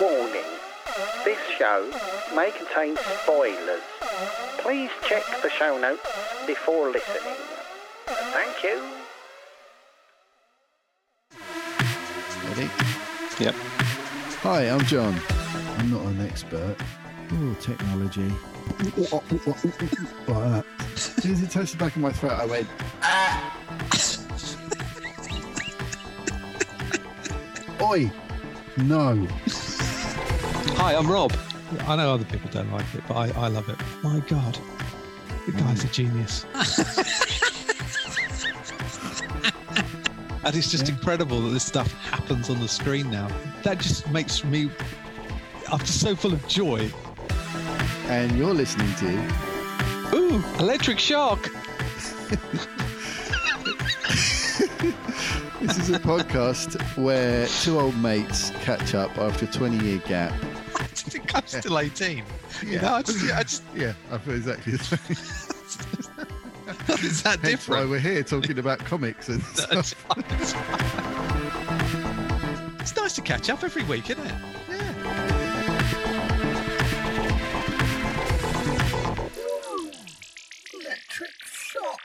Warning This show may contain spoilers. Please check the show notes before listening. Thank you. Ready? Yep. Hi, I'm John. I'm not an expert. Oh, technology. Like that. As soon as it touched the back of my throat, I went, ah! Oi! No. Hi, I'm Rob. I know other people don't like it, but I, I love it. My God, the guy's a genius. and it's just Yeah. incredible that this stuff happens on the screen now. That just makes me. I'm just so full of joy. And you're listening to. Ooh, electric shock. This is a podcast where two old mates catch up after a 20 year gap. I think I'm still 18. You Yeah. know, I just, I just, Yeah, I feel exactly the same. it's that That's why different. we're here talking about comics and stuff. it's nice to catch up every week, isn't it? Yeah. Electric shock.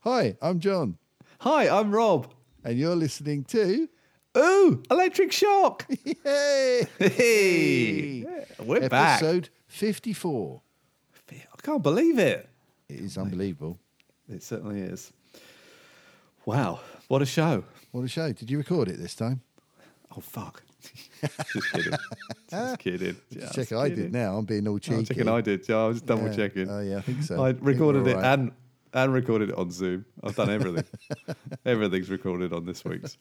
Hi, I'm John. Hi, I'm Rob. And you're listening to. Ooh, electric shock. Yay! Hey, we're back. Episode 54. I can't believe it. It is unbelievable. It certainly is. Wow, what a show. What a show. Did you record it this time? Oh, fuck. Just kidding. Just kidding. Just Check I did kidding. now. I'm being all cheeky. I'm checking I did. Yeah, I was double Yeah. checking. Oh, yeah, I think so. I I think recorded we're it all right. and and recorded it on Zoom. I've done everything. Everything's recorded on this week's.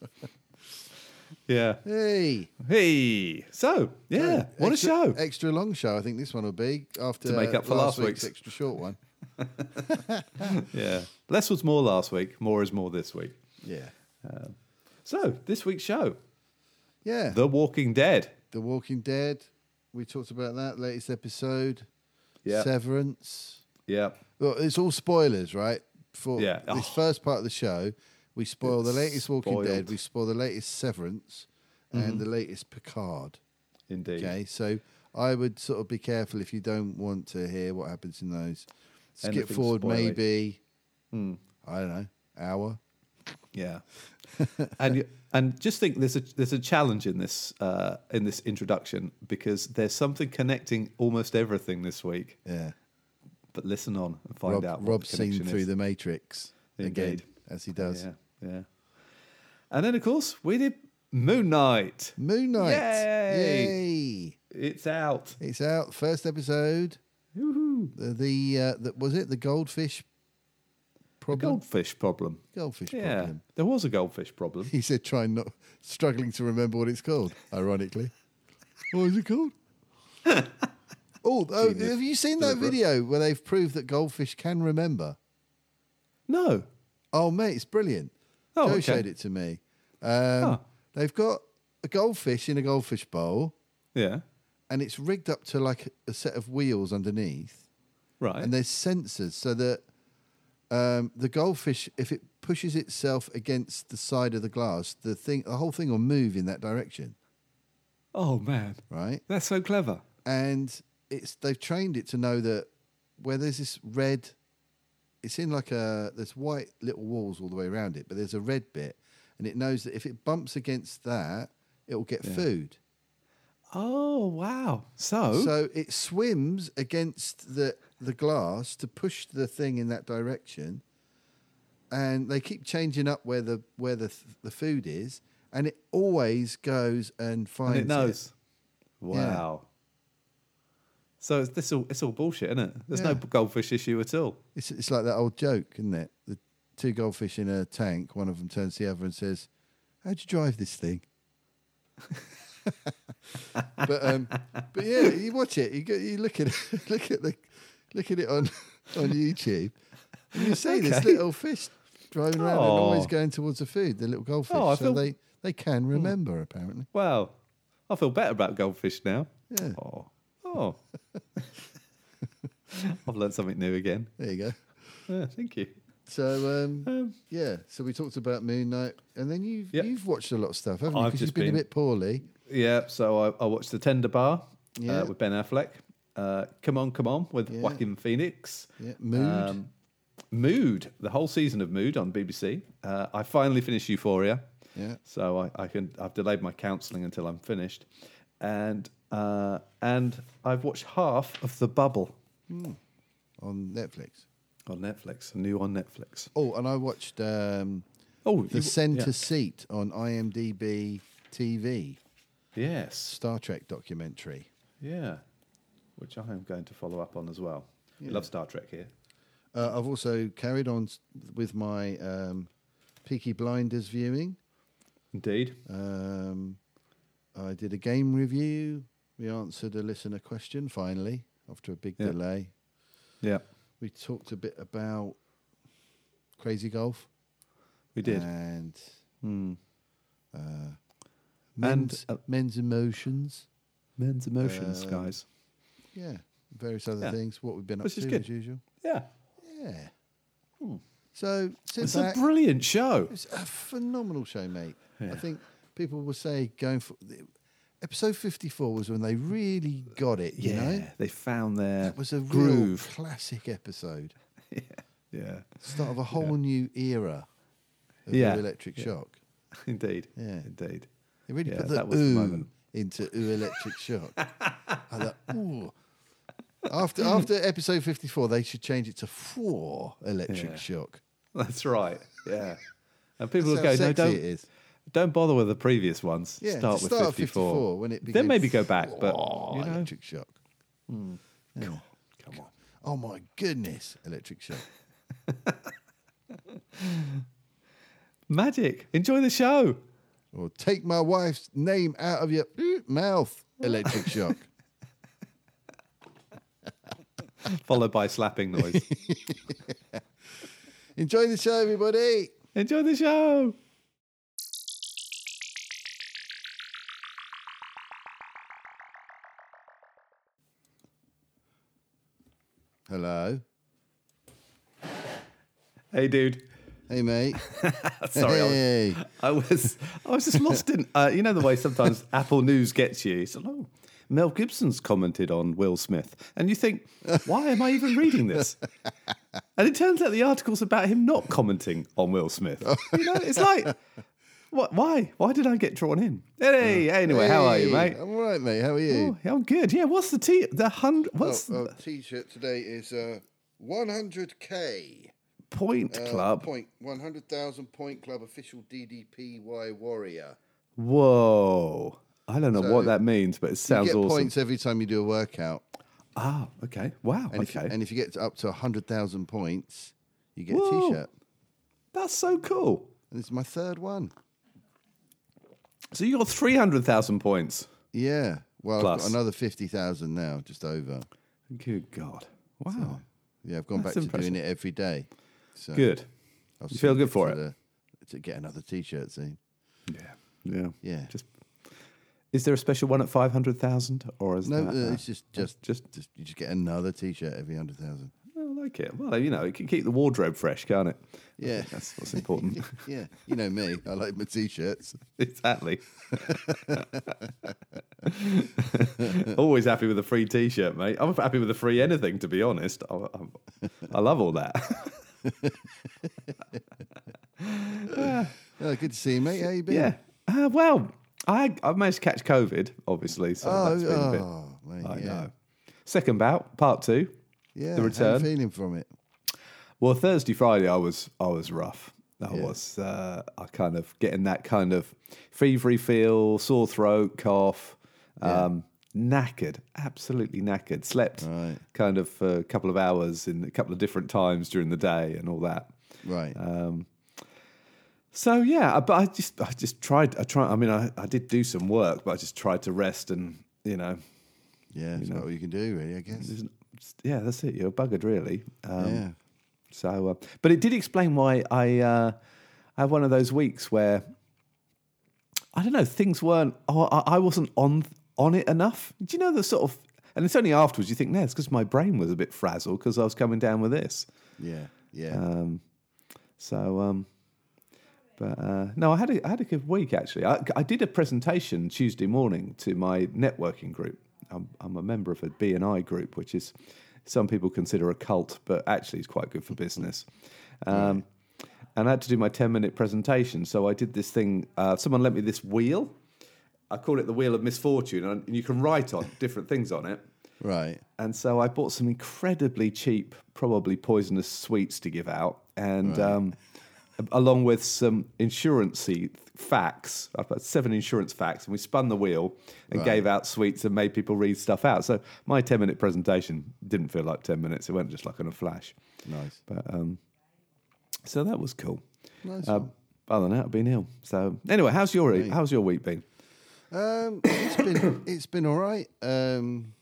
Yeah. Hey. Hey. So, yeah, what a Extra- show. Extra long show. I think this one will be after To make up for last week's, week's. extra short one. Yeah. Less was more last week, more is more this week. Yeah. So, this week's show, Yeah. The, The Walking Dead. Walking Dead. We talked about that latest episode. Yeah. Severance. Yeah. Well, it's all spoilers, right? For Yeah. this Oh. first part of the show, we spoil the It's latest Walking Dead, spoiled. Mm-hmm. we spoil the latest Severance, and the latest Picard. Indeed. Okay, so I would sort of be careful if you don't want to hear what happens in those. Skip Anything Hmm. forward spoily. maybe, I don't know, hour. Yeah, and you- and just think there's a there's a challenge in this uh, in this introduction because there's something connecting almost everything this week. Yeah, But listen on and find Rob, out. What Rob's the seen connection through is. the matrix again, Indeed. as he does. Yeah, yeah. And then of course we did Moon Knight. Moon Knight, Yay! Yay! It's out. It's out. First episode. Woohoo. The, the, uh, the was it the goldfish The problem? goldfish problem. Goldfish Yeah, problem. there was a goldfish problem. He said, trying not struggling to remember what it's called. Ironically, what is it called? oh, oh, Genius. have you seen that Deliberate. video where they've proved that goldfish can remember? No. Oh, mate, it's brilliant. Oh, Joe okay. showed it to me. Um, Oh. They've got a goldfish in a goldfish bowl, Yeah. and it's rigged up to like a set of wheels underneath. Right. and there's sensors so that um, the goldfish, if it pushes itself against the side of the glass, the thing, the whole thing will move in that direction, oh man, right? that's so clever. And it's they've trained it to know that where there's this red, it's in like a there's white little walls all the way around it, but there's a red bit, and it knows that if it bumps against that, it will get food. Oh wow. So, So it swims against the the glass to push the thing in that direction, and they keep changing up where the where the th- the food is, and it always goes and and finds it knows. Wow. So it's this all it's all bullshit, isn't it? There's no Yeah. goldfish issue at all. It's it's like that old joke, isn't it? The two goldfish in a tank. One of them turns to the other and says, "How'd you drive this thing?" but um, but yeah, you watch it. You go, you look at it, look at the look at it on on YouTube, and you see this Okay. little fish driving around and always Aw. going towards the food. The little goldfish. Oh, I so feel- Hmm. they they can remember apparently. Wow. I feel better about goldfish now. Yeah. Oh. Oh. I've learned something new again. There you go. Yeah, thank you. So um, yeah, so we talked about Moon Knight, and then you've Yeah. you've watched a lot of stuff, haven't you? I've Because just you've been, been- a bit poorly. Yeah, so I, I watched The Tender Bar Yeah. uh, with Ben Affleck. Uh, come on, come on with Yeah. Joaquin Phoenix. Yeah, Mood. Um, Mood, the whole season of Mood on BBC. Uh, I finally finished Euphoria. Yeah. So I, I can I've delayed my counselling until I'm finished, and uh, and I've watched half of The Bubble on Netflix. on Netflix. New on Netflix. Oh, and I watched um, Oh, the you- Centre yeah. Seat on IMDb TV Yes. Star Trek documentary. Yeah. Which I am going to follow up on as well. We love Star Trek here. Uh, I've also carried on s- with my um, Peaky Blinders viewing. Indeed. Um, I did a game review. We answered a listener question finally after a big Yeah. delay. Yeah. We talked a bit about crazy golf. We did. And Hmm. uh, men's, uh, men's emotions. Men's emotions, Um, guys. Yeah. Various other Yeah. things. What we've been up Which to is good. as usual. Yeah. Yeah. So sit It's back. a brilliant show. It's a phenomenal show, mate. Yeah. I think people will say going for episode fifty-four was when they really got it. You yeah. know, They found their it was a groove. real classic episode, Yeah. start of a whole new era of Yeah. Ooh Electric Shock. Indeed. Yeah. Indeed. It really Yeah, put the that was the ooh moment. into Ooh Electric Shock. I thought, ooh. After after episode fifty-four, they should change it to four Electric Yeah. Shock. That's right. Yeah. And people That's would how go, no, sexy don't it is." don't bother with the previous ones. Yeah, start to with start at 54. 54 when it then became maybe go back, but Oh, you know, Hmm. Electric Shock. come on. Oh my goodness, Electric Shock. Magic. Enjoy the show. Or take my wife's name out of your mouth, Electric Shock. Followed by slapping noise. Enjoy the show, everybody. Enjoy the show. Hello. Hey, dude. Hey, mate. Sorry, I was- Hey. I was I was just lost in uh, you know the way sometimes Apple News gets you. It's like, oh, Mel Gibson's commented on Will Smith, and you think, why am I even reading this? And it turns out the article's about him not commenting on Will Smith. You know, it's like, what? Why? Why did I get drawn in? Hey, anyway, how are you, Oh, Hey. mate? I'm all right, mate. How are Oh, you? I'm good. Yeah. What's the tea? The hundred? What's oh, the T-shirt today is uh, 100k point uh, club? point 100,000 point club official DDPY warrior. Whoa. I don't know what So, that means, but it sounds you get awesome. points every time you do a workout. Ah, okay. Wow. And, okay. if, and if you get to up to 100,000 points, you get a Whoa. t-shirt. That's so cool. And it's my third one. So you got 300,000 points. Yeah. Well, I've Plus. got another 50,000 now, just over. Good God. Wow. Yeah, I've gone That's back to impressive. doing it every day. So Good. I'll You feel soon good get for to it? the- to get another t-shirt soon. Yeah. Yeah. Yeah. Just Is there a special one at 500,000 or is No, that uh, uh, it's just, just, just- just, you just get another t-shirt every 100,000. uh, I like it. Well, you know, it can keep the wardrobe fresh, can't it? I Yeah. think That's what's important. Yeah, you know me. I like my t-shirts. exactly. Always happy with a free t-shirt, mate. I'm happy with a free anything, to be honest. I, I'm, I love all that. Oh, good to see you, mate. How you been? yeah. Uh, well, I I managed to catch COVID, obviously. So Oh, that's been a bit. oh, mate, I yeah. know. Second bout, part two. Yeah, The How return. you feeling from it? Well, Thursday, Friday, I was I was rough. I Yeah. was uh, I kind of getting that kind of fevery feel, sore throat, cough, um, knackered, absolutely knackered. Slept Right. kind of for a couple of hours in a couple of different times during the day and all that. Right. Uh, So yeah, I- but I just I just tried I try I mean I, I did do some work, but I just tried to rest and you know yeah, that's about all you can do, really, I guess. there's n- yeah that's it. You're buggered really. Um, yeah. So, uh, but it did explain why I uh, I had one of those weeks where I don't know things weren't. Oh, I, I wasn't on on it enough. Do you know the sort of? And it's only afterwards you think, no, it's because my brain was a bit frazzled because I was coming down with this. Yeah, yeah. Um, So, um, but uh, no, I had a, I had a good week actually. I, I did a presentation Tuesday morning to my networking group. I'm, I'm a member of a BNI group, which is some people consider a cult, but actually is quite good for business. Um, and I had to do my 10 minute presentation. So I did this thing. Uh, someone lent me this wheel. I call it the wheel of misfortune, and you can write on different things on it. Right. And so I bought some incredibly cheap, probably poisonous sweets to give out, and um, along with some insurancey facts. I put seven insurance facts, and we spun the wheel and gave out sweets and made people read stuff out. So my ten-minute presentation didn't feel like ten minutes; it went just like on a flash. Nice. So that was cool. Nice Uh, other than that, I've been ill. So anyway, how's your how's your week been? Um, it's been it's been all right. Um,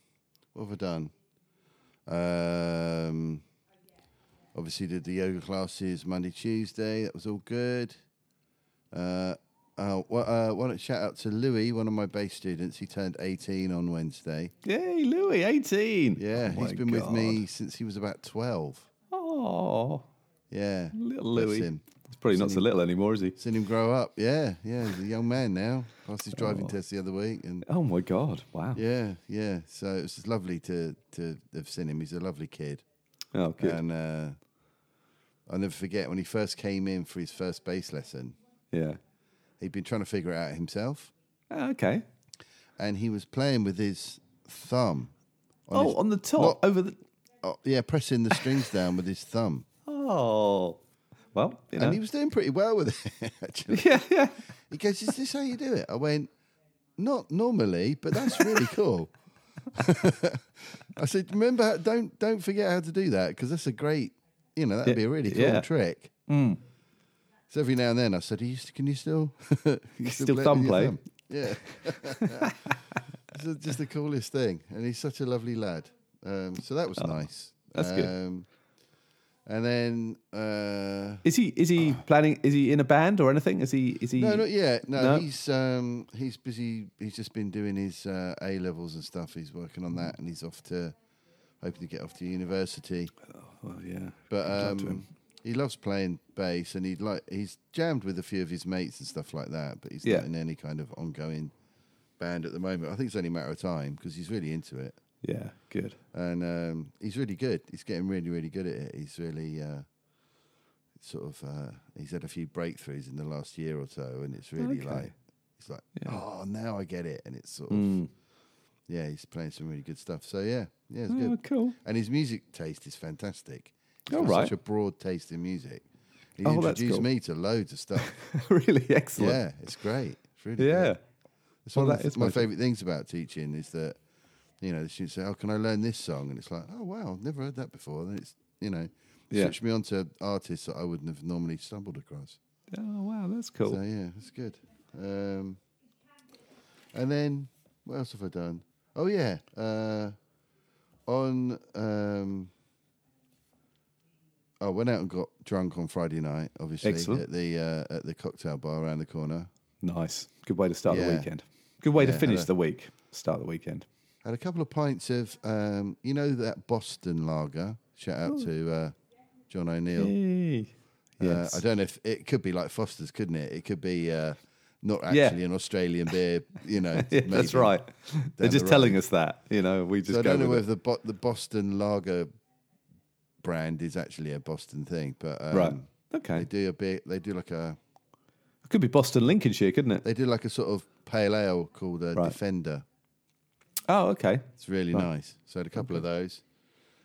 what have I done? Um, obviously did the yoga classes Monday, Tuesday. That was all good. Uh, oh, well, uh, want to shout out to Louis, one of my base students. He turned eighteen on Wednesday. Yay, Louis, eighteen. Yeah, Oh he's my been with God. me since he was about twelve. Oh, Yeah, little bless Louis. him. He's probably not so little anymore, is he? Seen him grow up. Yeah, yeah. He's a young man now. Passed his driving test the other week, and Oh my God! Wow. Yeah, yeah. So it was lovely to to have seen him. He's a lovely kid, Oh, good. and uh, I'll never forget when he first came in for his first bass lesson. yeah. He'd been trying to figure it out himself, Ah, okay. and he was playing with his thumb. On oh, his- on the top What? over the. oh, yeah, pressing the strings down with his thumb, Oh, well, you know. and he was doing pretty well with it. Actually, yeah, yeah. he goes, "Is this how you do it?" I went, "Not normally, but that's really cool." I said, "Remember, how- don't don't forget how to do that because that's a great, you know, that'd Yeah, be a really cool yeah. Mm. trick." So every now and then, I said, Are you, st- "Can you still, you Still it with thumb your play? Yeah, it's just the coolest thing, and he's such a lovely lad. Um, so that was nice. Oh, that's good. um, And then uh, Is he is he planning? Is he in a band or anything? Is he is he? No, not yet. No, No? he's um, he's busy. He's just been doing his uh, A levels and stuff. He's working on that, and he's off to hoping to get off to university. Oh, yeah. But Good luck to um, he loves playing bass, and he'd like he's jammed with a few of his mates and stuff like that. But he's Yeah. not in any kind of ongoing band at the moment. I think it's only a matter of time because he's really into it, yeah, good. and um, he's really good. He's getting really, really good at it. He's really. Uh, Sort of, uh, he's had a few breakthroughs in the last year or so, and it's really Okay. like He's like, Yeah. oh, now I get it. And it's sort of, Mm. yeah, he's playing some really good stuff. So, yeah, yeah, it's Oh, good. cool. And his music taste is fantastic. He's Oh, got right. such a broad taste in music. He Oh, that's introduced cool. me to loads of stuff. really excellent. yeah, it's great. It's really Yeah. good. It's one Well, of that the- is my my- favourite things about teaching is that, you know, the students say, oh, can I learn this song? And it's like, oh, wow, I've never heard that before. And it's, you know, Yeah. switched me on to artists that I wouldn't have normally stumbled across. Oh wow, that's cool. So yeah, that's good. Um, and then what else have I done? Oh yeah, uh, on um, I went out and got drunk on Friday night, obviously Excellent. at the uh, at the cocktail bar around the corner. nice. Good way to start the Yeah. weekend. Good way to Yeah, finish hello. the week. Start the weekend. Had a couple of pints of um, you know that Boston Lager. Shout out to uh, John O'Neill. Yay. Yes. Uh, I don't know if it could be like Foster's, couldn't it? It could be uh, not actually Yeah. an Australian beer, you know. yeah, that's maybe. right. They're the just road. telling us that. You know, we just So I go don't know with whether it. the, Bo- the Boston Lager brand is actually a Boston thing, but um, Right. they Okay. do a bit. They do like a It could be Boston, Lincolnshire, couldn't it? they do like a sort of pale ale called a Right. Defender. Oh, okay. It's really nice. So I had a couple of those,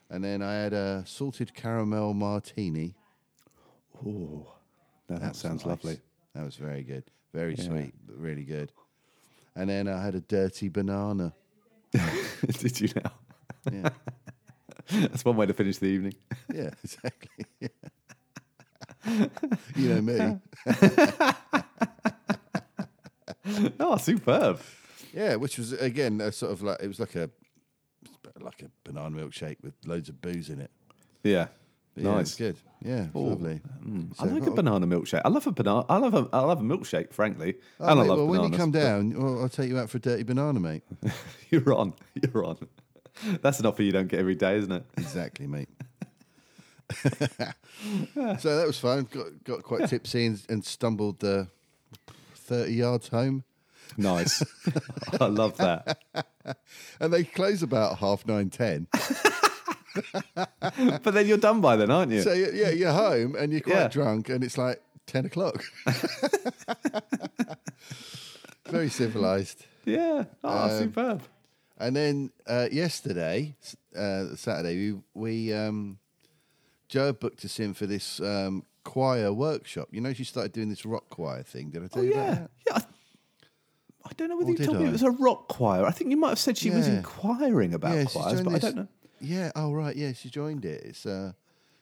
and then I had a salted caramel martini. Oh, now that, was sounds nice. lovely. That was very good, very sweet, but really good. And then I had a dirty banana. Did you now? Yeah, That's one way to finish the evening. yeah, exactly. you know me. Oh, superb. Yeah, which was again a sort of like it was like a like a banana milkshake with loads of booze in it. Yeah. But yeah, it was nice. Mm. good. Yeah, it was lovely. I like a banana milkshake. I love a banana. I love a, I love a milkshake, frankly. Oh, and I mate, love well, bananas. when you come down, well, I'll take you out for a dirty banana, mate. You're on. You're on. That's an offer you don't get every day, isn't it? exactly, mate. so that was fun. Got got quite tipsy and, and stumbled uh, thirty yards home. Nice. I love that. And they close about half nine ten. But then you're done by then, aren't you? So yeah, yeah, you're home and you're quite Yeah. drunk, and it's like ten o'clock. Very civilized. yeah. Oh, um, superb. And then uh, yesterday, s- uh, Saturday, we, we um, Joe booked us in for this um, choir workshop. You know, she started doing this rock choir thing. Did I tell Oh, you yeah. about Yeah. I, I don't know whether Or you did told me I? it was a rock choir. I think you might have said she was Yeah. inquiring that? about choirs, joined but I this- don't know. Yeah. Oh right. Yeah, she joined it. It's uh,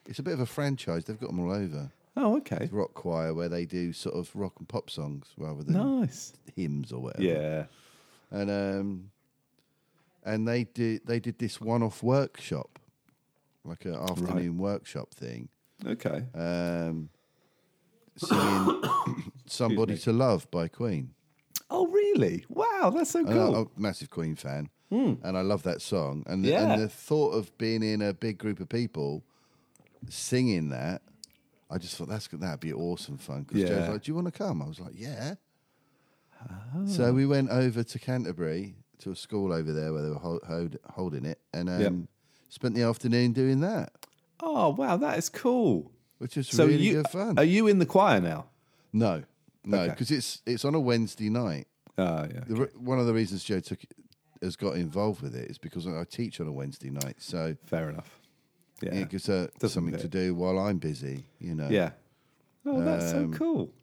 it's a bit of a franchise. They've got them all over. Oh, okay. Rock choir where they do sort of rock and pop songs rather than Nice. hymns or whatever. Yeah. and um, and they did they did this one-off workshop, like an afternoon workshop thing, Okay. um, singing "Somebody me. to Love" by Queen. Oh, really? Wow, that's so And cool. Hmm. I, am a massive Queen fan, and I love that song. And, Yeah. and the thought of being in a big group of people singing that, I just thought that's that'd be awesome fun. Because Joe's Yeah. Oh. like, "Do you want to come?" I was like, "Yeah." So we went over to Canterbury to a school over there where they were hold, hold, holding it, and um, Yep. spent the afternoon doing that, oh, wow, that is cool. which was So really you good fun. are you in the choir now? no, no, Okay. because it's it's on a Wednesday night. Oh, yeah. The re- one of the reasons Joe took has got involved with it is because I teach on a Wednesday night, so Fair enough. Yeah. it gives her Doesn't something do to it. do while I'm busy, you know. Yeah. Oh, that's Um, so cool.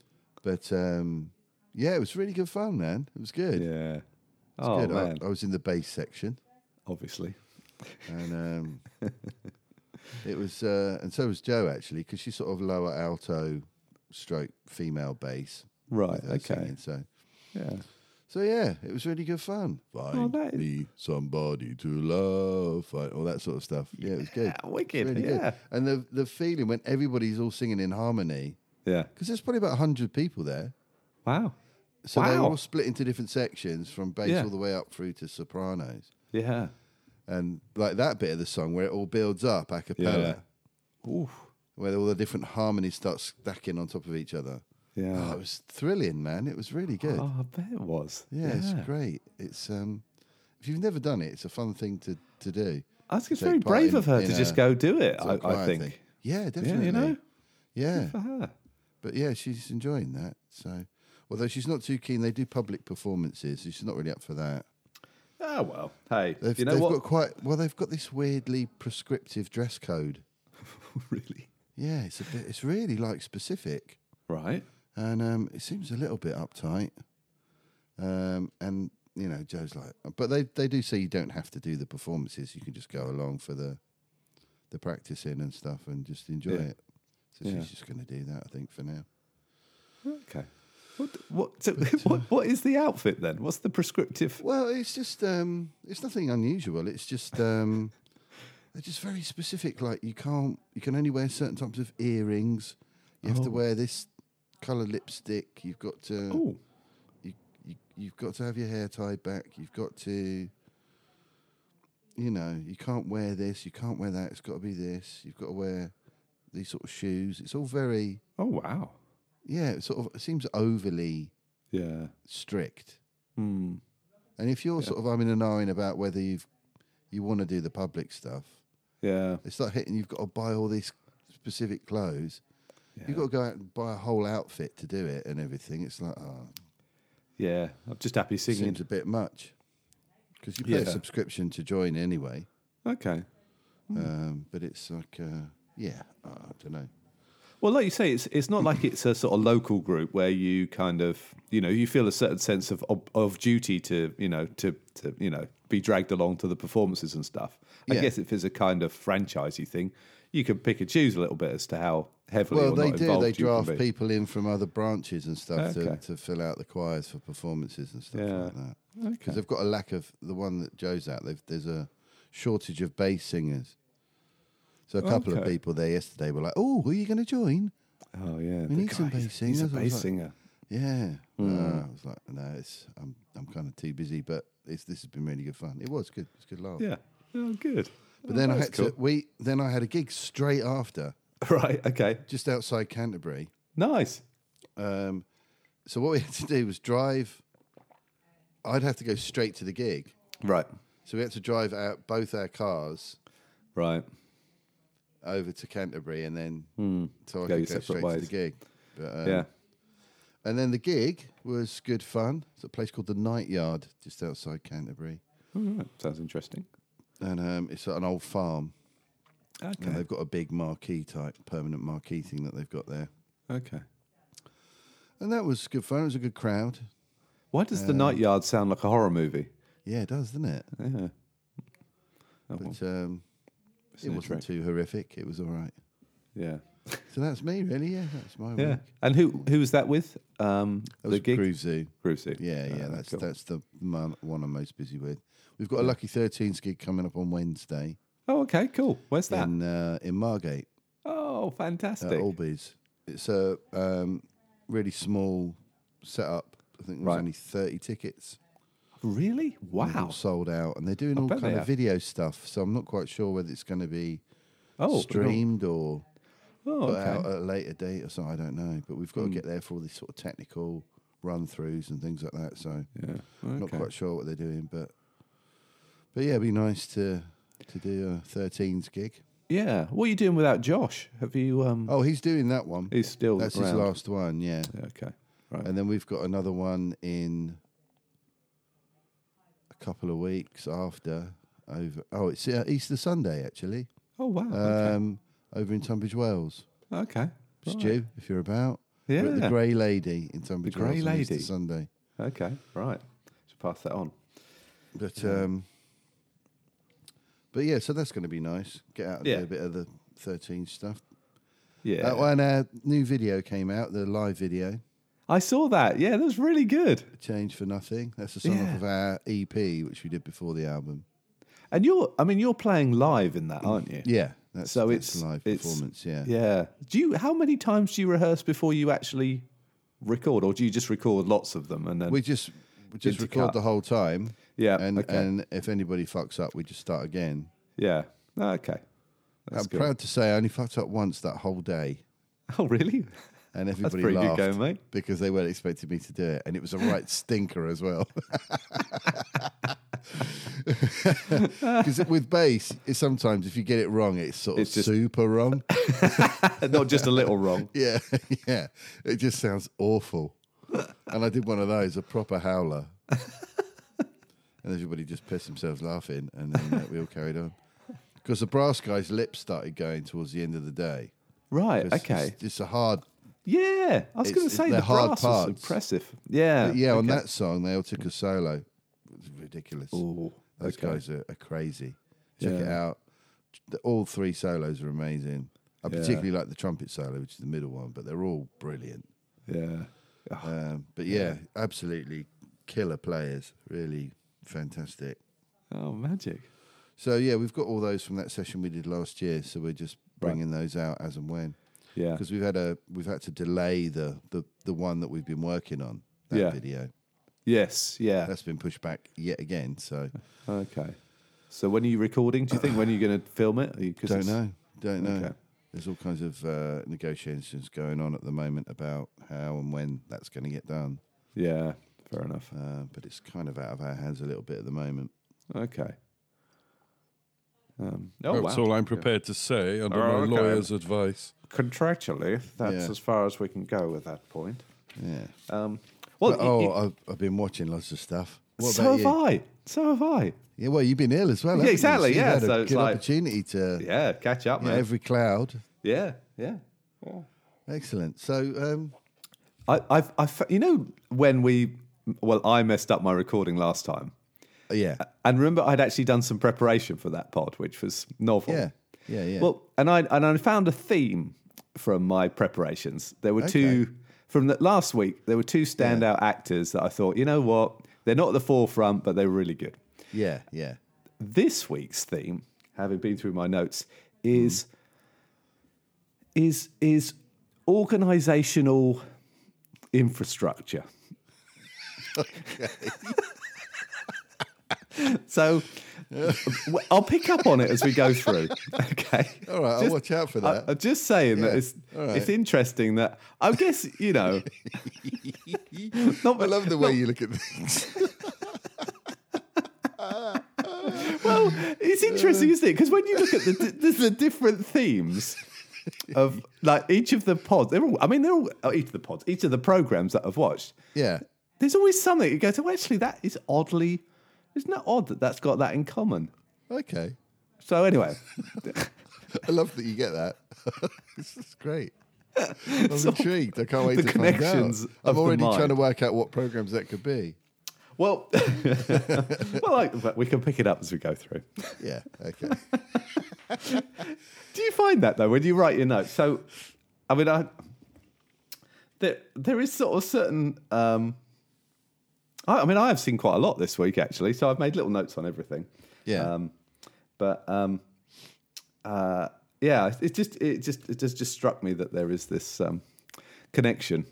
But um, yeah, it was really good fun, man. It was good. Yeah. Oh good. I- man, I, was in the bass section, obviously. and um, it was, uh, and so was Joe actually, because she's sort of lower alto, stroke female bass. Right. with her Okay. singing, so. Yeah. Oh, So yeah, it was really good fun. Find that is- me somebody to love, find, all that sort of stuff. Yeah, it was good. Yeah, Ah, wicked, Really yeah. good. And the the feeling when everybody's all singing in harmony, Yeah. because there's probably about hundred people there. Wow. So they were Wow. all split into different sections from bass Yeah. all the way up through to sopranos. Yeah. And like that bit of the song where it all builds up a cappella, Yeah. Ooh. where all the different harmonies start stacking on top of each other. Oh, Yeah. it was thrilling, man. It was really good. Oh, I bet it was. Yeah, it's great. It's um, if you've never done it, it's a fun thing to to do. I think it's Take very part brave in- of her in to just a go do it. Sort I, of I choir think. thing. Yeah, Yeah, definitely. you know. Yeah, For her. but yeah, she's enjoying that. So, although she's not too keen, they do public performances. so She's not really up for that. Oh well. Hey, They've, you know they've what? got quite well. They've got this weirdly prescriptive dress code. really. Yeah, it's a bit. It's really like specific, Right. and um, it seems a little bit uptight. Um, and you know, Joe's like, but they they do say you don't have to do the performances. You can just go along for the the practicing and stuff, and just enjoy Yeah. it. So Yeah. she's just going to do that, I think, for now. Okay. What? What? So, what? What is the outfit then? What's the prescriptive? Well, it's just um, it's nothing unusual. It's just um, they're just very specific. Like you can't, you can only wear certain types of earrings. You have to wear this color lipstick. You've got to, Oh, you, you, you've got to have your hair tied back. You've got to, you know, you can't wear this. You can't wear that. It's got to be this. You've got to wear these sort of shoes. It's all very, oh wow. yeah. It sort of it seems overly Yeah. strict. Hmm. And if you're sort of umming and ahhing about whether you've you want to do the public stuff, Yeah. they start hitting you've got to buy all these specific clothes. You've got to go out and buy a whole outfit to do it and everything. It's like, oh, Yeah. I'm just happy singing. seems a bit much. Because you pay a Yeah. subscription to join anyway. Okay. Hmm. Um, but it's like, uh, yeah, I don't know. Well, like you say, it's it's not like it's a sort of local group where you kind of you know you feel a certain sense of of, of duty to you know to to you know be dragged along to the performances and stuff. I Yeah. guess if it's a kind of franchisey thing, you can pick and choose a little bit as to how heavily Well, or they not do. involved They you can draft be. people in from other branches and stuff Okay. to, to fill out the choirs for performances and stuff Yeah. like that. Okay. Because they've got a lack of the one that Joe's at. They've, there's a shortage of bass singers. So a couple of Okay. people there yesterday were like, "Oh, who are you going to join?" Oh yeah, We the need some guy, bass He's a singers. I was bass like- singer. Yeah, Hmm. Uh, I was like, "No, it's I'm I'm kind of too busy, but it's this has been really good fun. It was good. It's good laugh. Yeah. Oh, good. But then I that's had cool. to we then I had a gig straight after, Right. Okay. just outside Canterbury. Nice. Um, so what we had to do was drive. I'd have to go straight to the gig, Right. so we had to drive out both our cars Right. over to Canterbury, and then so I Hmm. Go your could go separate straight to the ways. gig. But, um, yeah. And then the gig was good fun. It's a place called the Night Yard, just outside Canterbury, All right. Sounds interesting. and um, it's an old farm. Okay. And they've got a big marquee type, permanent marquee thing that they've got there. Okay. And that was good fun. It was a good crowd. Why does Um, the night yard sound like a horror movie? Yeah, it does, doesn't it? Yeah. Oh, well, But um, it an wasn't too horrific. It was all right. yeah. So that's me, really. Yeah, that's my Yeah. week. And who who was that with? Um, That was the gig. Groove Zoo. Groovesy. Yeah, yeah, Ah, that's cool. that's the mon- one I'm most busy with. We've got a Lucky 13s gig coming up on Wednesday Oh, okay, cool. Where's that? in uh, in Margate oh, fantastic. at Albies. It's a um, really small setup. I think there's Right. only 30 tickets. really? They're all Wow. sold out, and they're doing all bet kind they of are. video stuff. So I'm not quite sure whether it's going to be Oh, streamed or Oh, put okay. Hmm. out at a later date or something. I don't know, but we've got to get there for all these sort of technical run throughs and things like that. So Yeah. I'm uh, not Okay. quite sure what they're doing, but but yeah, it'd be nice to to do a 13s gig. Yeah. What are you doing without Josh? Have you? Um, Oh, he's doing that one. he's still That's his around. last one, yeah. Okay. Right. And then we've got another one in a couple of weeks after over. Oh, it's uh, Easter Sunday actually, oh wow. um, over in Tunbridge Wells. okay. okay. Right. Stu, if you're about. We're at Yeah. the Grey Lady in Tunbridge The Grey Wells on Easter Lady. Sunday. Okay. Right. Should pass that on. But um, but yeah, so that's going to be nice. Get out and Yeah. do a bit of the 13 stuff. Yeah. That one, uh, new video came out, the live video, I saw that. Yeah, that was really good. Change for Nothing. That's a song off Yeah. of our EP, which we did before the album. And you're, I mean, you're playing live in that, aren't you? Yeah, that's, So that's it's- a live it's- performance, yeah. Yeah. Do you? How many times do you rehearse before you actually record, or do you just record lots of them and then? We just we just Intercut. record the whole time. Yeah, And, okay. and if anybody fucks up, we just start again. yeah. Ah, Okay. That's I'm good. proud to say I only fucked up once that whole day. Oh, really? And everybody pretty good laughed going, mate. because they weren't expecting me to do it, and it was a right stinker as well. Because with bass, it's sometimes if you get it wrong, it's sort of It's just- super wrong. Not just a little wrong. yeah, yeah, it just sounds awful. And I did one of those, a proper howler, and everybody just pissed themselves laughing, and then uh, we all carried on. Because the brass guy's lips started going towards the end of the day. Right. 'Cause okay. it's, it's a hard Yeah, I It's- was going to it's say the the hard brass parts. was impressive. Yeah, But yeah, on okay. that song, they all took a solo. It was ridiculous. Ooh, Those okay. guys are, are crazy. Check it Yeah. out. The- All three solos are amazing. I Yeah. particularly like the trumpet solo, which is the middle one, but they're all brilliant. Yeah, Ah, Um, but yeah, absolutely killer players. Really fantastic. oh magic. So yeah, we've got all those from that session we did last year. So we're just bringing those out as and when Yeah, because we've had a we've had to delay the the, the one that we've been working on that Yeah. video. yes, yeah. That's been pushed back yet again. So okay. So when are you recording? Do you think when are you going to film it? Are you- 'cause Don't it's- know. Don't know. Okay. There's all kinds of uh, negotiations going on at the moment about how and when that's going to get done. Yeah, fair enough. Uh, but it's kind of out of our hands a little bit at the moment. Okay. Um, oh That's wow. all I'm prepared to say under Oh, my okay. lawyer's advice. Contractually, that's Yeah. as far as we can go at that point. Yeah. Um, well, But, you- oh, you- I've, I've been watching lots of stuff. What so about have you? I. So have I. Yeah, well, you've been ill as well. haven't you? exactly, So yeah, You've had so a it's good like- opportunity to Yeah, catch up, you know, man. every cloud. yeah, yeah. Excellent. So, um, I, I've, I, fe- you know, when we, well, I messed up my recording last time, yeah, and remember, I'd actually done some preparation for that pod, which was novel. yeah, yeah, yeah. Well, and I and I found a theme from my preparations. There were two from the, last week. There were two standout actors that I thought, you know what, they're not at the forefront, but they're really good. yeah, yeah. This week's theme, having been through my notes, is Mm. is is organizational infrastructure. so Well, I'll pick up on it as we go through. Okay. All right, I'll watch out for that. I, am just saying that Yeah, it's all right. it's interesting that I guess you know. not, I love the way you look at things. Well, it's uh, interesting, isn't it? Because when you look at the, the, the different themes of like each of the pods, they're all, I mean, they're all oh, each of the pods, each of the programs that I've watched. yeah. There's always something you go to. Well, actually, that is oddly, isn't that odd that that's got that in common? Okay. So anyway, I love that you get that. this is great. I'm intrigued. I can't wait the to connections find out. I'm of the already mind. trying to work out what programs that could be. well, well, I, but we can pick it up as we go through. Yeah. Okay. Do you find that though when you write your notes? So, I mean, I there there is sort of certain. Um, I, I mean, I have seen quite a lot this week actually, so I've made little notes on everything. Yeah. Um, but um, uh, yeah, it just it just it just just struck me that there is this um, connection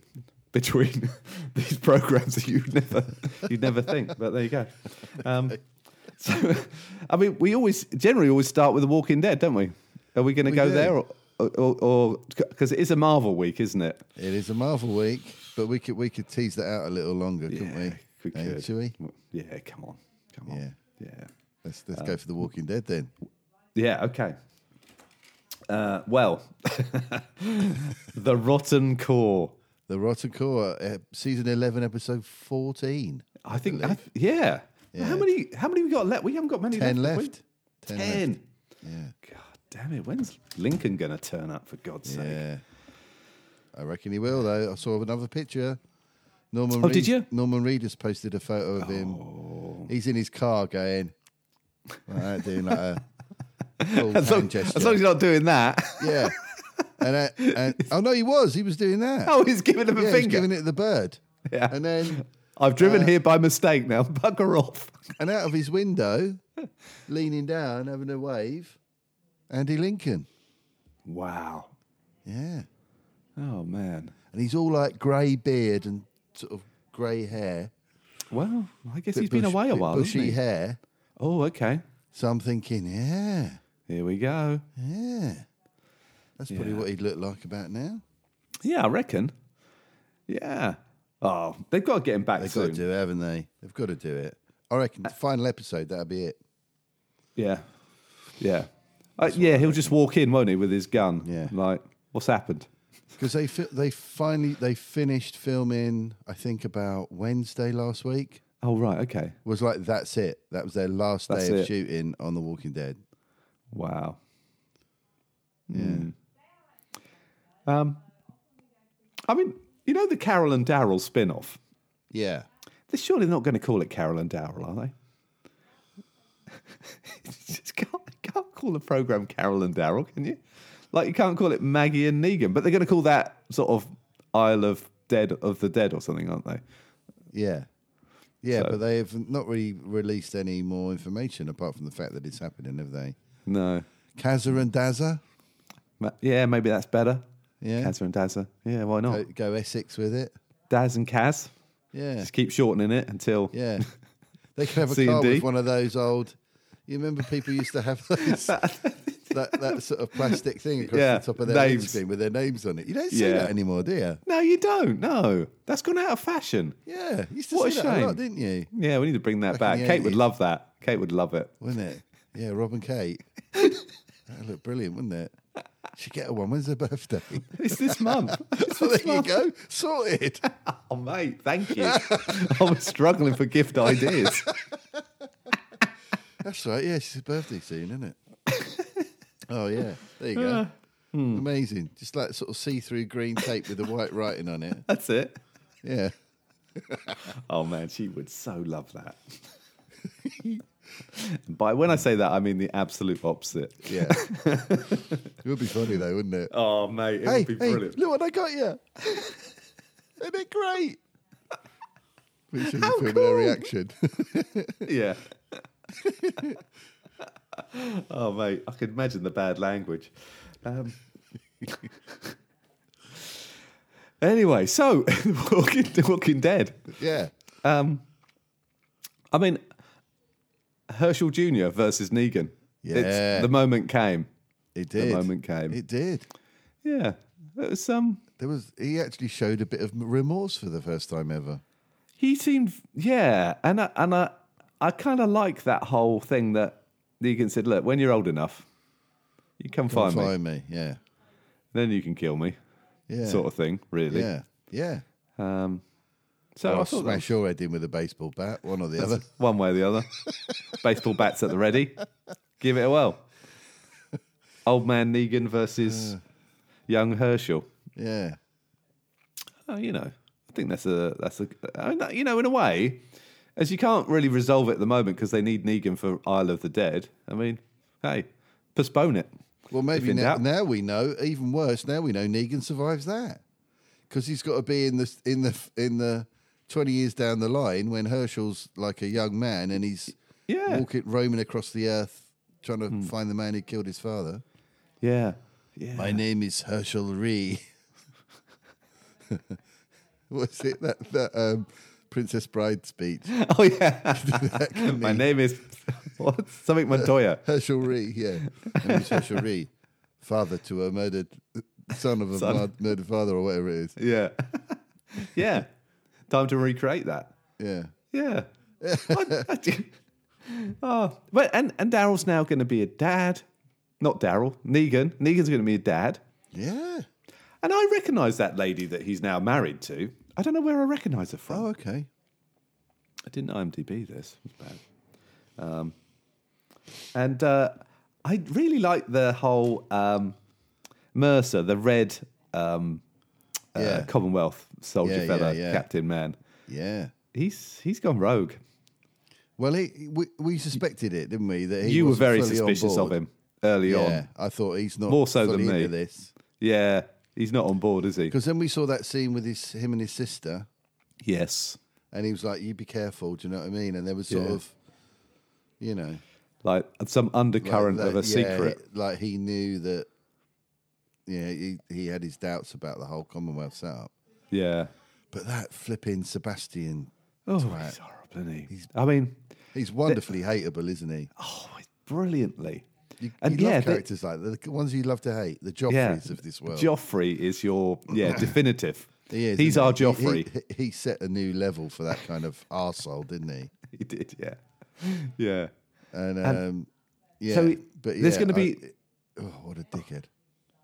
between these programs that you'd never you'd never think. But there you go. Um, so, I mean, we always generally always start with The Walking Dead, don't we? Are we going to go do. there, or because it is a Marvel week, isn't it? it is a Marvel week, but we could we could tease that out a little longer, couldn't we? Eh, Should we? Yeah, come on, come on. Yeah. yeah. Let's let's Um, go for the Walking Dead then. Yeah, okay. Uh, well, The Rotten Core. The Rotten Core, uh, season eleven, episode fourteen. I think, I, yeah. How many? How many we got left? We haven't got many. Ten left. have we? left. Ten. left. Ten. Yeah. God damn it! When's Lincoln gonna turn up? For God's sake. Yeah. I reckon he will though. I saw another picture. Norman Oh, Reed, did you? Oh. Norman Reed has posted a photo of him. He's in his car going like that, doing like a full As long, hand gesture. as long as you're not doing that. yeah. And, I, and oh no, he was. He was doing that. Oh, he's giving him a yeah, he's finger. giving uh, it the bird. Yeah. And then I've driven here by mistake. Now bugger off. and out of his window, leaning down, having a wave, Andy Lincoln. Wow. Yeah. Oh man. And he's all like grey beard and sort of grey hair. Well, I guess Bit he's been bush- away a bit while. hasn't Bushy he? hair. Oh, okay. So I'm thinking, yeah, Here we go. yeah. That's probably Yeah. what he'd look like about now. Yeah, I reckon. Yeah. Oh, they've got to get him back They've got soon. to do it, haven't they? They've got to do it. I reckon Uh, final episode, that'll be it. Yeah. Yeah. Uh, yeah, he'll just walk in, won't he, with his gun? Yeah. Like, what's happened? Because they fi- they finally they finished filming. I think about Wednesday last week Oh, right. Okay. was like that's it. That was their last That's day of it. shooting on The Walking Dead. Wow. Yeah. Um, I mean, you know the Carol and Daryl spin off? Yeah, They're surely not going to call it Carol and Daryl, are they? You just can't, you can't call the program Carol and Daryl, can you? Like you can't call it Maggie and Negan, but they're going to call that sort of Isle of Dead of the Dead or something, aren't they? yeah, yeah. So- But they have not really released any more information apart from the fact that it's happening, have they? No. Kazza and Dazza, Ma- Yeah, maybe that's better. Yeah. Kazza and Dazza. Yeah, why not? go, go Essex with it. Daz and Kaz. Yeah, Just keep shortening it until. Yeah. They could have a C and car D. with one of those old. You remember people used to have those that, that sort of plastic thing across Yeah, the top of their names. names. windscreen with their names on it. You don't see Yeah. that anymore, do you? No, you don't. No. That's gone out of fashion. Yeah, you used to What a see that a lot, shame. didn't you? Yeah, we need to bring that Back back. in the Kate would 80s. love that. Kate would love it. Wouldn't it? Yeah, Rob and Kate. that looked brilliant, wouldn't it? Should get her one. When's her birthday? It's this month. It's well, this there you month. go. Sorted. Oh, mate, thank you. I was struggling for gift ideas. That's right. Yeah, it's his birthday soon, isn't it? oh yeah, there you go. Hmm. Amazing. Just like sort of see-through green tape with the white writing on it. That's it. Yeah. Oh, man, she would so love that. By when I say that, I mean the absolute opposite. Yeah. it would be funny though, wouldn't it? Oh, mate, it hey, would be hey, brilliant. look what I got you. Isn't it great? We should How film cool. their reaction. Yeah. oh, mate, I can imagine the bad language. Um, anyway, so Walking, Walking Dead. yeah. Um, I mean, Herschel Jr. versus Negan. Yeah. It's, the moment came. It did. moment came. It did. Yeah. It was um There was he actually showed a bit of remorse for the first time ever. he seemed yeah, and I, and I I kind of like that whole thing that Negan said, look, when you're old enough, you come Come find me. find me. Yeah. Then you can kill me. Yeah. Sort of thing, really. Yeah. Yeah. Um so Or I I'll thought that smash your head in with a baseball bat, one or the other. one way or the other. Baseball bats at the ready. Give it a whirl. Old man Negan versus young Herschel. Yeah. Oh, you know, I think that's a that's a I mean, that- you know in a way, as you can't really resolve it at the moment because they need Negan for Isle of the Dead. I mean, hey, postpone it. Well, If maybe in now, doubt. now we know. Even worse, now we know Negan survives that because he's got to be in the in the in the twenty years down the line when Herschel's like a young man and he's Yeah. walking roaming across the earth trying to find the man who killed his father. Yeah, yeah. My name is Herschel Ree. What's it that that um, Princess Bride speech? Oh yeah. can my be. name is what? Something Montoya. Herschel Ree, yeah. My name is Herschel Ree, father to a murdered son of a mur- murdered father or whatever it is. Yeah, yeah. Time to recreate that. Yeah. Yeah. I- I do- oh, but and and Daryl's now going to be a dad. Not Daryl. Negan. Negan's going to be a dad. Yeah. And I recognise that lady that he's now married to. I don't know where I recognise her from. Oh, okay. I didn't IMDb this. It was bad. Um, and uh, I really like the whole um, Mercer, the red um, uh, Yeah. Commonwealth soldier Yeah, yeah, fella, yeah. Captain Man. Yeah. He's he's gone rogue. Well, he, we, we suspected it, didn't we? That he you were wasn't very fully on suspicious of board. him early Yeah, on. I thought he's not More so fully than me. into this Yeah, he's not on board, is he? because then we saw that scene with his him and his sister, Yes. and he was like, "You be careful," do you know what I mean? And there was sort Yeah. of, you know, Like some like undercurrent that- of a yeah, secret. he- like he knew that. Yeah, he, he had his doubts about the whole Commonwealth setup, Yeah. but that flipping Sebastian, Oh, twat, he's horrible, isn't he? I mean, he's wonderfully hateable, isn't he? oh, it's brilliantly. You, And you yeah, love the- characters like that, the ones you love to hate, the Yeah. Joffreys of this world. Joffrey is your yeah definitive. He is, He's isn't our he? He- Joffrey. He, He, he set a new level for that kind of arsehole, didn't he? did, yeah, yeah. And um, yeah, so he- but yeah, there's gonna I- be- oh, what a dickhead!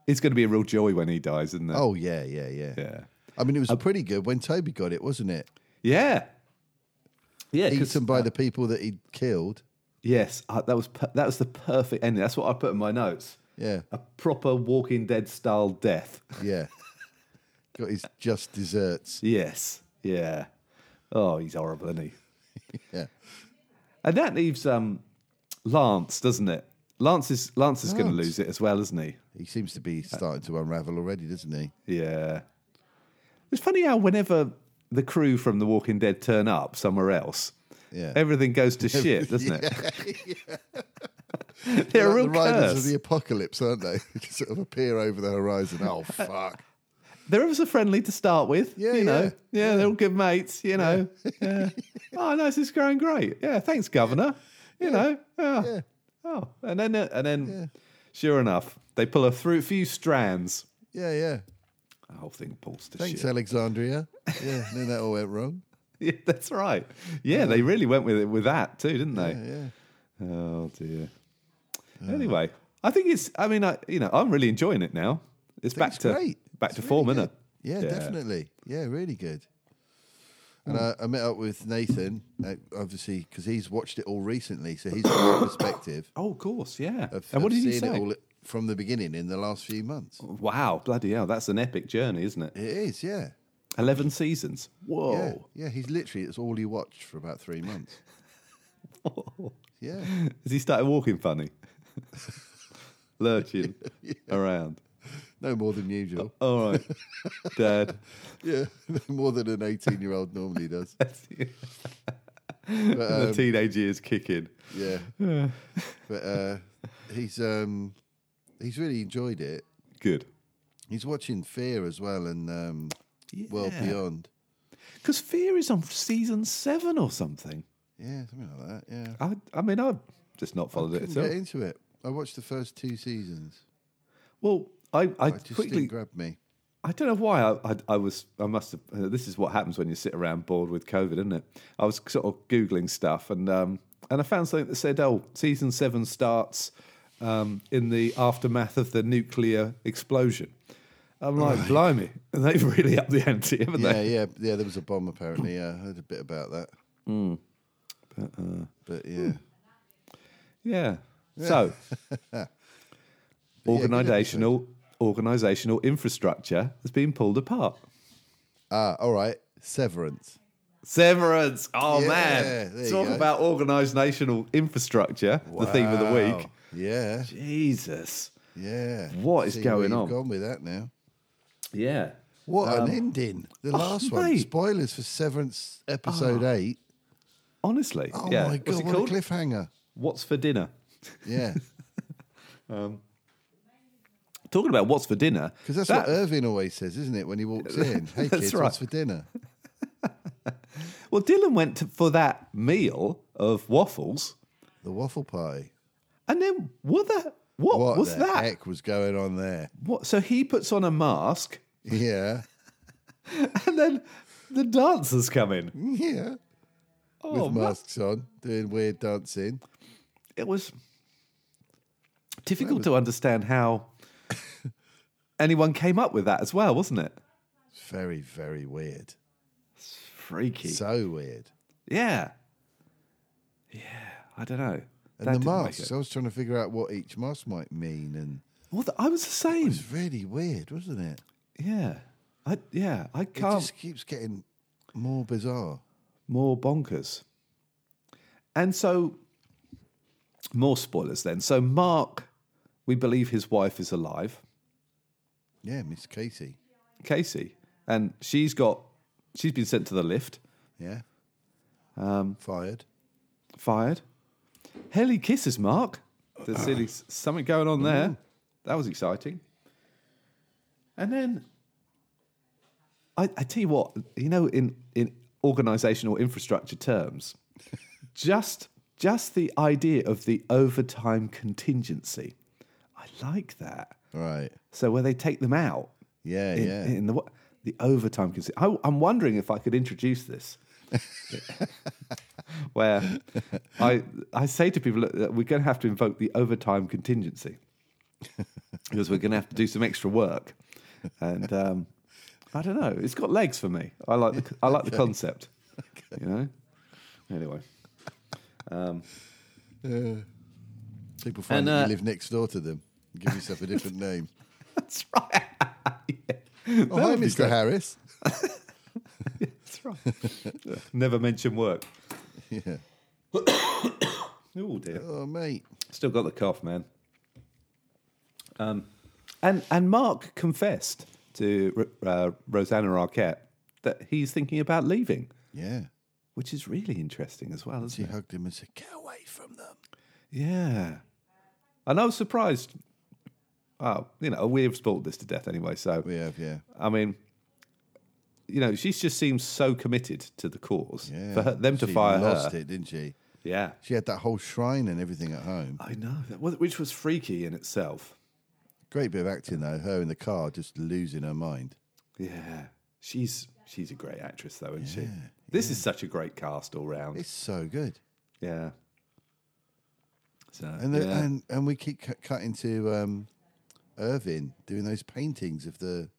It's going to be a real joy when he dies, isn't it? Oh yeah, yeah, yeah. yeah, Um, I mean, it was pretty good when Toby got it, wasn't it? yeah, yeah. 'cause- Eaten by the people that he'd killed. yes, I, that was per- that was the perfect ending. That's what I put in my notes. Yeah, A proper Walking Dead style death. yeah. got his just desserts. Yes, yeah. Oh, he's horrible, isn't he? Yeah, And that leaves um Lance, doesn't it? Lance is Lance is going to Lance. lose it as well, isn't he? he seems to Uh, be starting to unravel already, doesn't he? Yeah. It's funny how whenever the crew from The Walking Dead turn up somewhere else, Yeah. everything goes to shit, doesn't it? They're a Like real the riders of curse. the apocalypse, aren't they? They just sort of appear over the horizon. Oh fuck! They're ever so friendly to start with. Yeah, you know. yeah, Yeah, they're all good mates, you know. Yeah. oh, nice, it's going great. Yeah, thanks, Governor. You know. Oh. Yeah. oh. And then uh, and then sure enough, they pull a through few strands. Yeah, yeah. The whole thing pulls to Thanks, shit. Alexandria. Yeah, no, that all went wrong. Yeah, that's right. Yeah, they really went with it with that too, didn't they? Yeah, Oh dear. Anyway, I think it's. I mean, I you know, I'm really enjoying it now. It's back it's to great. back It's to really form, isn't good. it? yeah, definitely. Yeah, really good. And Mm. I, I met up with Nathan, uh, obviously, because he's watched it all recently, so he's got a perspective. Oh, of course, yeah. Of, and what of did he seeing say? Oh. It all from the beginning in the last few months. Wow, bloody hell, that's an epic journey, isn't it? It is, yeah. Eleven seasons. Yeah, Whoa. yeah, he's literally, it's all he watched for about three months. Yeah. Has he started walking funny? Lurching around. No more than usual. All right, Dad. Yeah. no more than an 18 year old normally does. um, the teenage years kicking. Yeah. but uh, he's um, he's really enjoyed it. Good. He's watching Fear as well and um, World Yeah. Beyond. Because Fear is on season seven or something. Yeah, something like that. Yeah. I, I mean, I've just not followed it Couldn't at all. get into it. I watched the first two seasons. Well, I, I I just didn't quickly, grab me. I don't know why I, I, I was, I must have, uh, this is what happens when you sit around bored with COVID, isn't it? I was sort of Googling stuff and, um, and I found something that said, oh, season seven starts um, in the aftermath of the nuclear explosion. I'm like, blimey. And they've really upped the ante, haven't Yeah, they? yeah, yeah. There was a bomb apparently. Yeah, I heard a bit about that. Hmm. uh, But yeah, Yeah. So, organizational organizational infrastructure has been pulled apart. ah, all right. Severance. Severance. Oh Yeah, there man, you talk go. about organizational infrastructure. The theme of the week. Wow. Yeah, Jesus. yeah. What is See where going you've on? Gone with that now. Um, oh, Yeah. What an ending! The last one. mate. Spoilers for Severance episode eight. Honestly. Oh yeah. my What's god! it What called? a cliffhanger. What's for dinner? Yeah, Talking about what's for dinner. because that's that- what Irving always says, isn't it? When he walks in, "Hey That's kids, right. what's for dinner?" uh, well, Dylan went to, for that meal of waffles, The waffle pie. and then what the what, What was the that? heck was going on there? What? So he puts on a mask, Yeah, and then the dancers come in. yeah. Oh, With ma- masks on, doing weird dancing. it was difficult to understand how anyone came up with that as well, wasn't it? Very, very weird. Freaky. So weird. yeah. Yeah, I don't know. And the masks. I was trying to figure out what each mask might mean, and Well, th- I was the it same. was really weird, wasn't it? Yeah. I yeah, I It can't just keeps getting more bizarre. more bonkers. And so more spoilers then. So Mark, we believe his wife is alive. Yeah, Miss Casey. Casey, and she's got she's been sent to the lift, Yeah. Um, Fired. fired. Helly kisses Mark. There's really s- something going on there. That was exciting. And then I, I tell you what, you know, in in organizational infrastructure terms, just just the idea of the overtime contingency. I like that. Right. So where they take them out Yeah, in, yeah. in the wo- the overtime consi- I, I'm wondering if I could introduce this, where I I say to people, look, we're going to have to invoke the overtime contingency because we're going to have to do some extra work, and um, I don't know, it's got legs for me. I like the I like the concept, you know. Anyway, People find And, that uh, you live next door to them. Give yourself a different name. that's right. Oh, hi, Mr. Harris. That's right. Never mention work. Yeah. Oh dear. Oh, mate. Still got the cough, man. Um, and and Mark confessed to uh, Rosanna Arquette that he's thinking about leaving, Yeah. which is really interesting as well, She isn't it? hugged him and said, "Get away from them." Yeah. And I was surprised. Oh, you know, we've spoiled this to death anyway. So We have, yeah. I mean, you know, she just seems so committed to the cause. Yeah. For her, them to she fire lost her, it, didn't she? yeah. She had that whole shrine and everything at home. I know, that was- which was freaky in itself. Great bit of acting though. Her in the car, just losing her mind. Yeah, she's she's a great actress though, isn't she? This is such a great cast all round. It's so good. yeah. So And the, yeah. and and we keep cu- cutting to um, Irving doing those paintings of the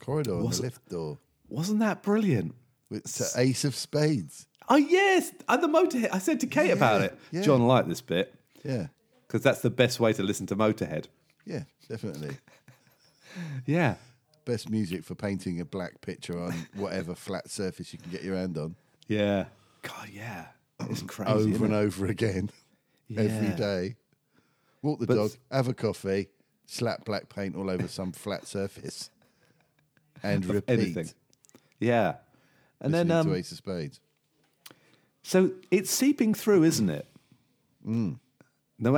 corridor and the Wasn't- lift door wasn't that brilliant? with to Ace of Spades. Oh yes, and the Motorhead. I said to Kate about it. yeah. John liked this bit Yeah, because that's the best way to listen to Motorhead. yeah, definitely. Yeah. Best music for painting a black picture on whatever flat surface you can get your hand on Yeah. God, yeah. It's crazy. over isn't and it? over again every Yeah. day. Walk the But- dog, have a coffee, slap black paint all over some flat surface, and repeat. Anything. Yeah. And then listening um, to Ace of Spades. so it's seeping through, isn't it? No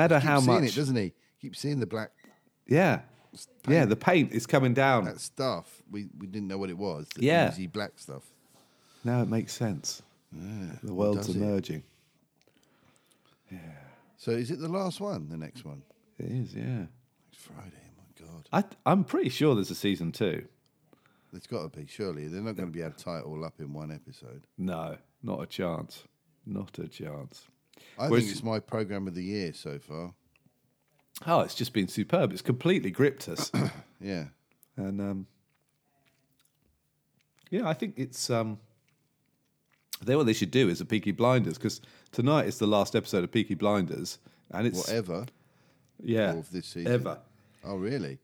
matter Keeps how Mm. seeing much. it, doesn't he? Keeps seeing the black yeah. Yeah, the paint is coming down. that stuff. We we didn't know what it was. The Yeah. oozy black stuff. Now it makes sense. the world's does it? emerging. So is it the last one? The next one? It is, yeah. It's Friday. My God, I, I'm pretty sure there's a season two. it's got to be. Surely they're not going to be able to tie it all up in one episode. No, not a chance. Not a chance. I Whereas- think it's my program of the year so far. Oh, it's just been superb. It's completely gripped us. Yeah, and um, yeah, I think it's um, I think what they should do is a Peaky Blinders because tonight is the last episode of Peaky Blinders, and it's whatever. yeah of this season. ever Oh, really?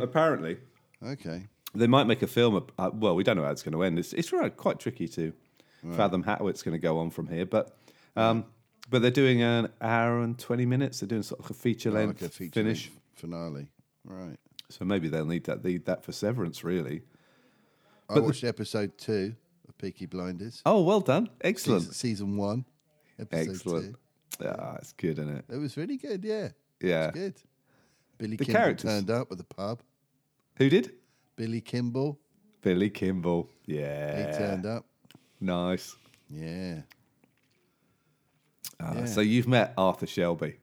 apparently Okay. they might make a film. ab- Uh, well, we don't know how it's going to end. It's it's really quite tricky to fathom how it's going to go on from here, but. Um, but they're doing an hour and 20 minutes. They're doing sort of a feature length Oh, Like a feature finish. finale. Right. So maybe they'll need that need that for Severance, really. I watched episode two of Peaky Blinders. Oh, well done. Excellent. Season, season one. Episode Excellent. Two. Ah, it's good, isn't it? It was really good. Yeah. Yeah. It's good. Billy The Kimball characters- turned up at the pub. Who did? Billy Kimball. Billy Kimball. He Yeah. turned up. Nice. Yeah. Ah, Yeah. So you've met Arthur Shelby.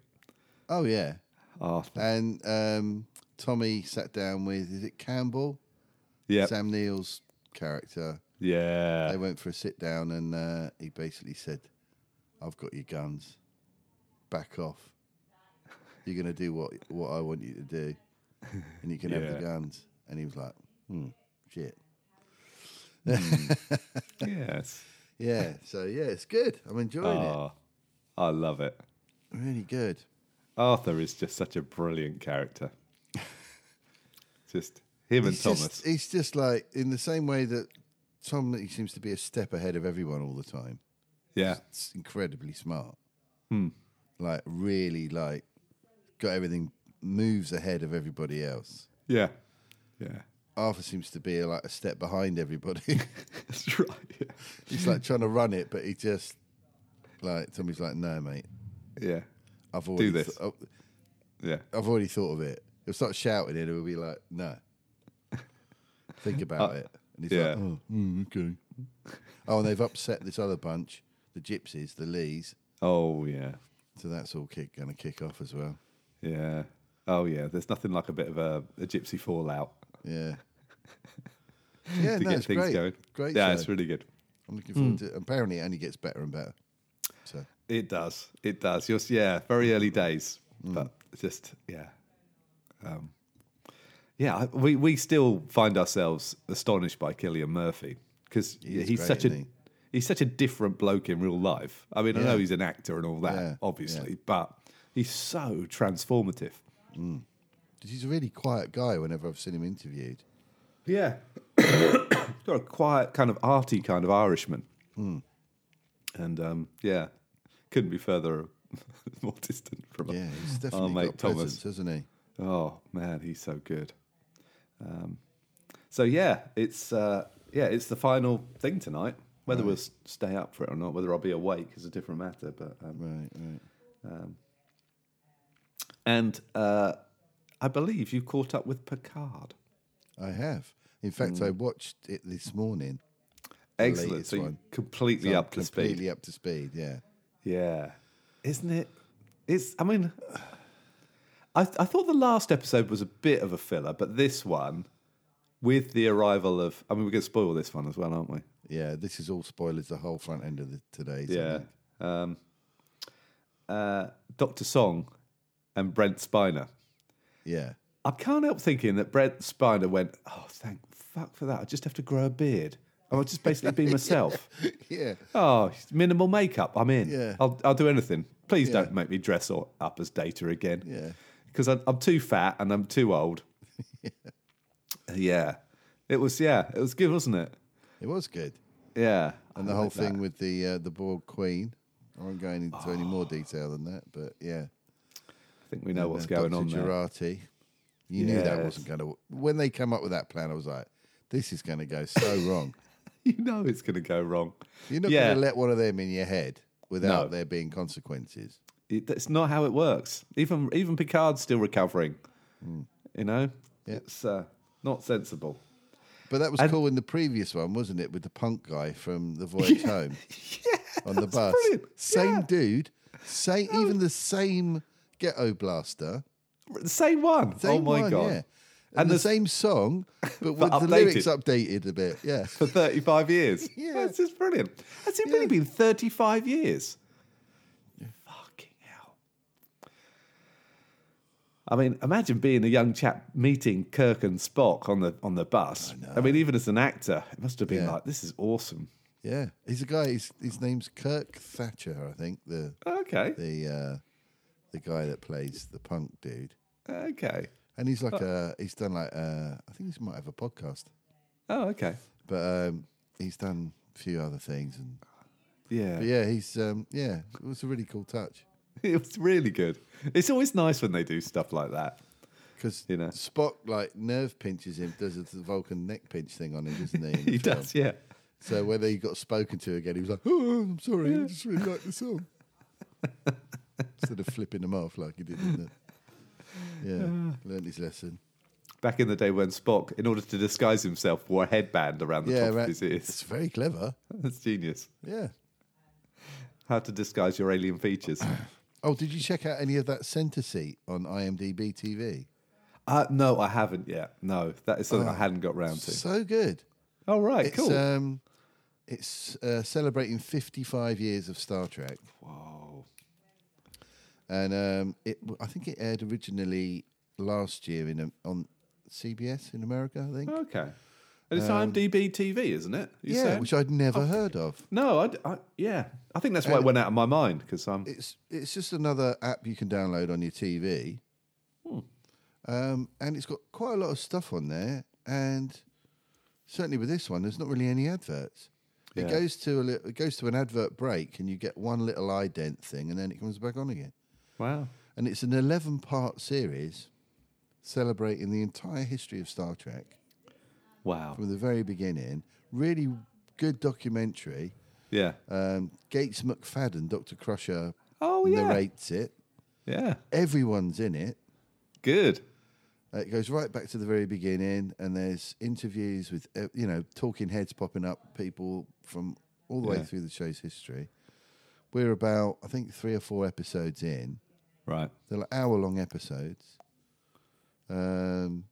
Oh yeah. Arthur. And um, Tommy sat down with is it Campbell? Yeah. Sam Neill's character. They Yeah. went for a sit down and uh, he basically said, I've got your guns. Back off. You're going to do what, what I want you to do. And you can have Yeah. the guns. And he was like, hmm, shit. yes. Yeah. So, yeah, it's good. I'm enjoying Oh, I love it. it. Really good. Arthur is just such a brilliant character. just him and He's Thomas. just, he's just like, in the same way that Tom, he seems to be a step ahead of everyone all the time. yeah. It's incredibly smart. Hmm. Like, really, like, got everything moves ahead of everybody else. Yeah. Yeah. Arthur seems to be like a step behind everybody. That's right. He's like trying to run it, but he just like Tommy's like, no, mate, Yeah. I've already oh, this. thought- Yeah. I've already thought of it. He'll start shouting it, and he'll be like, no, think about it. And he's Uh, yeah. like, oh, mm, okay. Oh, and they've upset this other bunch, the Gypsies, the Lees. Oh, yeah. So that's all kick going to kick off as well. Yeah. Oh yeah. There's nothing like a bit of a, a gypsy fallout Yeah. Yeah, to no, get it's things great. going. Great Yeah, show. it's really good. I'm looking forward to. Apparently, it only gets better and better. So It does. It does. Just yeah, very early days, Hmm. but just yeah, um, yeah. I- We we still find ourselves astonished by Killian Murphy because is he's great, such a isn't he? he's such a different bloke in real life. I mean, I Yeah. know he's an actor and all that, Yeah, obviously, but he's so transformative. he's a really quiet guy. Whenever I've seen him interviewed. Yeah. Got a quiet, kind of arty kind of Irishman. Hmm. And um, yeah, couldn't be further more distant from Yeah, he's our definitely mate got Thomas. presence, hasn't he? Oh man, he's so good. Um, so yeah, it's uh, yeah, it's the final thing tonight. Whether we'll s- stay up for it or not, whether I'll be awake is a different matter. But um, Right, right. and uh, I believe you caught up with Picard. I have. In fact, Mm. I watched it this morning. Excellent. latest So you're one. completely So I'm up to speed. Completely up to speed. Yeah. Yeah, isn't it? It's. I mean, I I thought the last episode was a bit of a filler, but this one, with the arrival of, I mean, we're going to spoil this one as well, aren't we? Yeah. This is all spoilers. The whole front end of the, today's. I Yeah. think. Um, uh, Doctor Song and Brent Spiner. Yeah. I can't help thinking that Brent Spiner went, "Oh, thank fuck for that! I just have to grow a beard. I will just basically be myself. Yeah. Oh, minimal makeup. I'm in. Yeah. I'll, I'll do anything. Please Yeah. don't make me dress or- up as data again. Yeah. Because I'm too fat and I'm too old. yeah. It was, yeah, it was good, wasn't it? It was good. Yeah. And the whole thing with the uh, the Borg Queen. I won't go into Oh. any more detail than that, but yeah. I think we know what's Uh, going Dr. on there. Girardi. You knew that Yes. wasn't going to. When they come up with that plan, I was like, "This is going to go so wrong." You know it's going to go wrong. You're not Yeah. going to let one of them in your head without No. there being consequences. It, that's not how it works. Even even Picard's still recovering. You know, Mm. Yeah. it's uh, not sensible. But that was cool in the previous one, wasn't it? With the punk guy from the voyage home on the bus. brilliant. Same Yeah. dude, Say even the same ghetto blaster. The same one. Same oh my one, god. Yeah. And, And the the- same song, but with the updated. lyrics updated a bit. Yeah. For 35 years. Yeah. That's just brilliant. Has it really been 35 years? Fucking hell. I mean, imagine being a young chap meeting Kirk and Spock on the on the bus. I, mean, even as an actor, it must have been Yeah. like, this is awesome. Yeah. He's a guy, his, his name's Kirk Thatcher, I think, the Okay. the uh, the guy that plays the punk dude. Okay. And he's like a he's done like uh I think he might have a podcast. Oh, okay. But um he's done a few other things and Yeah. but yeah, he's um yeah, it was a really cool touch. It was really good. It's always nice when they do stuff like that. Because You know. Spock like nerve pinches him, does the Vulcan neck pinch thing on him, doesn't he? in the He film? does, yeah. So whether he got spoken to again, he was like, "Oh, I'm sorry, I just really like the song." Instead of flipping them off like he did in the, Uh. yeah, learned his lesson. Back in the day when Spock, in order to disguise himself, wore a headband around the Yeah, top right. of his It's ears. very clever. That's genius. Yeah. How to disguise your alien features. Oh, did you check out any of that center seat on IMDb TV? Uh, no, I haven't yet. No, that is something I hadn't got round to. So good. All right, It's cool. um, it's uh, celebrating 55 years of Star Trek. Wow. and um, it I think it aired originally last year in um, on CBS in America. I think. Okay. And it's IMDb TV, isn't it? Oh, You um, yeah, saying? which I'd never heard of. no, I d I yeah. I think that's why it And- went out of my mind because I'm. It's it's just another app you can download on your TV, Hmm. um, and it's got quite a lot of stuff on there. And certainly with this one, there's not really any adverts. It Yeah. goes to a li- it goes to an advert break, and you get one little ident thing, and then it comes back on again. wow. And it's an eleven part series celebrating the entire history of Star Trek. Wow. from the very beginning. Really good documentary. Yeah. Um, Gates McFadden, Dr. Crusher, Oh, yeah. narrates it. Yeah. Everyone's in it. Good. Uh, it goes right back to the very beginning, and there's interviews with, uh, you know, talking heads popping up, people from all the way Yeah. through the show's history. We're about, I think, three or four episodes in. Right. They're like hour long episodes. Um,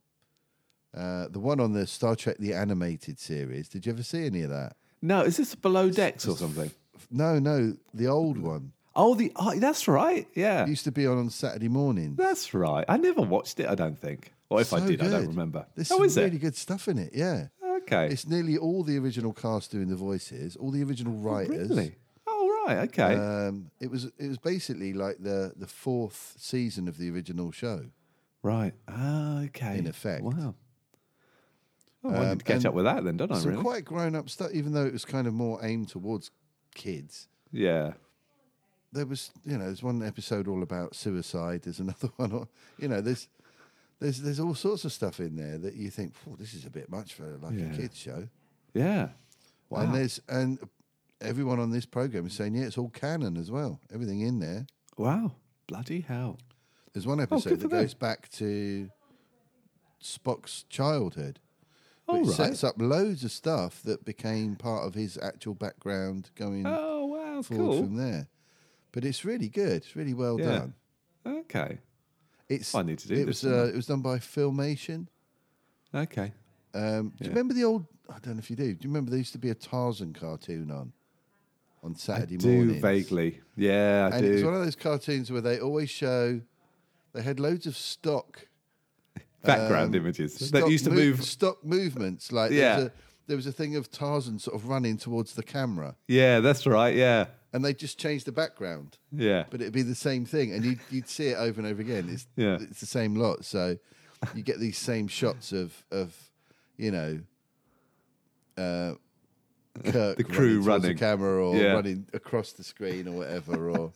uh, the one on the Star Trek the animated series. Did you ever see any of that? No, is this below decks or something? No, no, the old one. Oh, the oh, that's right. Yeah, It used to be on on Saturday morning. that's right. I never watched it. I don't think. Or if I So did, I don't good. remember. There's oh, some is really it? good stuff in it. Yeah, Okay. it's nearly all the original cast doing the voices, all the original writers. really? Oh, right. Okay. Um, it was it was basically like the the fourth season of the original show. right. Ah, okay. in effect. Wow. Oh, I Um, need to catch and up with that then, don't I? Some Oh, Really? quite grown up stuff, even though it was kind of more aimed towards kids. yeah. There was, you know, there's one episode all about suicide. There's another one, on, you know, there's there's there's all sorts of stuff in there that you think, "Phew, this is a bit much for like Yeah. a kids show. Yeah. Wow. And there's and everyone on this program is saying, yeah, it's all canon as well. Everything in there. wow. Bloody hell. There's one episode Oh, for that them. goes back to Spock's childhood, All which right. sets up loads of stuff that became part of his actual background going Oh, wow. Mm. forward Cool. from there. But it's really good. It's really well Yeah. done. Okay. It's I need to do it this, was don't uh, it was done by Filmation. Okay. Um, Do you Yeah. remember the old? I don't know if you do. Do you remember there used to be a Tarzan cartoon on on Saturday I do mornings? vaguely. Yeah, I and it was one do. of those cartoons where they always show they had loads of stock Background um, images stock that used to mov- move. stock movements like there, Yeah. was a, there was a thing of Tarzan sort of running towards the camera Yeah, that's right. Yeah. and they just changed the background Yeah. but it'd be the same thing and you'd, you'd see it over and over again it's Yeah. it's the same lot so you get these same shots of of you know uh Kirk The crew towards the running. camera or Yeah. running across the screen or whatever or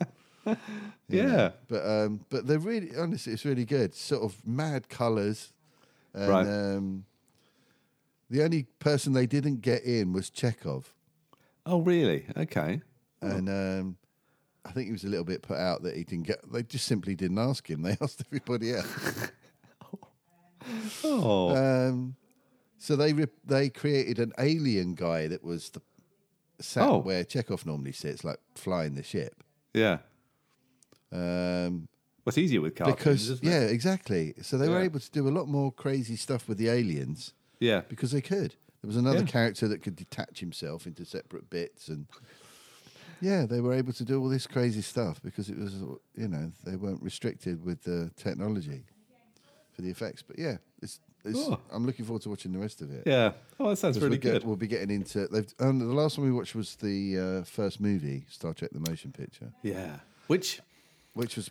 yeah. But um, but they're really honestly, it's really good. Sort of mad colours. And, Right. Um, the only person they didn't get in was Chekhov, Oh, really? Okay. and um, I think he was a little bit put out that he didn't get. They just simply didn't ask him. They asked everybody else. Oh, um, so they re- they created an alien guy that was the sat Oh. where Chekhov normally sits, like flying the ship. yeah. Um, What's easier with cartoons? because isn't it? yeah, exactly. So they were Yeah. able to do a lot more crazy stuff with the aliens yeah, because they could. There was another Yeah. character that could detach himself into separate bits, and yeah, they were able to do all this crazy stuff because it was, you know, they weren't restricted with the technology for the effects. But yeah, it's, it's Oh. I'm looking forward to watching the rest of it. yeah. Oh, that sounds Because really we'll, good. Get, we'll be getting into. They've, um, the last one we watched was the uh, first movie, Star Trek: The Motion Picture, yeah. Which? which was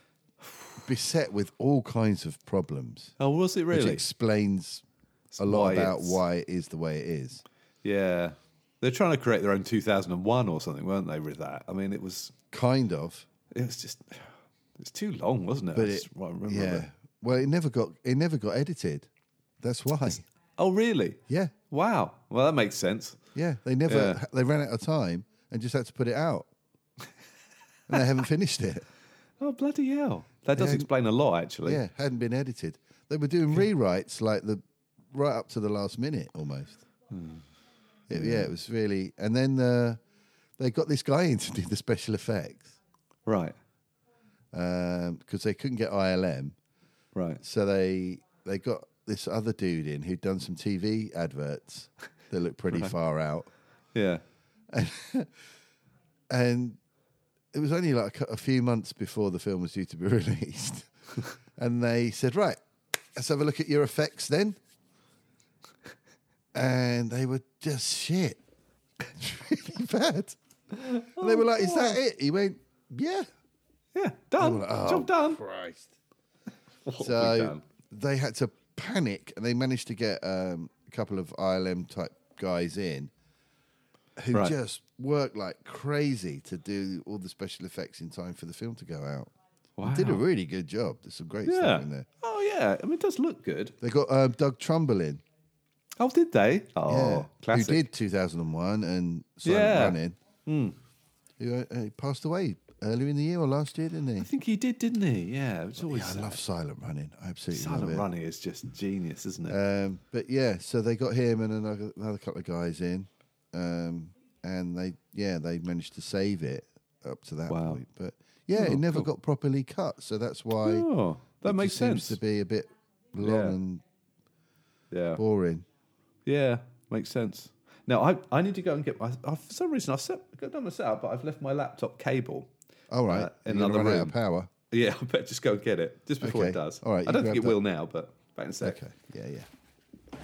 beset with all kinds of problems, Oh, was it which really? explains a lot Why about it's- why it is the way it is. Yeah. They're trying to create their own 2001 or something, weren't they? With that, I mean, it was Kind of, it was just it's too long, wasn't it? but That's it, what I remember. yeah. Well, it never got it never got edited. That's why. Oh, really? Yeah, Wow. Well, that makes sense. yeah. They never Yeah. they ran out of time and just had to put it out, and they haven't finished it. Oh, bloody hell! That does Yeah. explain a lot, actually. Yeah, hadn't been edited. They were doing rewrites like the right up to the last minute almost. Hmm. It- yeah, it was really. And then uh, they got this guy in to do the special effects Right. because they couldn't get ILM, Right. so they they got this other dude in who'd done some TV adverts that looked pretty far out, Yeah. and it was only like a cou- a few months before the film was due to be released, and they said, "Right, let's have a look at your effects then." And they were just shit, really bad. and they were like, "Is that it?" He went, "Yeah." Yeah. Oh, Done. Job done. Christ. What have we So done? they had to panic, and they managed to get um, a couple of ILM type guys in who Right. just worked like crazy to do all the special effects in time for the film to go out. They Did a Wow. really good job. There's some great Yeah. stuff in there. Oh yeah. I mean, it does look good. They got um, Doug Trumbull in, Oh, did they? Oh, yeah, classic. who did 2001 and Silent Yeah. Hmm. Running. Who uh, uh, passed away earlier in the year or last year, didn't he? I think he did, didn't he? Yeah. It's always Yeah, I love Silent Running. I absolutely love Silent it. Running is just genius, isn't it? Um, but yeah, so they got him and another, another couple of guys in, um, and they yeah they managed to save it up to that Wow. point. But yeah, it never got properly cut, so that's why oh, that it makes just sense. Seems to be a bit long Yeah. and yeah. boring. Yeah, makes sense. Now I, I need to go and get my. I, for some reason I've set, got done this out, but I've left my laptop cable. All right, in you're gonna Uh, another run out room. of power. Yeah, I better just go and get it just before Okay, it does. all right, I you don't think it grab will now, but back in a sec. Okay, yeah, yeah.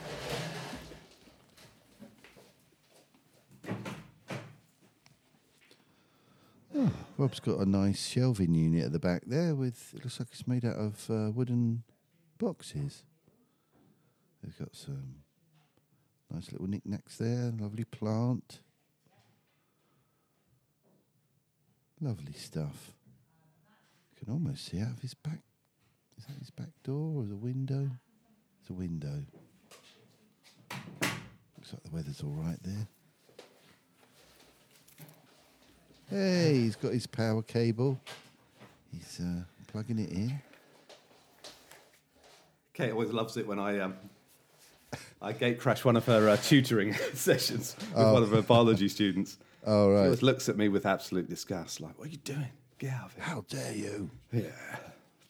Oh, Rob's got a nice shelving unit at the back there with it looks like it's made out of uh, wooden boxes. They've got some nice little knickknacks there, lovely plant. Lovely stuff. You can almost see out of his back is that his back door or the window? It's a window. Looks like the weather's all right there. Hey, he's got his power cable. He's uh, plugging it in. Kate always loves it when I um, I gate crash one of her uh, tutoring sessions with Oh. one of her biology students. All She right. always looks at me with absolute disgust, like, "What are you doing? Get out of here!" How dare you? Yeah,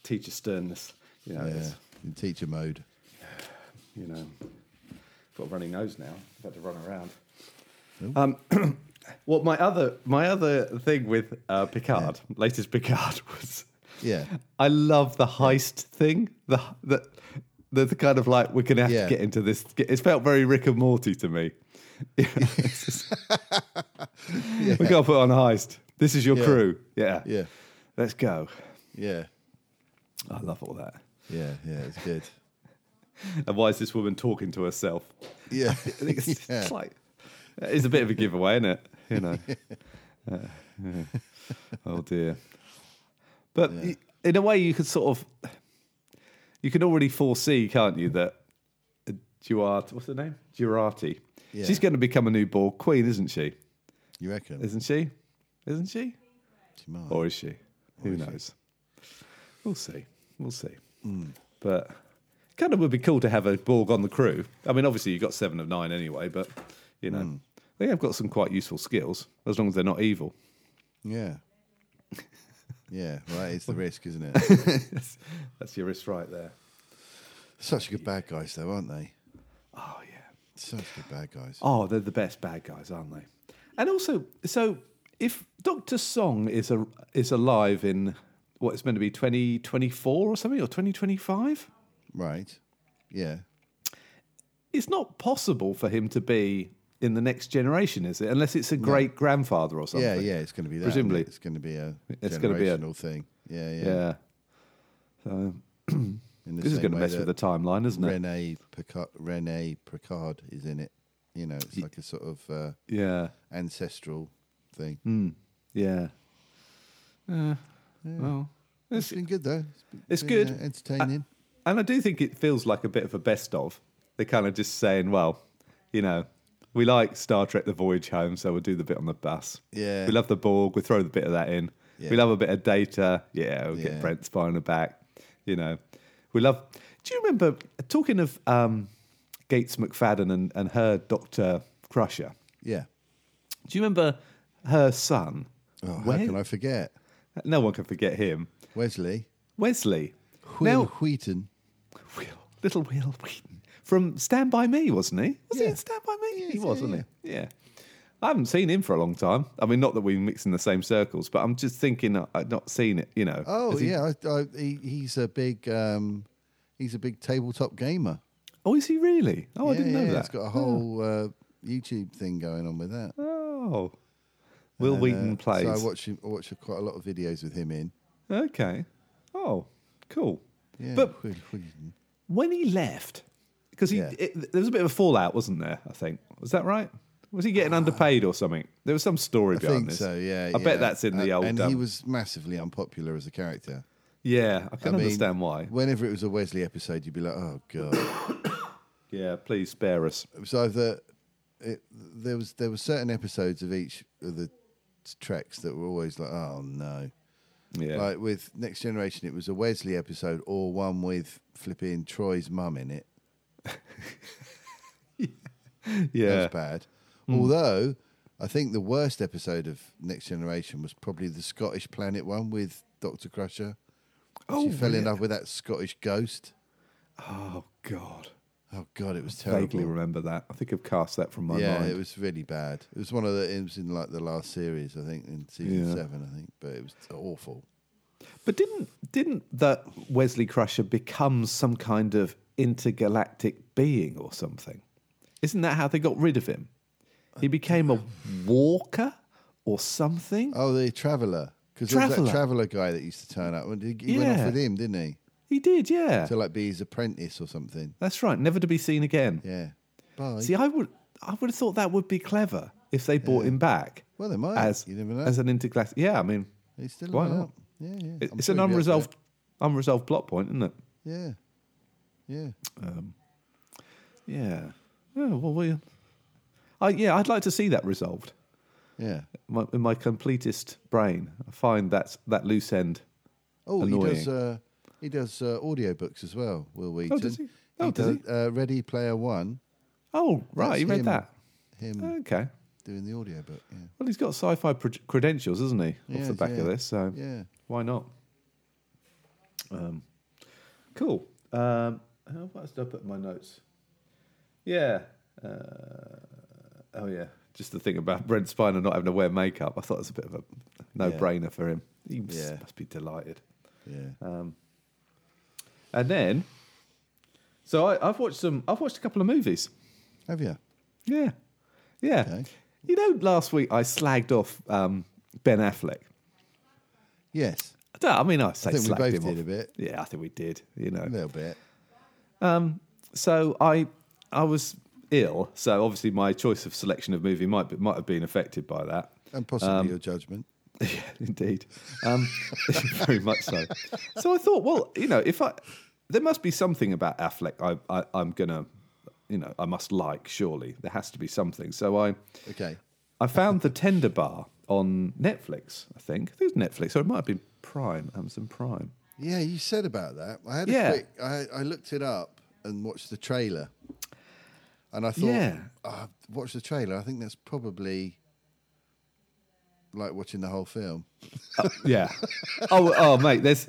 teacher sternness. You know, Yeah, it's- in teacher mode. you know, got a running nose now. I've had to run around. Um, well, my other my other thing with uh, Picard, latest Picard was, Yeah. I love the heist thing. The the the, the kind of like we're gonna have Yeah. to get into this. It felt very Rick and Morty to me. It's just- We gotta put on a heist. This is your Yeah. crew. Yeah, Yeah. Let's go. Yeah. I love all that. Yeah. Yeah. It's good. And why is this woman talking to herself? Yeah. I think it's Yeah. it's like it's a bit of a giveaway, isn't it? You know. Uh, yeah. Oh dear. But y in a way, you could sort of you can already foresee, can't you, that uh, Duarte, what's her name, Durati, Yeah. she's going to become a new Borg queen, isn't she? You reckon? Isn't she? Isn't she? She might. Or is she? Who knows? We'll see. We'll see. But kind of would be cool to have a Borg on the crew. I mean, obviously you've got seven of nine anyway, but you know they have got some quite useful skills as long as they're not evil. Yeah. Yeah, well, that is the risk, isn't it? that's, that's your risk right there. Such good bad guys, though, aren't they? Oh yeah. Such good bad guys. Oh, they're the best bad guys, aren't they? And also, so if Doctor Song is a, is alive in what it's meant to be twenty twenty four or something or twenty twenty five, Right. Yeah. it's not possible for him to be in the next generation, is it? Unless it's a great grandfather or something. Yeah, yeah, it's going to be that. isn't Presumably. it? It's going to be a It's gonna be a- generational thing. Yeah, yeah. yeah. In the This is same going to way mess with that the timeline, isn't it? Rene Picard, Rene Picard is in it. You know, it's like a sort of uh, Yeah, ancestral thing. Hmm. yeah. Uh, Well, It's it's, been good though. been- It's been, good. uh, entertaining. and I do think it feels like a bit of a best of. They're kind of just saying, well, you know, we like Star Trek: The Voyage Home, so we'll do the bit on the bus. Yeah. we love the Borg. We throw the bit of that in. Yeah. We love a bit of data. Yeah, we'll Yeah. get Brent spying the back. You know, we love. Do you remember talking of um, Gates McFadden and, and her Doctor Crusher? yeah. Do you remember her son? Oh, how Wes- can I forget No one can forget him. Wesley? Wesley. Will Now, Wheaton. Will- little Will Wheaton from Stand By Me, wasn't he? Was Yeah. he in Stand By Me? Yes, he was, yeah, wasn't he? Yeah. I haven't seen him for a long time. I mean, not that we mix in the same circles, but I'm just thinking I- I've not seen it, you know. Oh Has he- yeah, I, I, he, he's a big um, he's a big tabletop gamer. Oh, is he really? Oh, I Yeah, didn't know yeah, that. Hmm. It's got a whole uh, YouTube thing going on with that. Oh. Will And, Wheaton uh, plays. So I watch him, I watch quite a lot of videos with him in. okay. Oh, cool. Yeah, But Will Wheaton. when he left, because he Yeah. it, there was a bit of a fallout, wasn't there? I think was that right? Was he getting underpaid or something? There was some story Ah. I behind think this. so. Yeah, I yeah. bet that's in the Uh, old. And he um, was massively unpopular as a character. yeah, I can I mean, understand why. Whenever it was a Wesley episode, you'd be like, "Oh god!" Yeah, please spare us. it was either it, there was there were certain episodes of each of the treks that were always like, "Oh no!" Yeah, Like with Next Generation, it was a Wesley episode or one with flipping Troy's mum in it. yeah, Hmm. That's bad. Although I think the worst episode of Next Generation was probably the Scottish Planet one with Doctor Crusher. Oh, she fell in yeah. love with that Scottish ghost. Oh God, Oh God, it was terrible. vaguely remember that. I think I've cast that from my yeah, mind. it was really bad. It was one of the it was in like the last series, I think, in season Yeah. seven, I think. But it was awful. But didn't didn't that Wesley Crusher become some kind of intergalactic being or something? Isn't that how they got rid of him? He became a walker or something. Oh, the Traveller. Because there was that Traveller. Traveller guy that used to turn up. He he went off Yeah. Uh, with him, didn't he? He did, yeah. To like be his apprentice or something. That's right, never to be seen again. Yeah. Bye. See, I would I would have thought that would be clever if they brought him back well, they might. as you never know. as an intergalactic. Yeah, I mean, He's still why about. not? Yeah, yeah. it- I'm it's sure an he'd be up for it. unresolved unresolved plot point, isn't it? Yeah. Yeah. Yeah. Yeah, well, we I yeah, I'd like to see that resolved. Yeah. my, in my completest brain, I find that's that loose end. Oh, he Annoying. does. Uh, he does uh, audiobooks as well. Will Wheaton. does he? Oh, does he? Uh, Ready Player One. Oh, right, That's Hmm. you read him. that. Him Okay. doing the audiobook. Yeah. Well, he's got sci-fi pr- credentials, isn't he? Yes, off the back yeah. of this, so Yeah. why not? Um, cool. Um, how- what else did I put in my notes? Yeah. Uh, oh yeah, just the thing about Brent Spiner not having to wear makeup. I thought it was a bit of a no-brainer for him. He must- Yeah. must be delighted. Yeah. And then, so I, I've watched some. I've watched a couple of movies. Have you? Yeah, yeah. Okay. You know, last week I slagged off um, Ben Affleck. Yes. I, don't- I mean, I say I think we slagged both him did off. a bit. Yeah, I think we did. You know. A little bit. So I, I was ill. So obviously my choice of selection of movie might be, might have been affected by that. And possibly Um, your judgment. Yeah, indeed. Um, very much so. So I thought, well, you know, if I, there must be something about Affleck I, I, I'm going to, you know, I must like, surely. There has to be something. So I, Okay. I found The Tender Bar on Netflix, I think. I think it was Netflix, or it might have been Prime, Amazon Prime. Yeah, you said about that. I had Yeah. a quick. I, I looked it up and watched the trailer, and I thought, Yeah. "Oh, I've watched the trailer. I think that's probably like watching the whole film. Yeah. Oh, oh, mate. There's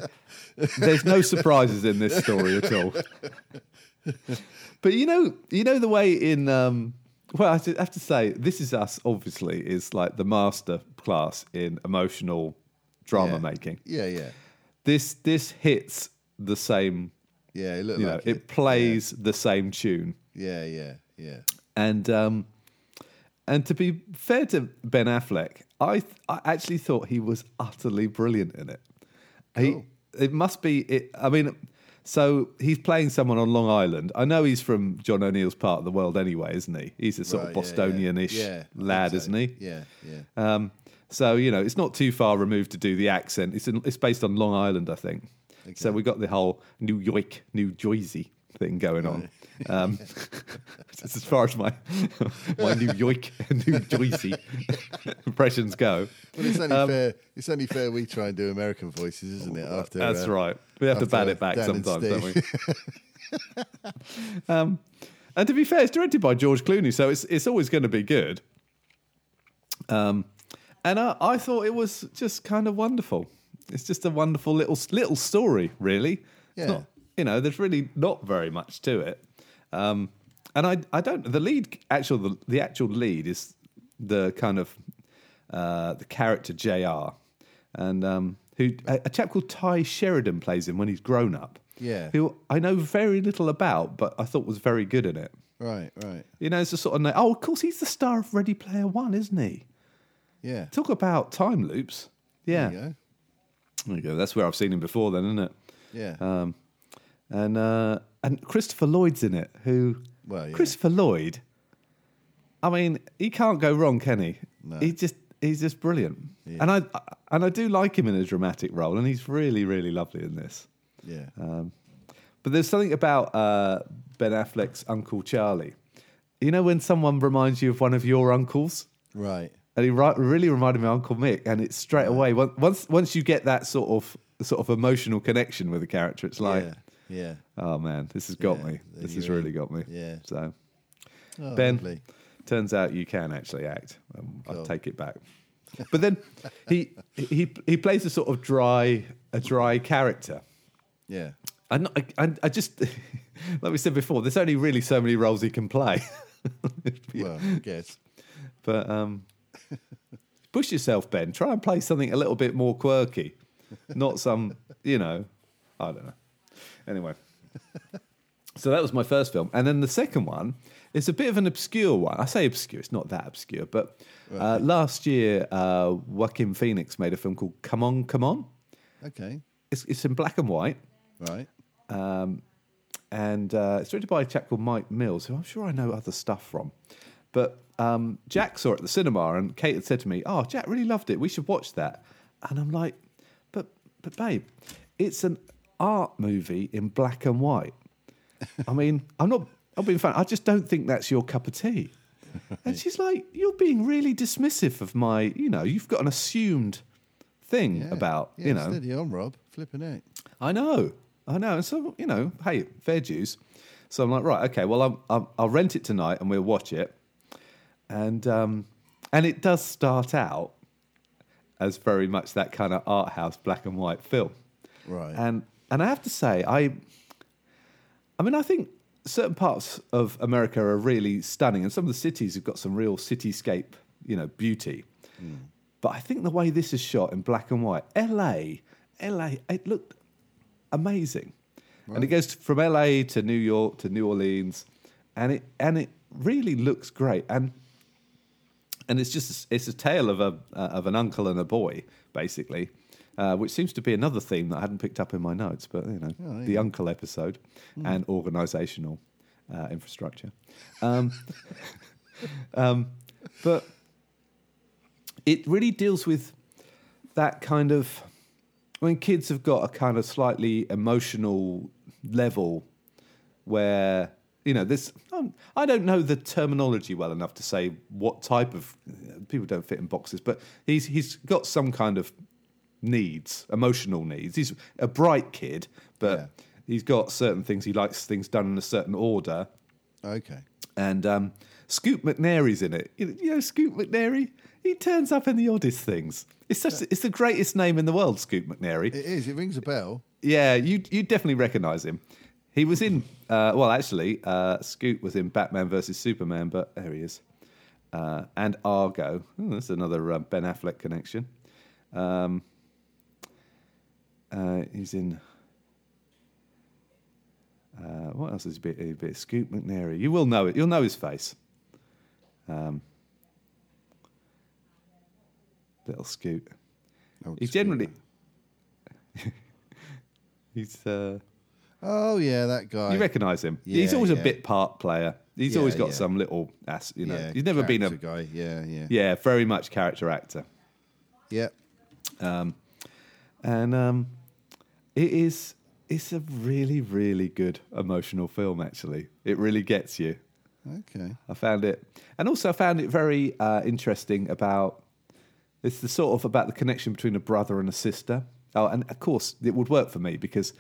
there's no surprises in this story at all. But you know, you know the way in. Um, well, I have to say, this is us. Obviously, is like the master class in emotional drama Yeah. making. Yeah, yeah, This this hits the same. yeah. It looked You know, like it, plays the same tune. Yeah, yeah, yeah. and um, and to be fair to Ben Affleck, I th- I actually thought he was utterly brilliant in it. Cool. He it must be it. I mean, so he's playing someone on Long Island. I know he's from John O'Neill's part of the world anyway, isn't he? He's a sort Right, of yeah, yeah. Bostonian-ish Yeah, I think lad, so. isn't he? Yeah, yeah. Um, so you know, it's not too far removed to do the accent. It's in, it's based on Long Island, I think. So we got the whole New York, New Jersey thing going on. Um, that's as far as my my New York, New Jersey impressions go. Well, it's um, only fair. It's only fair we try and do American voices, isn't it? After Oh, That's uh, right. We have to after bat it back Dan and sometimes, don't we? Um, Steve. And to be fair, it's directed by George Clooney, so it's it's always going to be good. Um, and I, I thought it was just kind of wonderful. It's just a wonderful little little story, really. It's Yeah. not- you know, there's really not very much to it. Um, and I I don't the lead actual the, the actual lead is the kind of uh, the character Jr. and um, who a, a chap called Ty Sheridan plays him when he's grown up. Yeah. who I know very little about, but I thought was very good in it. Right, right. You know, it's a sort of na- oh, of course he's the star of Ready Player One, isn't he? Yeah. Talk about time loops. Yeah, There you go. There you go. That's where I've seen him before, then, isn't it? Yeah. Um, and uh, and Christopher Lloyd's in it. Who? Well, yeah. Christopher Lloyd. I mean, he can't go wrong, can he? No. He just he's just brilliant. And I and I do like him in a dramatic role, and he's really really lovely in this. yeah. uh, But there's something about uh, Ben Affleck's Uncle Charlie. You know when someone reminds you of one of your uncles? right. and he ri- really reminded me of Uncle Mick. And it's straight away on- once once you get that sort of sort of emotional connection with a character, it's like, Yeah. Yeah. oh man, this has got Yeah, me. then This you're has in. really got me. Yeah. So Oh, Ben, lovely. turns out you can actually act. Um, I'll take it back. But then he he he plays a sort of dry a dry character. Yeah. I'm not, I, I, I just like we said before, there's only really so many roles he can play. Well, I guess. But um, push yourself, Ben. Try and play something a little bit more quirky, not some, you know, I don't know. Anyway, so that was my first film, and then the second one is a bit of an obscure one. I say obscure; it's not that obscure, but uh, last year uh, Joaquin Phoenix made a film called Come On, Come On. Okay. It's, it's in black and white, Right. and uh, it's directed by a chap called Mike Mills, who I'm sure I know other stuff from. But um, Jack saw it at the cinema, and Kate had said to me, "Oh, Jack really loved it. We should watch that." And I'm like, "But, but, babe, it's an art movie in black and white. I mean, I'm not. I'm being frank. I just don't think that's your cup of tea." And she's like, "You're being really dismissive of my. You know, you've got an assumed thing Yeah. about. Yeah, you know, Steady on, Rob. Flipping out. I know, I know. And so you know, hey, fair dues. So I'm like, right, okay. Well, I'm, I'm, I'll rent it tonight, and we'll watch it. And um, and it does start out as very much that kind of art house black and white film. Right. And and I have to say, I I mean, I think certain parts of America are really stunning, and some of the cities have got some real cityscape, you know, beauty. But I think the way this is shot in black and white, LA, LA, it looked amazing, and it goes to, from LA to New York to New Orleans, and it and it really looks great, and and it's just it's a tale of a uh, of an uncle and a boy basically, uh, which seems to be another theme that I hadn't picked up in my notes, but you know Oh, yeah. Hmm. the uncle episode and organisational uh, infrastructure, um, um, but it really deals with that kind of when kids have got a kind of slightly emotional level where you know this um, i don't know the terminology well enough to say what type of people don't fit in boxes but he's he's got some kind of needs emotional needs he's a bright kid but Yeah. he's got certain things he likes things done in a certain order okay. and um, Scoop McNairy's in it. You you know, Scoop McNairy. He turns up in the oddest things. It's such. It's the greatest name in the world, Scoop McNairy. It is. It rings a bell. Yeah, you you definitely recognise him. He was in. Uh, well, actually, uh, Scoot was in Batman versus Superman, but there he is. Uh, and Argo. Oh, that's another uh, Ben Affleck connection. Um, uh, he's in. Uh, what else is a bit? A bit Scoot McNairy. You will know it. You'll know his face. Um, little Scoot. Oh, He's Scoot generally. Man. he's. Uh, Oh yeah, that guy. you recognise him. Yeah, he's always yeah. a bit part player. He's Yeah, always got yeah. some little ass. You know, Yeah, he's never been a character guy. Yeah, yeah, yeah. yeah, very much character actor. And um, it is it's a really really good emotional film. Actually, it really gets you. Okay. I found it, and also I found it very uh, interesting about it's the sort of about the connection between a brother and a sister. Oh, and of course it would work for me because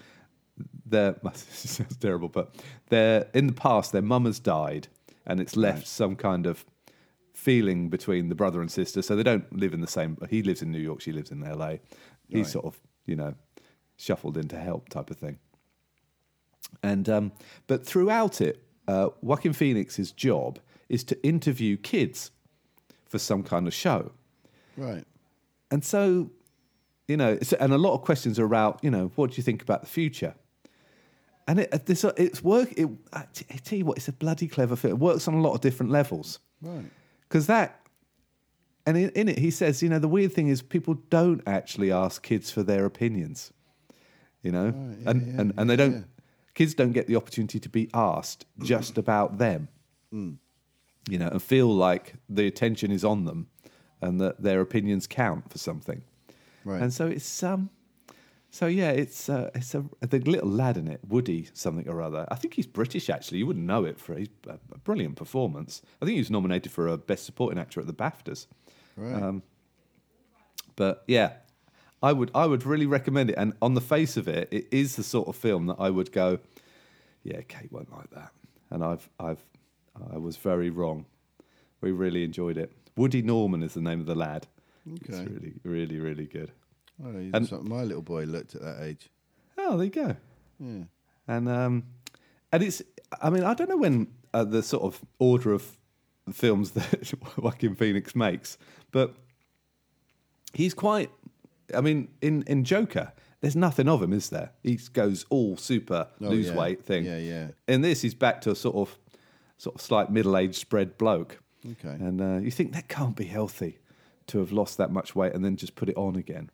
their this sounds terrible, but their in the past their mum has died, and it's left some kind of feeling between the brother and sister. So they don't live in the same. He lives in New York, she lives in L.A. He's sort of you know shuffled into help type of thing. And um, but throughout it, uh, Joaquin Phoenix's job is to interview kids for some kind of show, Right. and so you know, it's, and a lot of questions are about you know what do you think about the future, and it, it- this uh, it's work. It, I t- I tell you what, it's a bloody clever film. It works on a lot of different levels Right. because that. And in, in it, he says, you know, the weird thing is people don't actually ask kids for their opinions, you know, yeah, and, yeah, and, and yeah, they don't, yeah. kids don't get the opportunity to be asked just about them, Hmm. you know, and feel like the attention is on them and that their opinions count for something. Right. And so it's um, so yeah, it's uh, it's a the little lad in it, Woody something or other. I think he's British actually. You wouldn't know it for his a a brilliant performance. I think he was nominated for a best supporting actor at the BAFTAs. Um, right. But yeah, I would I would really recommend it. And on the face of it, it is the sort of film that I would go, yeah, Kate won't like that. And I've I've I was very wrong. We really enjoyed it. Woody Norman is the name of the lad. Okay. It's really really really good. Oh, he's like my little boy looked at that age. Oh, there you go. Yeah. and um, and it's I mean I don't know when uh, the sort of order of films that Joaquin Phoenix makes, but he's quite. I mean, in in Joker, there's nothing of him, is there? He goes all super Oh, lose yeah. weight thing. Yeah, yeah. In this, he's back to a sort of sort of slight middle aged spread bloke. Okay. And uh, you think that can't be healthy to have lost that much weight and then just put it on again.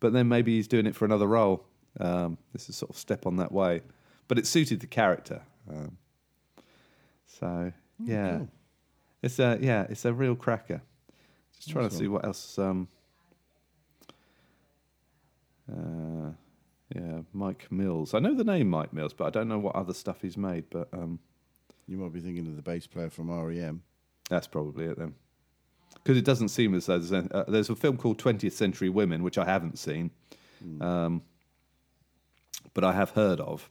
But then maybe he's doing it for another role. Um, this is sort of step on that way. But it suited the character. Um, so, yeah. It's a yeah, it's a real cracker. Just trying to see what else um, uh, yeah, Mike Mills. I know the name Mike Mills, but I don't know what other stuff he's made, but um, You might be thinking of the bass player from E REM. That's probably it then. Because it doesn't seem as though there's, any, uh, there's a film called 20th Century Women, which I haven't seen, um, but I have heard of.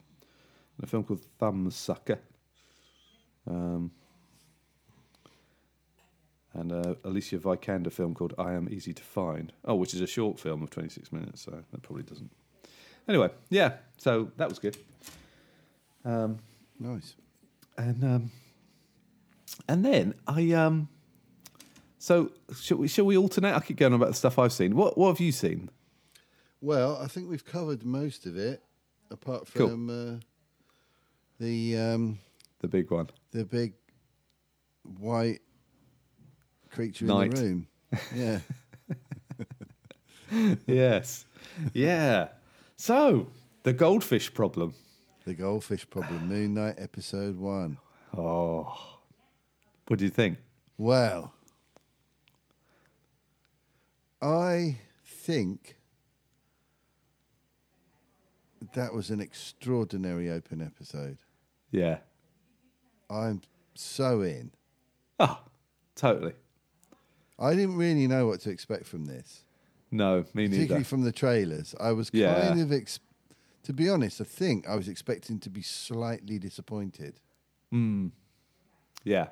And a film called Thumbsucker. Um, and a Alicia Vikander film called I Am Easy to Find. Oh, which is a short film of 26 minutes, so that probably doesn't. Anyway, yeah, so that was good. Um, Nice. and um, and then I um. So shall we shall we alternate? I keep going on about the stuff I've seen. What what have you seen? Well, I think we've covered most of it, apart from uh, the um, The big one. the big white creature in Knight. the room. Yeah. yes. Yeah. So the goldfish problem. the goldfish problem. Moon Knight episode one. Oh. What do you think? Well, I think that was an extraordinary open episode. Yeah. I'm so in. Oh, totally. I didn't really know what to expect from this, No, me particularly neither. from the trailers. I was Yeah. kind of, ex- to be honest, I think I was expecting to be slightly disappointed. Yeah.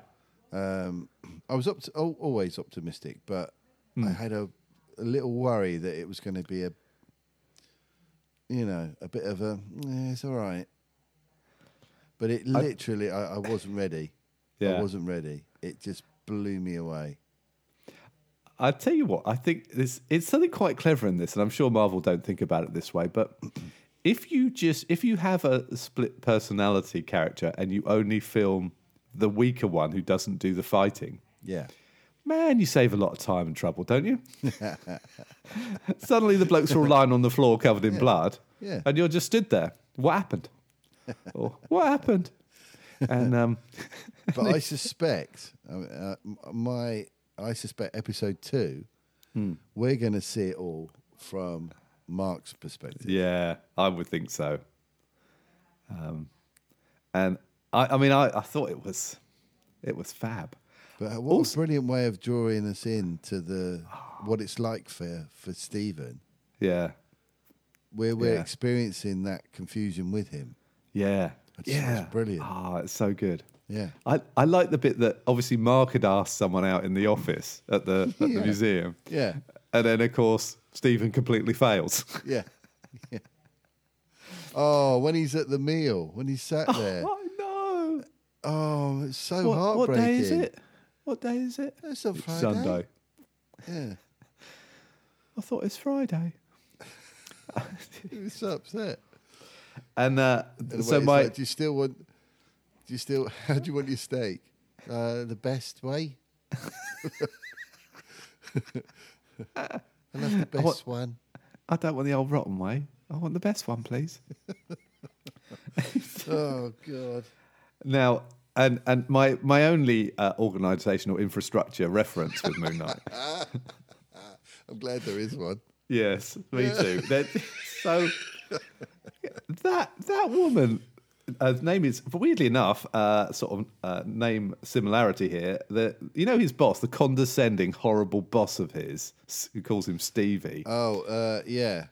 Um, I was opt- al- always optimistic, but I had a, a little worry that it was going to be a, you know, a bit of a, "Eh, it's all right. But it literally, I, I wasn't ready. Yeah. I wasn't ready. It just blew me away. I tell you what, I think this it's something quite clever in this, and I'm sure Marvel don't think about it this way, but if you just if you have a split personality character and you only film the weaker one who doesn't do the fighting, Yeah. man, you save a lot of time and trouble, don't you? Suddenly the blokes are all lying on the floor covered in blood. Yeah. And you're just stood there. What happened? Or what happened? And um But I suspect I mean, uh, m- my I suspect episode two, we're going to see it all from Mark's perspective. Yeah, I would think so. Um, and I, I mean, I, I thought it was, it was fab. But uh, what a brilliant way of drawing us in to the what it's like for for Stephen, Yeah, where we're Yeah. experiencing that confusion with him. yeah, just- yeah. it's brilliant. Ah, it's so good. Yeah. I, I like the bit that obviously Mark had asked someone out in the office at the at Yeah. the museum. Yeah. And then of course Stephen completely fails. Yeah. yeah. Oh, when he's at the meal, when he's sat there. I know. Oh, it's so What, what heartbreaking. day is it? What day is it? It's a Friday. Sunday. Yeah. I thought it's Friday. He was so upset. And uh, And so so my do you still want? Do you still? How do you want your steak? Uh, the best way. I love the best want- one. I don't want the old rotten way. I want the best one, please. Oh God. Now, and and my my only uh, organisational infrastructure reference was Moon Knight. I'm glad there is one. yes, me too. That- so that that woman, uh, her name is weirdly enough, uh, sort of uh, name similarity here. The you know his boss, the condescending, horrible boss of his, s- who calls him Stevie, Oh uh, yeah.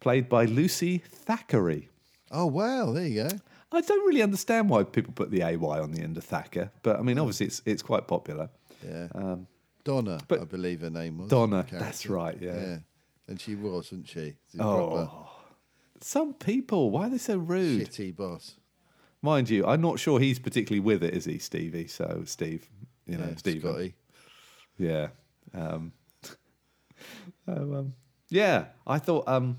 played by Lucy Thackeray. Oh wow, there you go. I don't really understand why people put the AY on the end of Thacker, but I mean, obviously, it's it's quite popular. Yeah. Donna, Um, but- I believe her name was. Donna, the that's character. right, yeah. Yeah. And she was, wasn't she? She's a proper Oh, some people, why are they so rude? shitty boss. Mind you, I'm not sure he's particularly with it, is he, Stevie? So, Steve, you know, Yeah, Steve. Scotty. Yeah. Um, so, um, yeah, I thought um,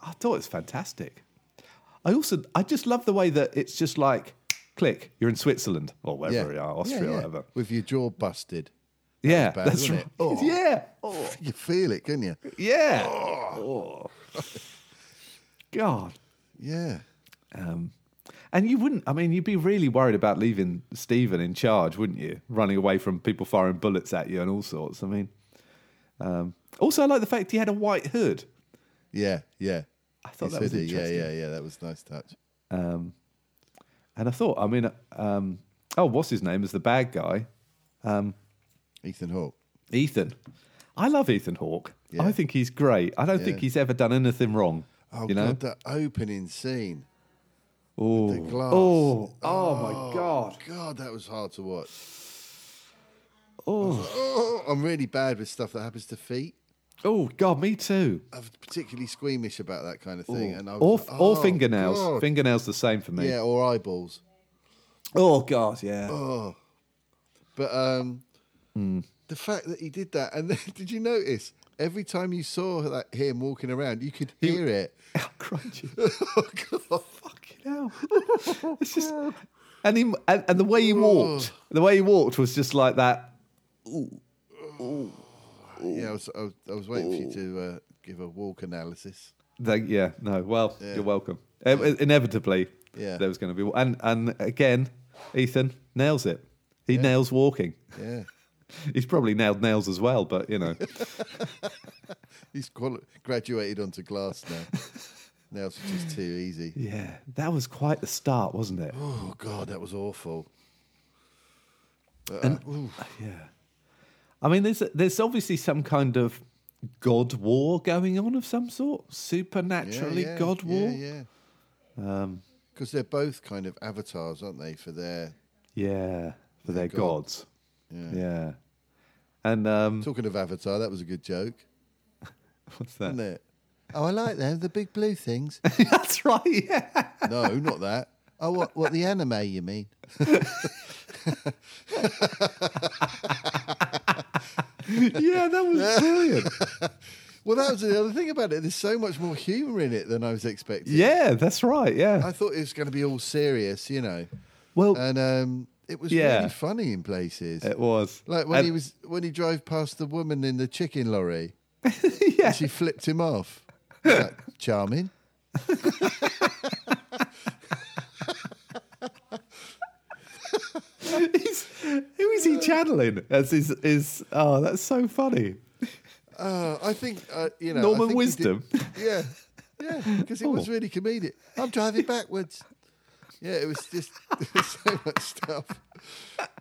I thought it's fantastic. I also I just love the way that it's just like click, you're in Switzerland or wherever you are, uh, Austria, yeah, or yeah. whatever. With your jaw busted. Yeah, bad, that's wasn't right. it? Oh. Yeah, You feel it, couldn't you? yeah. Oh. God. Yeah. Um, and you wouldn't, I mean, you'd be really worried about leaving Stephen in charge, wouldn't you? Running away from people firing bullets at you and all sorts. I mean, um, also, I like the fact he had a white hood. Yeah, yeah. I thought He that was said it. Yeah, interesting. yeah, yeah. That was a nice touch. And I thought, I mean, um, oh, what's his name? Is the bad guy, Ethan Hawke. Ethan. I love Ethan Hawke. Yeah. I think he's great. I don't think Yeah. he's ever done anything wrong. Oh you know? god, that opening scene. oh. glass. oh, oh my God. God, that was hard to watch. Oh. I'm really bad with stuff that happens to feet. Oh God, me too. I'm particularly squeamish about that kind of thing. And I Or, was like, oh, or fingernails. God. Fingernails the same for me. Yeah, or eyeballs. Oh God, yeah. But um, Hmm. the fact that he did that, and then, did you notice every time you saw that him walking around, you could hear it. crunchy. Oh God. Fucking hell. It's just, Oh, and, he, and, and the way he walked, the way he walked was just like that. Yeah, I was, I was, I was waiting for you to uh, give a walk analysis. Like, yeah, no, well, you're welcome. E- Inevitably, Yeah. there was going to be. And, and again, Ethan nails it. He nails walking. Yeah. He's probably nailed nails as well, but you know. He's quali- graduated onto glass now. now it's just too easy. yeah, that was quite the start, wasn't it? Oh God, that was awful. But, uh, ooh, Yeah. I mean, there's there's obviously some kind of god war going on of some sort, yeah, supernaturally yeah, god war. Yeah, yeah. Because they're both kind of avatars, aren't they? For their Yeah, for their God. gods. Yeah. And um, Talking of Avatar, that was a good joke, what's wasn't that? it? Oh, I like them, the big blue things. That's right. Yeah. No, not that. Oh, what, what the anime you mean? yeah, that was brilliant. Well, that was the other thing about it. There's so much more humour in it than I was expecting. Yeah, that's right. Yeah. I thought it was going to be all serious, you know, Well, and um, it was Yeah. really funny in places. it was Like when And- he was when he drove past the woman in the chicken lorry, yeah. she flipped him off. He's like, Charming. He's, who is he channeling? That's his, his. Oh, that's so funny. Uh, I think uh, you know I think Norman he did- Wisdom. Oh. yeah, yeah, because it was really comedic. I'm driving backwards. Yeah, it was just there's so much stuff.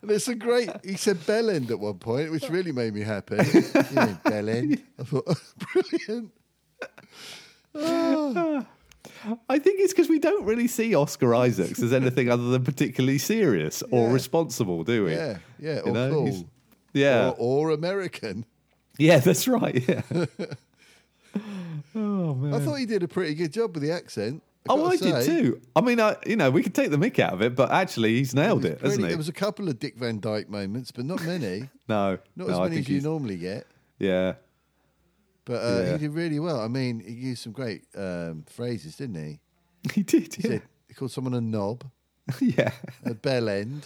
And there's a great. He said bell end at one point, which really made me happy. You mean bell end? I thought brilliant. I think it's because we don't really see Oscar Isaacs as anything other than particularly serious or Yeah. responsible, do we? Yeah, yeah, or You know, cool, he's- Yeah. or, or American. yeah, that's right. Yeah. oh man. I thought he did a pretty good job with the accent. Oh, gotta I did say. too. I mean, I you know we could take the mick out of it, but actually he's nailed it, Really, hasn't he? There was a couple of Dick Van Dyke moments, but not many. no, Not no, as I many think as you he's- normally get. Yeah, But uh, Yeah. he did really well. I mean, he used some great um, phrases, didn't he? he did. He, Yeah, said, he called someone a knob, yeah. a bell end.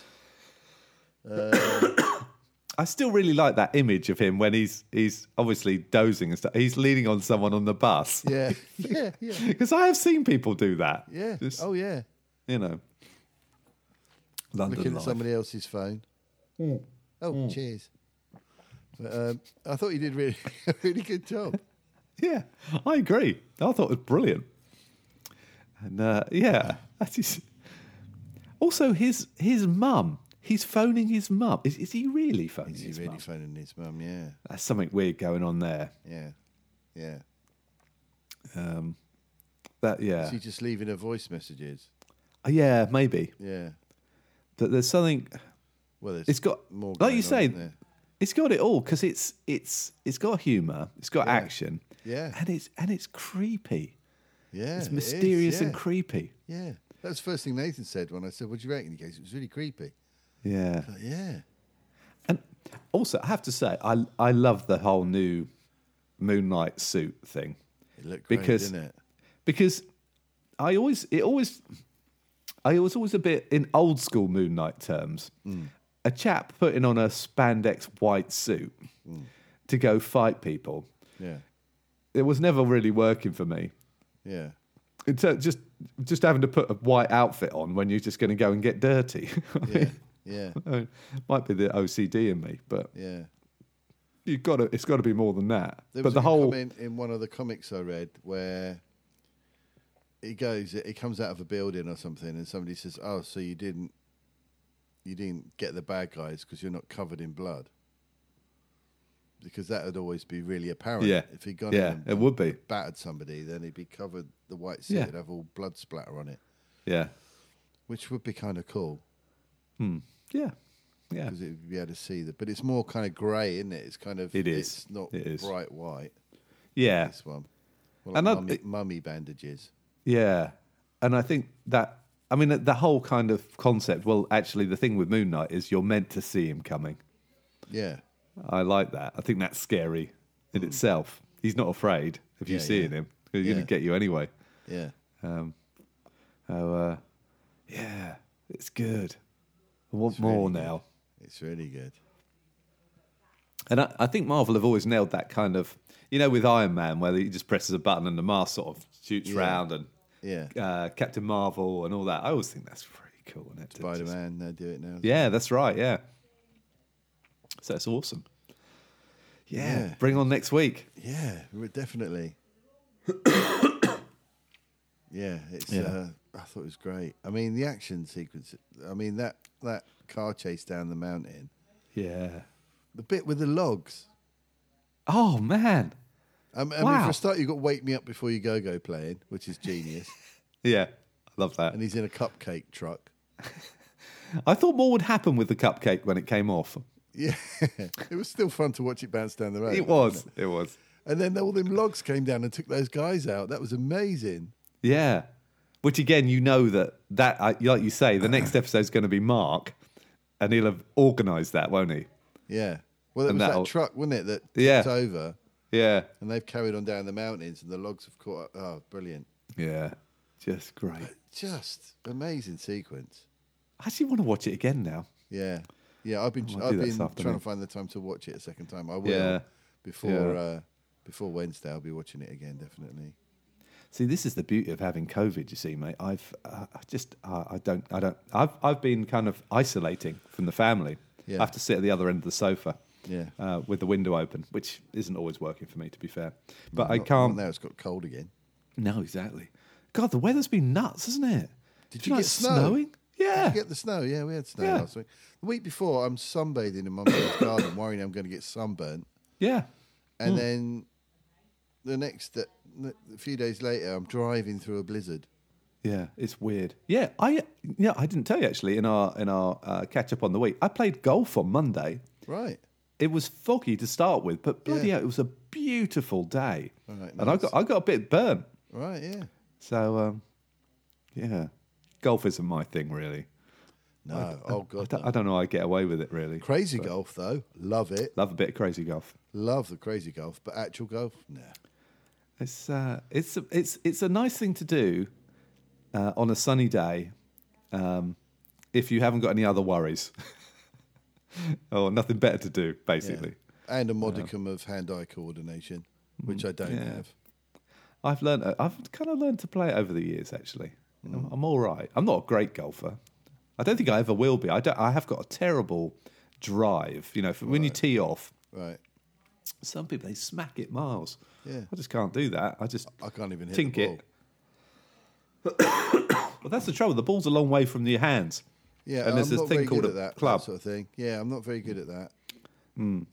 I still really like that image of him when he's he's obviously dozing and stuff. He's leaning on someone on the bus. Yeah, yeah, yeah, Because I have seen people do that. yeah. Just, oh yeah, you know. London looking at life. Mm. somebody else's phone. Oh, cheers. But, um, I thought he did really, a really good job. Yeah, I agree. I thought it was brilliant. And uh, yeah, that is. Also, his his mum. He's phoning his mum. Is, is he really phoning He's his really mum? phoning his mum. Yeah, That's something weird going on there. yeah, yeah. That yeah, Uh, She's just leaving her voice messages. yeah, maybe. Yeah. But there's something. Well, there's It's got more. like going you on, say. isn't there? It's got it all because it's it's it's got humour. It's got action. Yeah. and it's and it's creepy. Yeah, It's it is, mysterious and yeah. creepy. Yeah. That was the first thing Nathan said when I said, What do you reckon? He goes, It was really creepy. Yeah. But yeah. And also, I have to say, I I love the whole new Moonlight suit thing It looked great, Because- didn't it? because I always it always I was always a bit in old school Moon Knight terms. Mm. A chap putting on a spandex white suit Mm. to go fight people. Yeah. It was never really working for me. Yeah. It's uh, just just having to put a white outfit on when you're just going to go and get dirty. I Yeah. mean, Yeah. uh, Might be the OCD in me, but Yeah. you've got to. It's got to be more than that. There was but the a good whole comment in one of the comics I read where he goes, he comes out of a building or something, and somebody says, "Oh, so you didn't, you didn't get the bad guys because you're not covered in blood." Because that would always be really apparent. Yeah. If he'd gone Yeah, in and it would be. battered somebody, then he'd be covered. The white suit Yeah. would have all blood splatter on it, yeah, which would be kind of cool. yeah, yeah. because it'd be able to see that. But it's more kind of grey, isn't it? It's kind of It is. It's not It is. bright white. Yeah, This one, well, And like that- mummy, it- mummy bandages. yeah. And I think that I mean the whole kind of concept. Well, actually, the thing with Moon Knight is you're meant to see him coming. Yeah, I like that. I think that's scary in itself. He's not afraid of you Hmm. Yeah, seeing yeah. him. He's going Yeah. to get you anyway. yeah, Oh, uh, yeah, it's good. I want more now. it's really good. And I, I think Marvel have always nailed that kind of, you know, with Iron Man, where he just presses a button and the mask sort of shoots Yeah. round and Yeah, uh, Captain Marvel and all that. I always think that's pretty cool. Isn't it? To Spider just- Man, they do it now. Yeah, that's right. Yeah. So that's awesome. Yeah. Yeah. Bring on next week. yeah, re- definitely. yeah, it's. Yeah. Uh, I thought it was great. I mean, the action sequence. I mean that that car chase down the mountain. Yeah. The bit with the logs. Oh, man. I, m- I mean, for Wow. a start, you've got "Wake Me Up Before You Go Go" playing, which is genius. Yeah. I love that. and he's in a cupcake truck. I thought more would happen with the cupcake when it came off. Yeah, it was still fun to watch Oh, it bounce down the road. It wasn't was. It was. And then all them logs came down and took those guys out. That was amazing. Yeah. Which again, you know that that uh, like you say, the next episode's going to be Mark, and he'll have organised that, won't he? Yeah. Well, it And was that that'll- truck, wasn't it, that tipped Yeah. over Yeah. and they've carried on down the mountains and the logs have caught up. Oh, brilliant. Yeah. Just great. Just amazing sequence. I actually want to watch it again now. Yeah. Yeah, I've been I might do I've that been this trying afternoon. to find the time to watch it a second time. I will Yeah. before Yeah. uh before Wednesday I'll be watching it again definitely. See, this is the beauty of having COVID. You see, mate, I've uh, I just uh, I don't I don't I've I've been kind of isolating from the family. Yeah. I have to sit at the other end of the sofa. Yeah. Uh, with the window open, which isn't always working for me, to be fair. But I Not- can't. not now it's got cold again. No, exactly. God, the weather's been nuts, hasn't it? Did It's you like get snow? snowing? Yeah. Did you get the snow? Yeah, we had snow Yeah. last week. The week before I'm sunbathing in my mum's garden worrying I'm going to get sunburnt. Yeah. And Hmm. then the next a few days later I'm driving through a blizzard. Yeah, it's weird. Yeah, I yeah, I didn't tell you actually in our in our uh, catch up on the week. I played golf on Monday. Right. It was foggy to start with, but bloody Yeah. hell, it was a beautiful day. Alright, and I nice. got I got a bit burnt. Right, yeah. So um, yeah. Golf isn't my thing really. No. oh god. I no. don't, I don't know how I get away with it really. Crazy golf though, love it. Love a bit of crazy golf. Love the crazy golf, but actual golf, nah. It's uh, it's it's it's a nice thing to do uh, on a sunny day um, if you haven't got any other worries or nothing better to do, basically. Mm, And a modicum of hand-eye coordination, which I don't yeah. have. I've learned uh, I've kind of learned to play it over the years. Actually, Mm. I'm, I'm all right. I'm not a great golfer. I don't think I ever will be. I don't. I have got a terrible drive. You know, for when you tee off, Right. some people they smack it miles. Yeah. I just can't do that. I just I can't even hit tink the ball. it. well, that's the trouble. The ball's a long way from your hands. Yeah, and there's I'm this not thing very called good a at that, club. Mm. that sort of thing. Yeah, I'm not very good at that.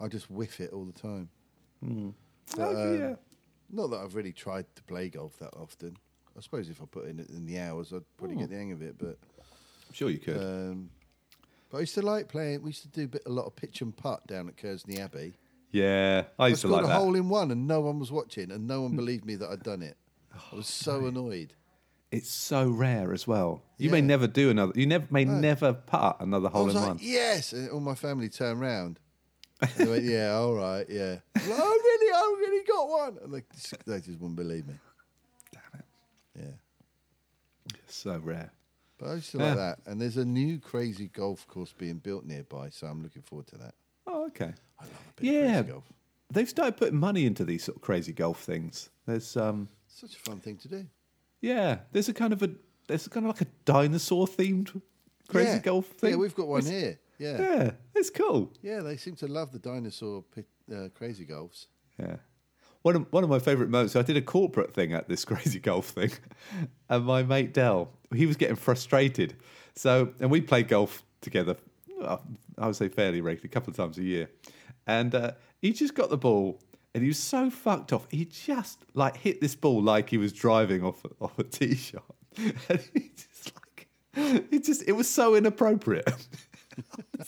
I just whiff it all the time. Oh, yeah. Not that I've really tried to play golf that often. I suppose if I put in in the hours, I'd probably Hmm. get the hang of it. But I'm sure you could. um, but I used to like playing. We used to do a, bit, a lot of pitch and putt down at Kersney Abbey. yeah, I I used to scored like a that. hole in one, and no one was watching, and no one believed me that I'd done it. Oh, I was so annoyed. It's so rare as well. You may Yeah. never do another. You never may never putt another I hole was in like, one. yes, and all my family turned round. And they went, yeah, all right, yeah. I'm like, oh, really? I really got one. And they just, they just wouldn't believe me. Damn it. Yeah. So rare. But I used to like Yeah. that. And there's a new crazy golf course being built nearby, so I'm looking forward to that. Oh, okay. I love a bit of Yeah, crazy golf. they've started putting money into these sort of crazy golf things. There's um, Such a fun thing to do. yeah, there's a kind of a there's a kind of like a dinosaur themed crazy Yeah. golf thing. Yeah, we've got one It's- here. Yeah. yeah. Yeah, it's cool. they seem to love the dinosaur pit, uh, crazy golfs. Yeah. One of, one of my favourite moments, so I did a corporate thing at this crazy golf thing, and my mate Dell, he was getting frustrated. So, and we play golf together, uh, I would say fairly regularly, a couple of times a year. And uh, he just got the ball, and he was so fucked off. He just like hit this ball like he was driving off off a tee shot, and he just like it just it was so inappropriate.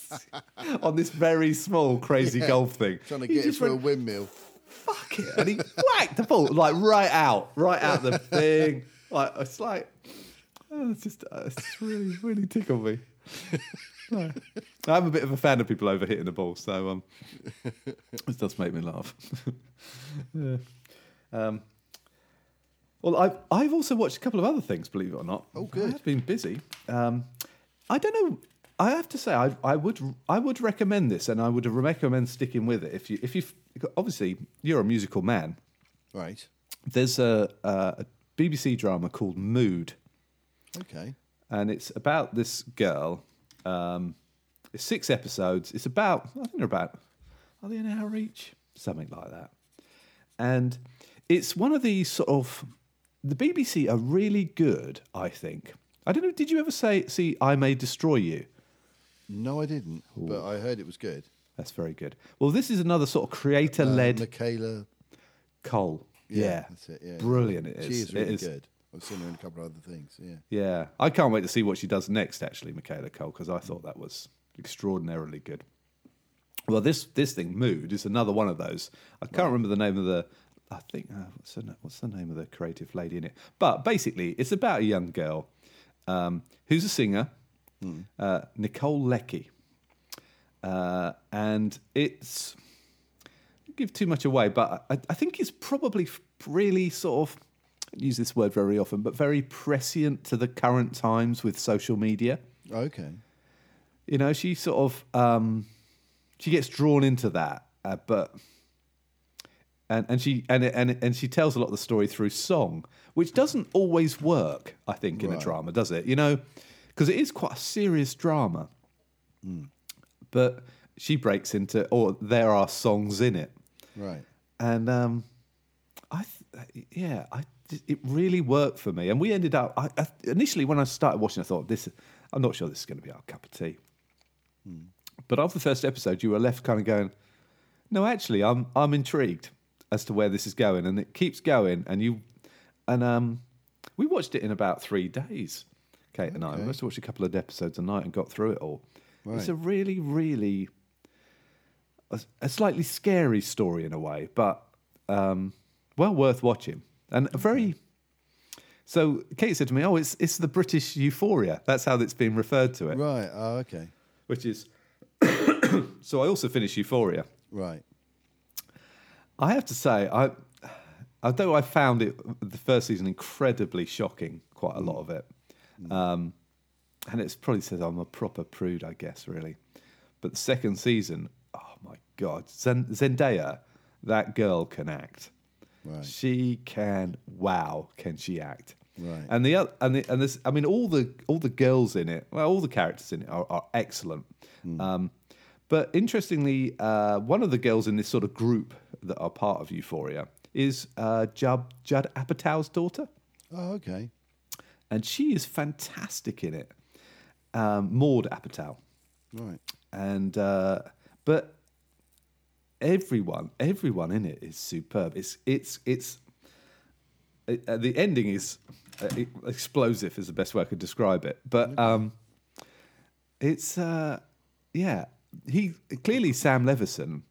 on this very small crazy golf thing, Trying to He get it just for a went, windmill. fuck it. And he whacked the ball like right out, right out the thing. Like it's like, oh, it's just, uh, it's just really, really tickled me. No. I'm a bit of a fan of people over hitting the ball, so um, this does make me laugh. Yeah. Um, well, I've I've also watched a couple of other things, believe it or not. Oh, good. I've been busy. Um, I don't know. I have to say, I, I would I would recommend this, and I would recommend sticking with it. If you if you obviously you're a musical man, Right. there's a, a BBC drama called Mood, Okay. and it's about this girl. Um, it's six episodes. It's about I think they're about are they an hour each, something like that. And it's one of these sort of the BBC are really good. I think I don't know. Did you ever say see I May Destroy You? No, I didn't, but I heard it was good. That's very good. Well, this is another sort of creator Uh, led Michaela. coal. Yeah, that's it. Yeah, brilliant. It is. She is It really is. good. I've seen her in a couple of other things. Yeah, Yeah, I can't wait to see what she does next. Actually, Michaela Cole, because I thought that was extraordinarily good. Well, this this thing, Mood, is another one of those. I can't remember the name of the. I think uh, what's, the, na- what's the name of the creative lady in it? But basically, it's about a young girl um, who's a singer, uh, Nicole Lecky, uh, and it's give too much away, but I, I think it's probably f- really sort of I use this word very often, but very prescient to the current times with social media Okay. you know she sort of um she gets drawn into that uh, but and and she and and and she tells a lot of the story through song which doesn't always work i think in a Right. drama does it you know because it is quite a serious drama but she breaks into or there are songs in it Right. and um, I th- uh, yeah, I it really worked for me. And we ended up I, I, initially when I started watching, I thought this. I'm not sure this is going to be our cup of tea. But after the first episode, you were left kind of going, no, actually, I'm I'm intrigued as to where this is going, and it keeps going, and you and um, we watched it in about three days. Kate and I, we must have watched a couple of episodes a night and got through it all. It's Right. a really, really a, a slightly scary story in a way, but um, well worth watching. And a very. So Kate said to me, "Oh, it's it's the British Euphoria. That's how it's being referred to it, Right. Oh, okay. which is." so I also finished Euphoria. Right. I have to say, I although I found it the first season incredibly shocking, quite a lot of it, um, and it's probably says I'm a proper prude, I guess, really. But the second season, oh my god, Zen- Zendaya, that girl can act. Right. She can. Wow, can she act? Right. And the oth- and the, and this, I mean, all the all the girls in it, well, all the characters in it are, are excellent. Hmm. Um, but interestingly, uh, one of the girls in this sort of group that are part of Euphoria is uh, Judd, Judd Apatow's daughter Oh, okay. and she is fantastic in it. Um, Maud Apatow, Right. and uh, but everyone, everyone in it is superb. It's it's it's it, uh, the ending is uh, e- explosive is the best way I could describe it. But um, it's uh, yeah, he clearly Sam Levinson.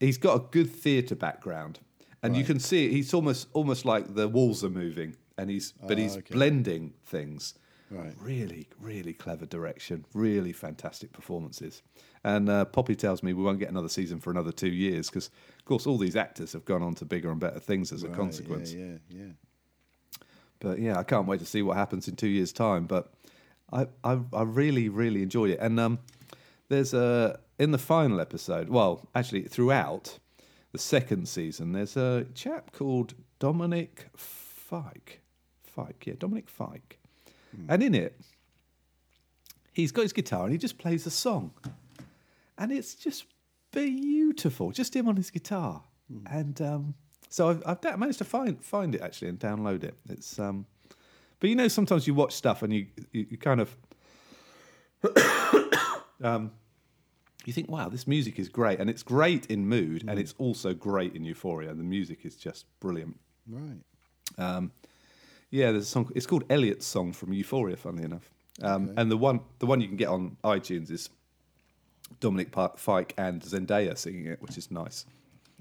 He's got a good theatre background, and you can see he's almost almost like the walls are moving, and he's but Ah, he's okay. blending things. Right. Really, really clever direction. Really fantastic performances. And uh, Poppy tells me we won't get another season for another two years because, of course, all these actors have gone on to bigger and better things as a Right, consequence. Yeah. Yeah. yeah. But yeah, I can't wait to see what happens in two years' time. But I, I, I really, really enjoyed it. And um, there's a in the final episode. Well, actually, throughout the second season, there's a chap called Dominic Fike. Fike, yeah, Dominic Fike. And in it, he's got his guitar and he just plays a song, and it's just beautiful, just him on his guitar. And um, so I've, I've da- managed to find find it actually and download it. It's um, but you know sometimes you watch stuff and you you, you kind of um, you think wow this music is great and it's great in mood and it's also great in euphoria and the music is just brilliant. Right. Yeah, there's a song. It's called Elliot's song from Euphoria. Funnily enough, um, and the one the one you can get on iTunes is Dominic Pa- Fike and Zendaya singing it, which is nice.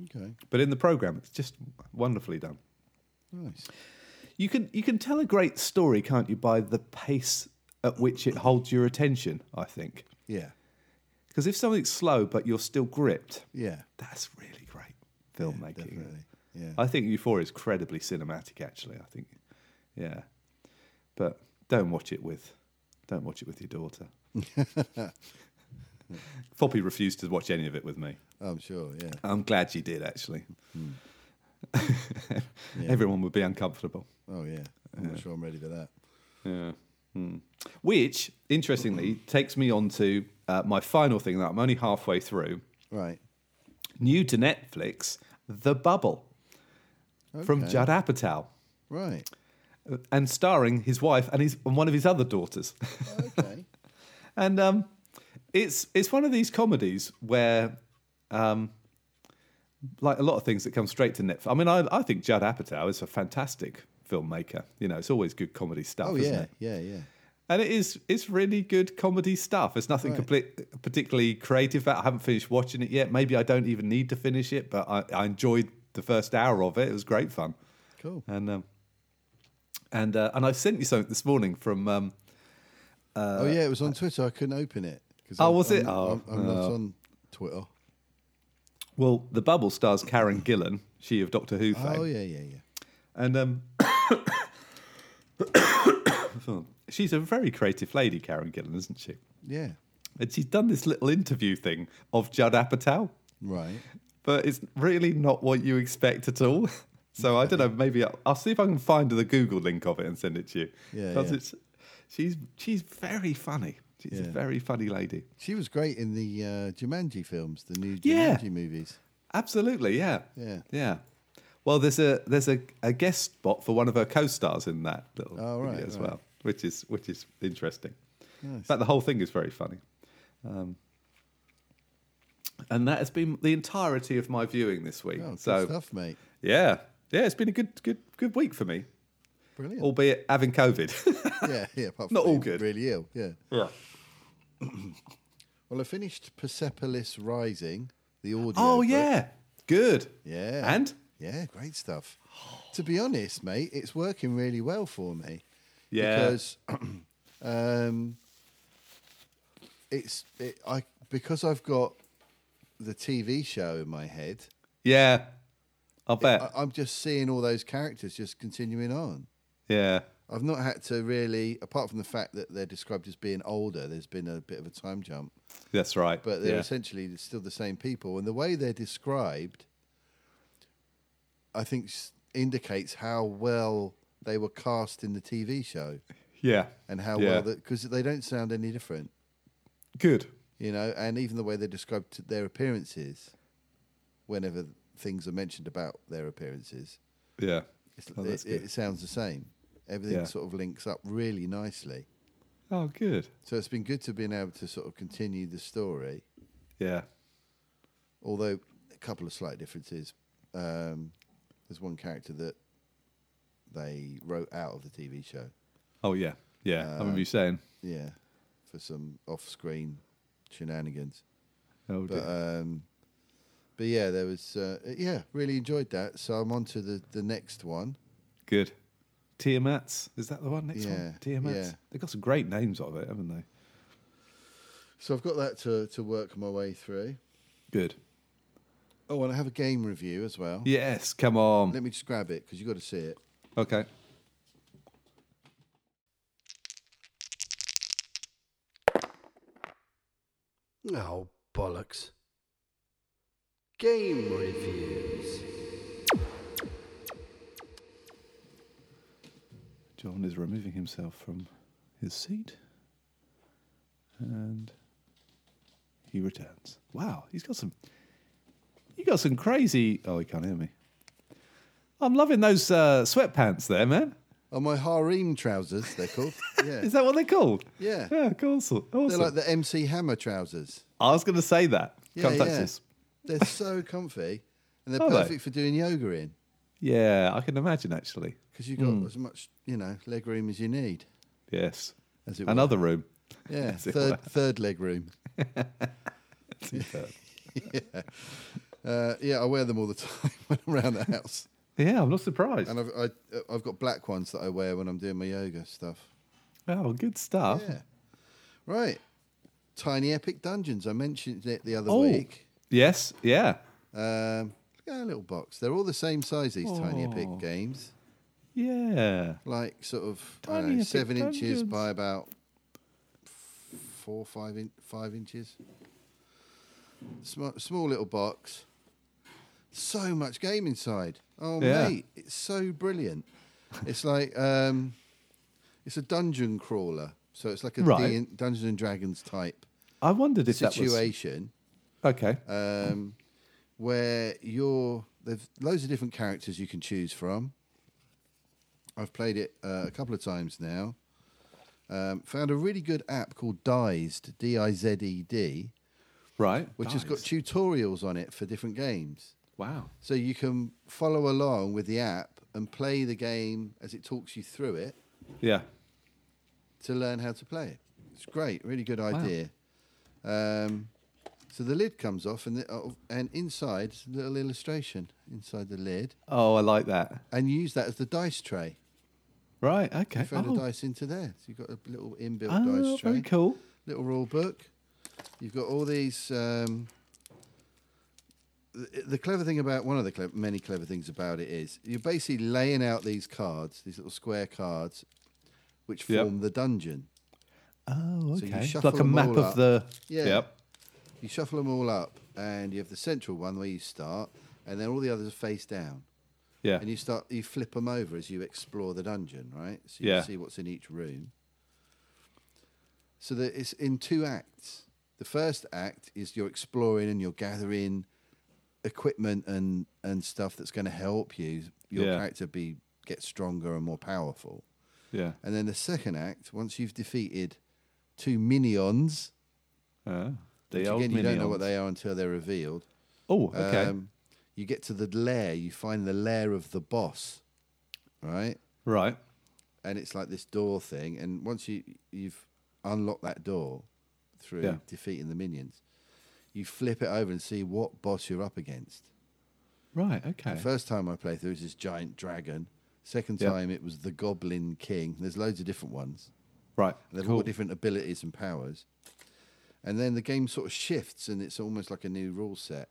Okay. But in the program, it's just wonderfully done. Nice. You can you can tell a great story, can't you, by the pace at which it holds your attention? I think Yeah. because if something's slow but you're still gripped, Yeah. that's really great filmmaking. Definitely. Yeah. I think Euphoria is credibly cinematic. Actually, I think, yeah, but don't watch it with, don't watch it with your daughter. Poppy refused to watch any of it with me. I'm sure. Yeah. I'm glad she did. Actually, everyone would be uncomfortable. Oh yeah. I'm not sure I'm ready for that. Yeah. Which, interestingly, takes me on to uh, my final thing that I'm only halfway through. Right. New to Netflix, The Bubble from Okay. Judd Apatow. Right. and starring his wife and his and one of his other daughters. Okay. and um, it's it's one of these comedies where, um, like a lot of things that come straight to Netflix. I mean, I, I think Judd Apatow is a fantastic filmmaker. You know, it's always good comedy stuff, Oh isn't yeah. it? Yeah. Yeah. and it is it's really good comedy stuff. It's nothing complete, particularly creative. About. it. I haven't finished watching it yet. Maybe I don't even need to finish it, but I, I enjoyed the first hour of it. It was great fun. Cool. And um, and uh, and I sent you something this morning from um, oh yeah, it was on Twitter. I couldn't open it. 'cause uh, Oh, I'm- was it? I'm, Oh, I'm, I'm not on Twitter. well, the Bubble stars Karen Gillan, she of Doctor Who fame. Oh yeah, yeah, yeah. And um, she's a very creative lady, Karen Gillan, isn't she? Yeah. And she's done this little interview thing of Judd Apatow, Right. but it's really not what you expect at all. So I don't know. Maybe I'll, I'll see if I can find the Google link of it and send it to you. Yeah, 'Cause yeah. it's she's she's very funny. She's a Yeah. very funny lady. She was great in the uh, Jumanji films, the new Yeah. Jumanji movies. Absolutely, yeah, Yeah. yeah. Well, there's a there's a, a guest spot for one of her co-stars in that little Oh, video right, as right. well, which is which is interesting. In fact, the whole thing is very funny. Um, and that has been the entirety of my viewing this week. Oh, good so stuff, mate. yeah, yeah, it's been a good good good week for me, Brilliant. albeit having COVID. yeah, yeah. Apart from Not all being good. Really ill. Yeah. yeah. Well, I finished Persepolis Rising, the audio. Oh book. yeah, good. Yeah. And Yeah, great stuff. to be honest, mate, it's working really well for me. Yeah. Because um, it's it, I because I've got the TV show in my head. yeah, I'll bet. I, I'm just seeing all those characters just continuing on. yeah. I've not had to really, apart from the fact that they're described as being older. There's been a bit of a time jump, That's right. but they're yeah. essentially still the same people. And the way they're described, I think, s- indicates how well they were cast in the TV show yeah. and how Yeah. well that because they don't sound any different, Good. you know. And even the way they described t- their appearances, whenever things are mentioned about their appearances, Yeah. it's, oh, that's it, good. it sounds the same. Everything Yeah. sort of links up really nicely. oh, good. So it's been good to being able to sort of continue the story, Yeah. although a couple of slight differences. Um, there's one character that they wrote out of the TV show, Oh, yeah. Yeah. I Uh, remember you saying. yeah, for some off-screen shenanigans. Oh, But dear. um, but yeah, there was uh, yeah, really enjoyed that. So I'm on to the the next one. good. Tiamats. Is that the one next Yeah, one? Tiamats. yeah. They've got some great names of it, haven't they? So I've got that to to work my way through. Good. Oh, and I have a game review as well. Yes. Come on. Let me just grab it because you got to see it. Okay. Oh, bollocks. Game reviews. John is removing himself from his seat. And he returns. Wow, he's got some he got some crazy oh he can't hear me. I'm loving those uh, sweatpants there, man. Oh, my harem trousers, they're called. Yeah, Is that what they're called? Yeah. Yeah, awesome. they're awesome. like the MC Hammer trousers. I was going to say that. Yeah, Can't touch yeah. this. They're so comfy, and they're Are they? perfect for doing yoga in Yeah, I can imagine actually. because you've got Hmm. as much you know leg room as you need. Yes. As it were. Another room. Yeah, As it third were. third leg room. Superb. Uh, yeah, I wear them all the time when I'm around the house, yeah, I'm not surprised. and I've I, uh, I've got black ones that I wear when I'm doing my yoga stuff. Oh, good stuff. Yeah, right. Tiny epic dungeons. I mentioned it the other Oh. week. Yes. Yeah. Um, yeah, a little box. They're all the same size. These tiny epic Oh. games, Yeah. like sort of I don't Tiny know, epic seven inches dungeons. by about f- four, five, in, five inches. Small, small little box. So much game inside. Oh Yeah. mate, it's so brilliant. It's like um, it's a dungeon crawler. So it's like a Right. D- Dungeons and Dragons type I wondered if that situation was okay. um, where you're there's loads of different characters you can choose from. I've played it uh, a couple of times now. Um, found a really good app called Dized, D I Z E D, right. which has got Nice. tutorials on it for different games. Wow. So you can follow along with the app and play the game as it talks you through it. Yeah. to learn how to play it. It's great, really good idea. Um, so the lid comes off, and the, oh, and inside is a little illustration inside the lid, Oh, I like that. and you use that as the dice tray. Right. Okay. You throw the Oh, dice into there. So you've got a little inbuilt oh dice tray very cool. little rule book. You've got all these. Um, the, the clever thing about one of the cle- many clever things about it is you're basically laying out these cards, these little square cards, which Yep. form the dungeon. Oh, you okay. shuffle like a them map all of up. the. Yeah. Yep. You shuffle them all up, and you have the central one where you start, and then all the others are face down. Yeah. And you start, you flip them over as you explore the dungeon, right? So you Yeah. see what's in each room. So that it's in two acts. The first act is you're exploring and you're gathering equipment and and stuff that's going to help you your Yeah. character be get stronger and more powerful. yeah. And then the second act, once you've defeated two minions, Uh, the which old again you don't know what minions. they are until they're revealed. Oh, okay. Um, you get to the lair. You find the lair of the boss, right? right. And it's like this door thing. And once you you've unlocked that door through Yeah. defeating the minions, you flip it over and see what boss you're up against. Right. Okay. The first time I played through was this giant dragon. Second Yeah. time it was the Goblin King. There's loads of different ones. Right. They've all Cool. got different abilities and powers. And then the game sort of shifts and it's almost like a new rule set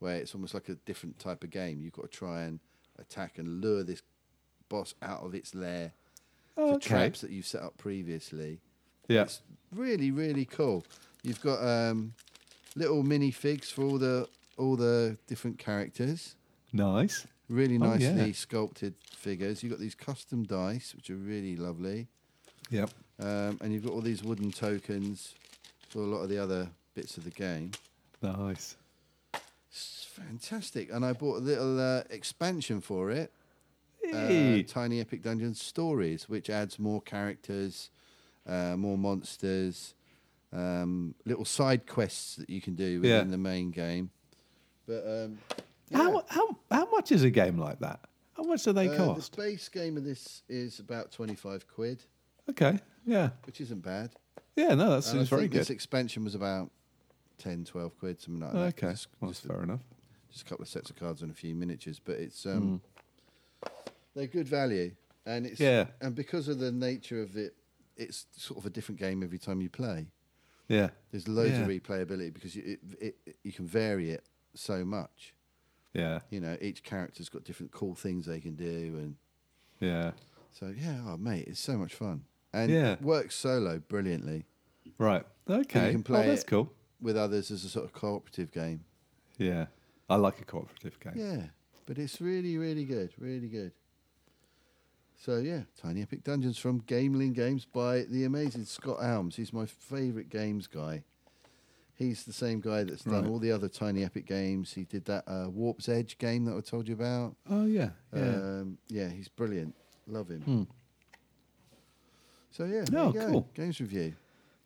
where it's almost like a different type of game. You've got to try and attack and lure this boss out of its lair Oh, the okay. traps that you've set up previously. Yeah. It's really, really cool. You've got um, little mini figs for all the all the different characters. Nice. Really Oh, nicely yeah. sculpted figures. You've got these custom dice, which are really lovely. Yep. Um, and you've got all these wooden tokens for a lot of the other bits of the game. Nice. It's fantastic. And I bought a little uh, expansion for it uh, Hey. Tiny Epic Dungeons Stories, which adds more characters, uh, more monsters, um, little side quests that you can do within Yeah. the main game. But um, How how how much is a game like that? How much do they uh, the cost? base game of this is about 25 quid, Okay. Yeah. which isn't bad. Yeah. No, And that Uh, I seems very think good. This expansion was about 10, 12 quid, something like that. Oh, okay. Just, well, just that's a fair enough. just a couple of sets of cards and a few miniatures, but it's um, they're good value, and it's Hmm. Yeah. and because of the nature of it, it's sort of a different game every time you play. Yeah. There's loads of Yeah. replayability because you, it, it, it- you can vary it so much. Yeah. You know, each character's got different cool things they can do, and Yeah. so yeah, oh mate, it's so much fun, and Yeah. it works solo brilliantly Right. Okay. can play oh, that's it. cool. with others as a sort of cooperative game. Yeah. I like a cooperative game. Yeah, but it's really, really good, really good. So yeah, Tiny Epic Dungeons from Gameling Games by the amazing Scott Alms. He's my favourite games guy. He's the same guy that's done Right. all the other Tiny Epic games. He did that uh, Warp's Edge game that I told you about. Oh yeah. Yeah. Um, yeah, he's brilliant. Love him. So yeah, there Oh, you go. cool. Games review.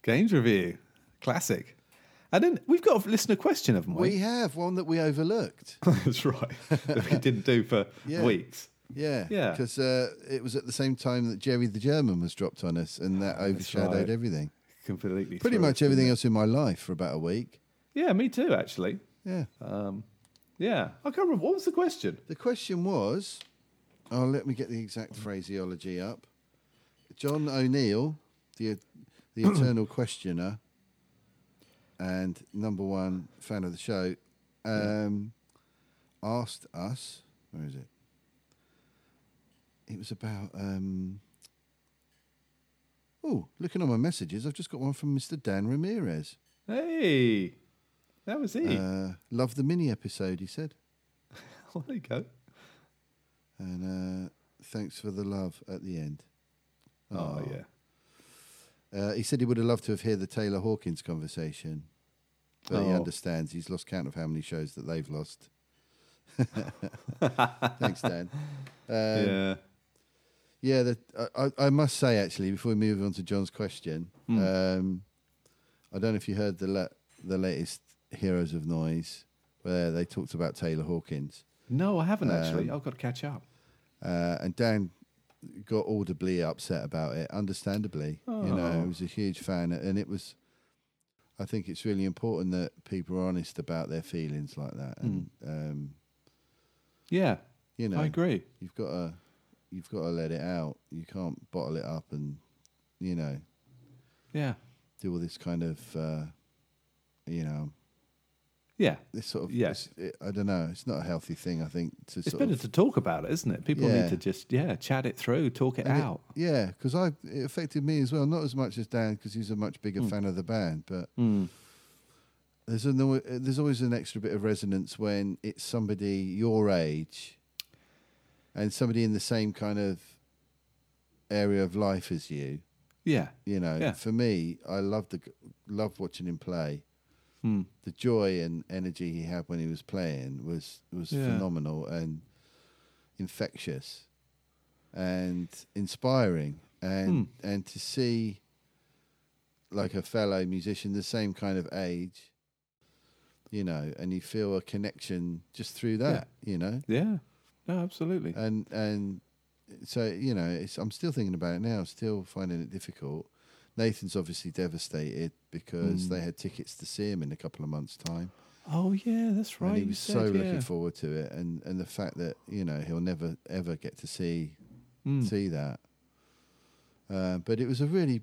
Games review. Classic. And then we've got a listener question, haven't we? We have one that we overlooked. That's right. That we didn't do for Yeah. weeks. Yeah, Yeah. because uh, it was at the same time that Jerry the German was dropped on us, and that overshadowed Ah, right. everything. Completely. Pretty threw much it, didn't everything it? else in my life for about a week. Yeah, me too, actually. Yeah. Yeah. I can't remember. What was the question? The question was, oh, let me get the exact phraseology up. John O'Neill, the the eternal questioner, and number one fan of the show, um, asked us. Where is it? It was about. Um, oh, looking on my messages, I've just got one from Mr. Dan Ramirez. Hey. That was he. Uh, Love the mini episode, he said. oh, there you go. And uh, thanks for the love at the end. Oh, yeah. Uh, he said he would have loved to have heard the Taylor Hawkins conversation, but he Oh. understands. He's lost count of how many shows that they've lost. Thanks, Dan. Um, yeah, yeah. the, I, I- I must say, actually, before we move on to John's question, um, I don't know if you heard the, la- the latest Heroes of Noise where they talked about Taylor Hawkins. um, No, I haven't actually. I've got to catch up. Uh, and Dan got audibly upset about it, understandably. You know, Oh. he was a huge fan, and it was. I think it's really important that people are honest about their feelings like that, and um, Yeah, you know, Hmm. I agree. You've got to, you've got to let it out. You can't bottle it up, and you know, Yeah, do all this kind of, uh, you know, yeah. this sort of. Yes. this- I don't know. It's not a healthy thing. I think to It's sort better of, to talk about it, isn't it? People Yeah. need to just yeah chat it through, talk it And it- out. yeah, because I it affected me as well. Not as much as Dan because he's a much bigger fan of the band, but there's an, al- there's always an extra bit of resonance when it's somebody your age and somebody in the same kind of area of life as you. yeah, You know, Yeah. for me, I loved the g- loved watching him play. Hmm. The joy and energy he had when he was playing was was Yeah. phenomenal and infectious and inspiring and and to see like a fellow musician the same kind of age you know and you feel a connection just through that you know yeah. No, absolutely. and and so you know it's i'm still thinking about it now still finding it difficult nathan's obviously devastated because they had tickets to see him in a couple of months time oh yeah, that's right. and he you was said, so looking yeah. forward to it and and the fact that you know he'll never ever get to see Mm. see that uh, but it was a really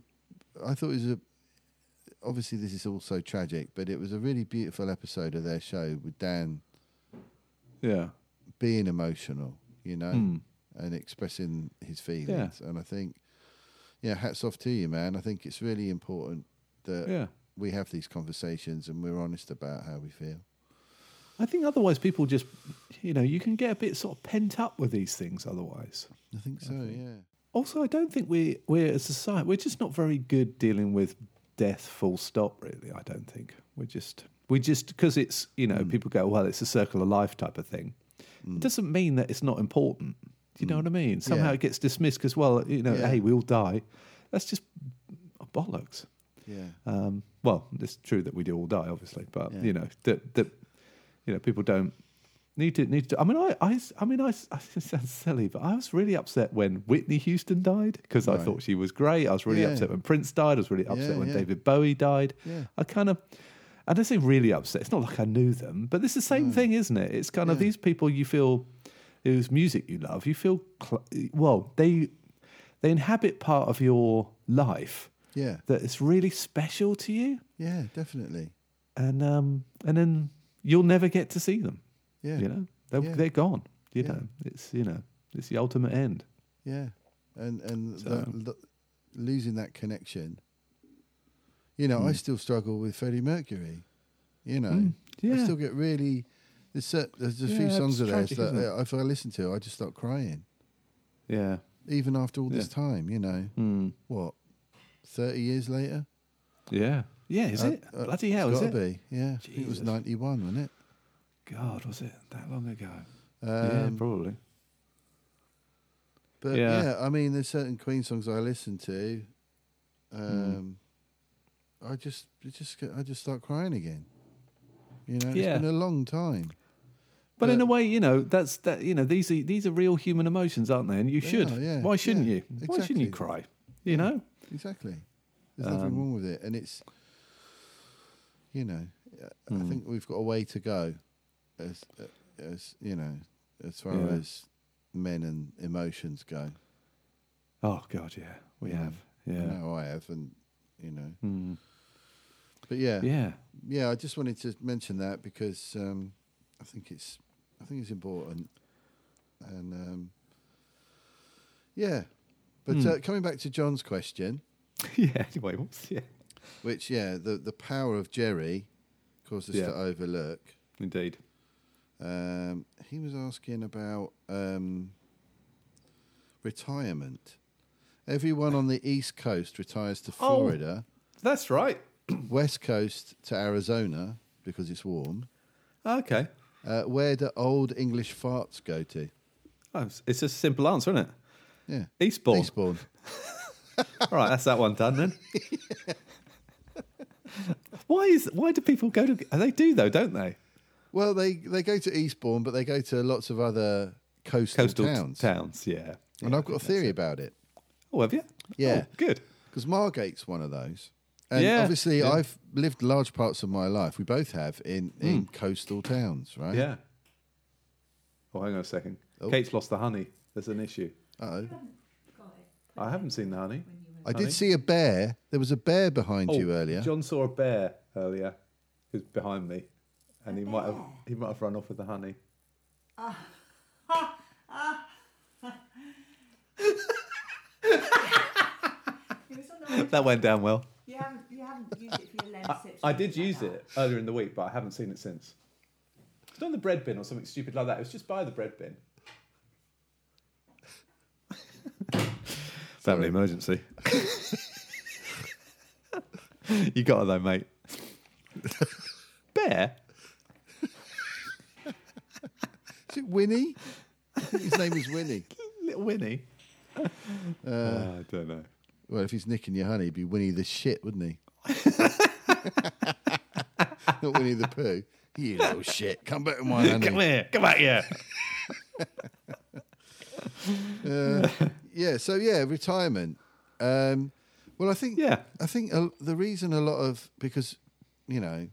i thought it was a obviously this is also tragic but it was a really beautiful episode of their show with dan Yeah, being emotional, you know, Mm. and expressing his feelings. And I think, yeah, hats off to you, man. I think it's really important that yeah. we have these conversations and we're honest about how we feel. I think otherwise people just, you know, you can get a bit sort of pent up with these things. Otherwise, I think so, yeah. also I don't think we we're a society. We're just not very good dealing with death. Full stop. Really, I don't think we're just we just because it's you Mm. know people go well it's a circle of life type of thing. It doesn't mean that it's not important. Do you know what I mean? Somehow Mm. Yeah. it gets dismissed because well you know Yeah. hey we all die. That's just bollocks. Yeah. Uh, Um, well, it's true that we do all die, obviously, but Yeah. you know that that you know people don't need to need to. I mean, I I, I mean, I, I it sounds silly, but I was really upset when Whitney Houston died because I Right. thought she was great. I was really Yeah. upset when Prince died. I was really upset Yeah, when yeah. David Bowie died. Yeah. I kind of. I don't say really upset. It's not like I knew them, but it's the same thing, isn't it? It's kind of Yeah. these people you feel whose music you love. You feel cl- well. They they inhabit part of your life Yeah. that is really special to you, Yeah, definitely. and um, and then you'll never get to see them. Yeah. You know, they're, Yeah. they're gone. You Yeah. know, it's you know, it's the ultimate end. Yeah. And and So- the, the, losing that connection. You Hmm. know, I still struggle with Freddie Mercury. You know, I yeah. still get really. There's, cer- there's a Yeah, few it's songs of theirs tragic, that isn't it? uh, if I listen to, I just start crying. Yeah, even after all this Yeah. time, you know, mm. what, 30 years later? yeah, yeah. Is Uh, it uh, bloody hell? it's Is gotta it? be, yeah. I think It was Jesus. 91, wasn't it? God, was it that long ago? yeah, Um, probably. but yeah. Yeah. I mean, there's certain Queen songs I listen to. Hmm. Um, I just, it just, get- I just start crying again. You know, Yeah. it's been a long time. But, in but- a way, you know, that's that. You know, these are these are real human emotions, aren't they? And you should. are, yeah, Why shouldn't yeah, you? Why shouldn't exactly. you cry? You know. Exactly. There's nothing Um, wrong with it, and it's, you know, I- Hmm. I think we've got a way to go, as as you know, as far Yeah. as men and emotions go. Oh God, yeah, we Mm. have. I Yeah. know I have, and you know, Mm. but yeah, yeah, Yeah. I just wanted to mention that because um, I think it's I think it's important, and um, yeah, but Hmm. uh, coming back to John's question. yeah. Anyway, whoops. Yeah. Which, yeah, the, the power of Jerry caused us Yeah. to overlook. Indeed. Um, he was asking about um, retirement. Everyone on the East Coast retires to Oh. Florida, That's right. West Coast to Arizona because it's warm. Okay. Uh, where do old English farts go to? Oh, it's- it's a simple answer, isn't it? Yeah. Eastbourne. Eastbourne. All right, that's that one done then. why is why do people go to? They do though, don't they? Well, they, they go to Eastbourne, but they go to lots of other coastal, Coastal t- towns. towns, yeah. and I've got a theory about it. Oh, have you? Yeah. Oh, good. because Margate's one of those. And Yeah, obviously, yeah. Hmm. I've lived large parts of my life. We both have in, in coastal towns, right? Yeah. Oh, hang on a second. Kate's lost the honey. There's an issue. Uh-oh. I haven't seen the honey. I did see a bear. There was a bear behind Oh, you earlier. John saw a bear earlier, who's behind me, and he might have he might have run off with the honey. It was on the way- That went down well. you, haven't, you haven't used it for your lens sips. I did use it earlier in the week, but I haven't seen it since. It's not on the bread bin or something stupid like that. It was just by the bread bin. Family emergency. you got it though, mate. Bear. Is it Winnie? I think his name is Winnie. Little Winnie. Uh, Oh, I don't know. Well, if he's nicking your honey, he'd be Winnie the shit, wouldn't he? Not Winnie the Pooh. You little shit. Come back with my honey. Come here. Come back here. Yeah. So yeah, retirement. Um, well, I think Yeah. I think uh, the reason a lot of because you know,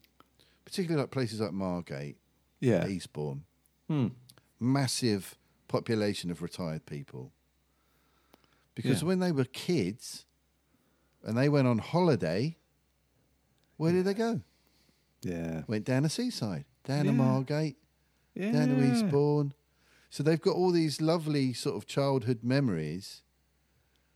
particularly like places like Margate, Yeah. Hmm. Eastbourne, massive population of retired people. Because Yeah. when they were kids, and they went on holiday, where did they go? Yeah. Went down the seaside, down Yeah. to Margate, Yeah. down to Eastbourne. So they've got all these lovely sort of childhood memories.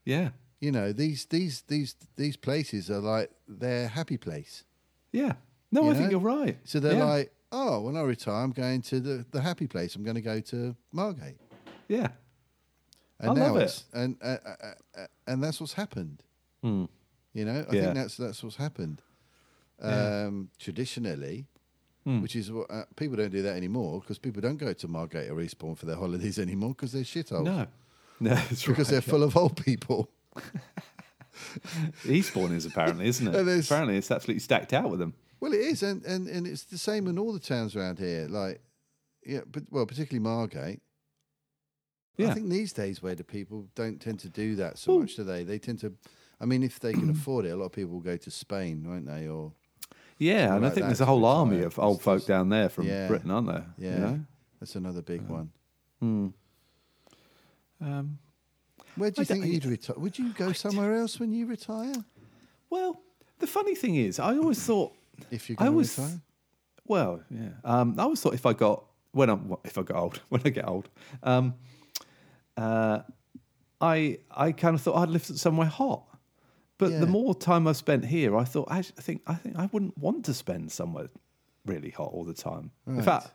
Yeah. you know these these these these places are like their happy place Yeah. No, You I think know? you're right. so they're Yeah. like oh when i retire i'm going to the, the happy place i'm going to go to margate yeah. and I now love it. it's and uh, uh, uh, uh, and that's what's happened you know i Hmm. Yeah. think that's that's what's happened um traditionally Hmm. Which is what uh, people don't do that anymore because people don't go to Margate or Eastbourne for their holidays anymore because they're shitholes. No. No, it's because right. they're full of old people. Eastbourne is apparently, isn't it? It is. Apparently, it's absolutely stacked out with them. Well, it is, and, and, and it's the same in all the towns around here. Like, yeah, but well, particularly Margate. Yeah. I think these days, where the people don't tend to do that so much, do they? They tend to, I mean, if they can afford it, a lot of people will go to Spain, won't they? Or yeah, and I like think that there's a to whole retire. army of old It's folk just- down there from Yeah. Britain, aren't there? You yeah, know? that's another big Uh, one. Um, Where do you I don't- think you'd retire? Would you go somewhere else when you retire? well, the funny thing is, I always thought If you're I going to was- retire, Well, yeah. Um, I always thought if I got when I'm if I got old when I get old, um, uh, I I kind of thought I'd live somewhere hot. But Yeah. the more time I've spent here, I thought actually, I think I think I wouldn't want to spend somewhere really hot all the time. In Right. fact,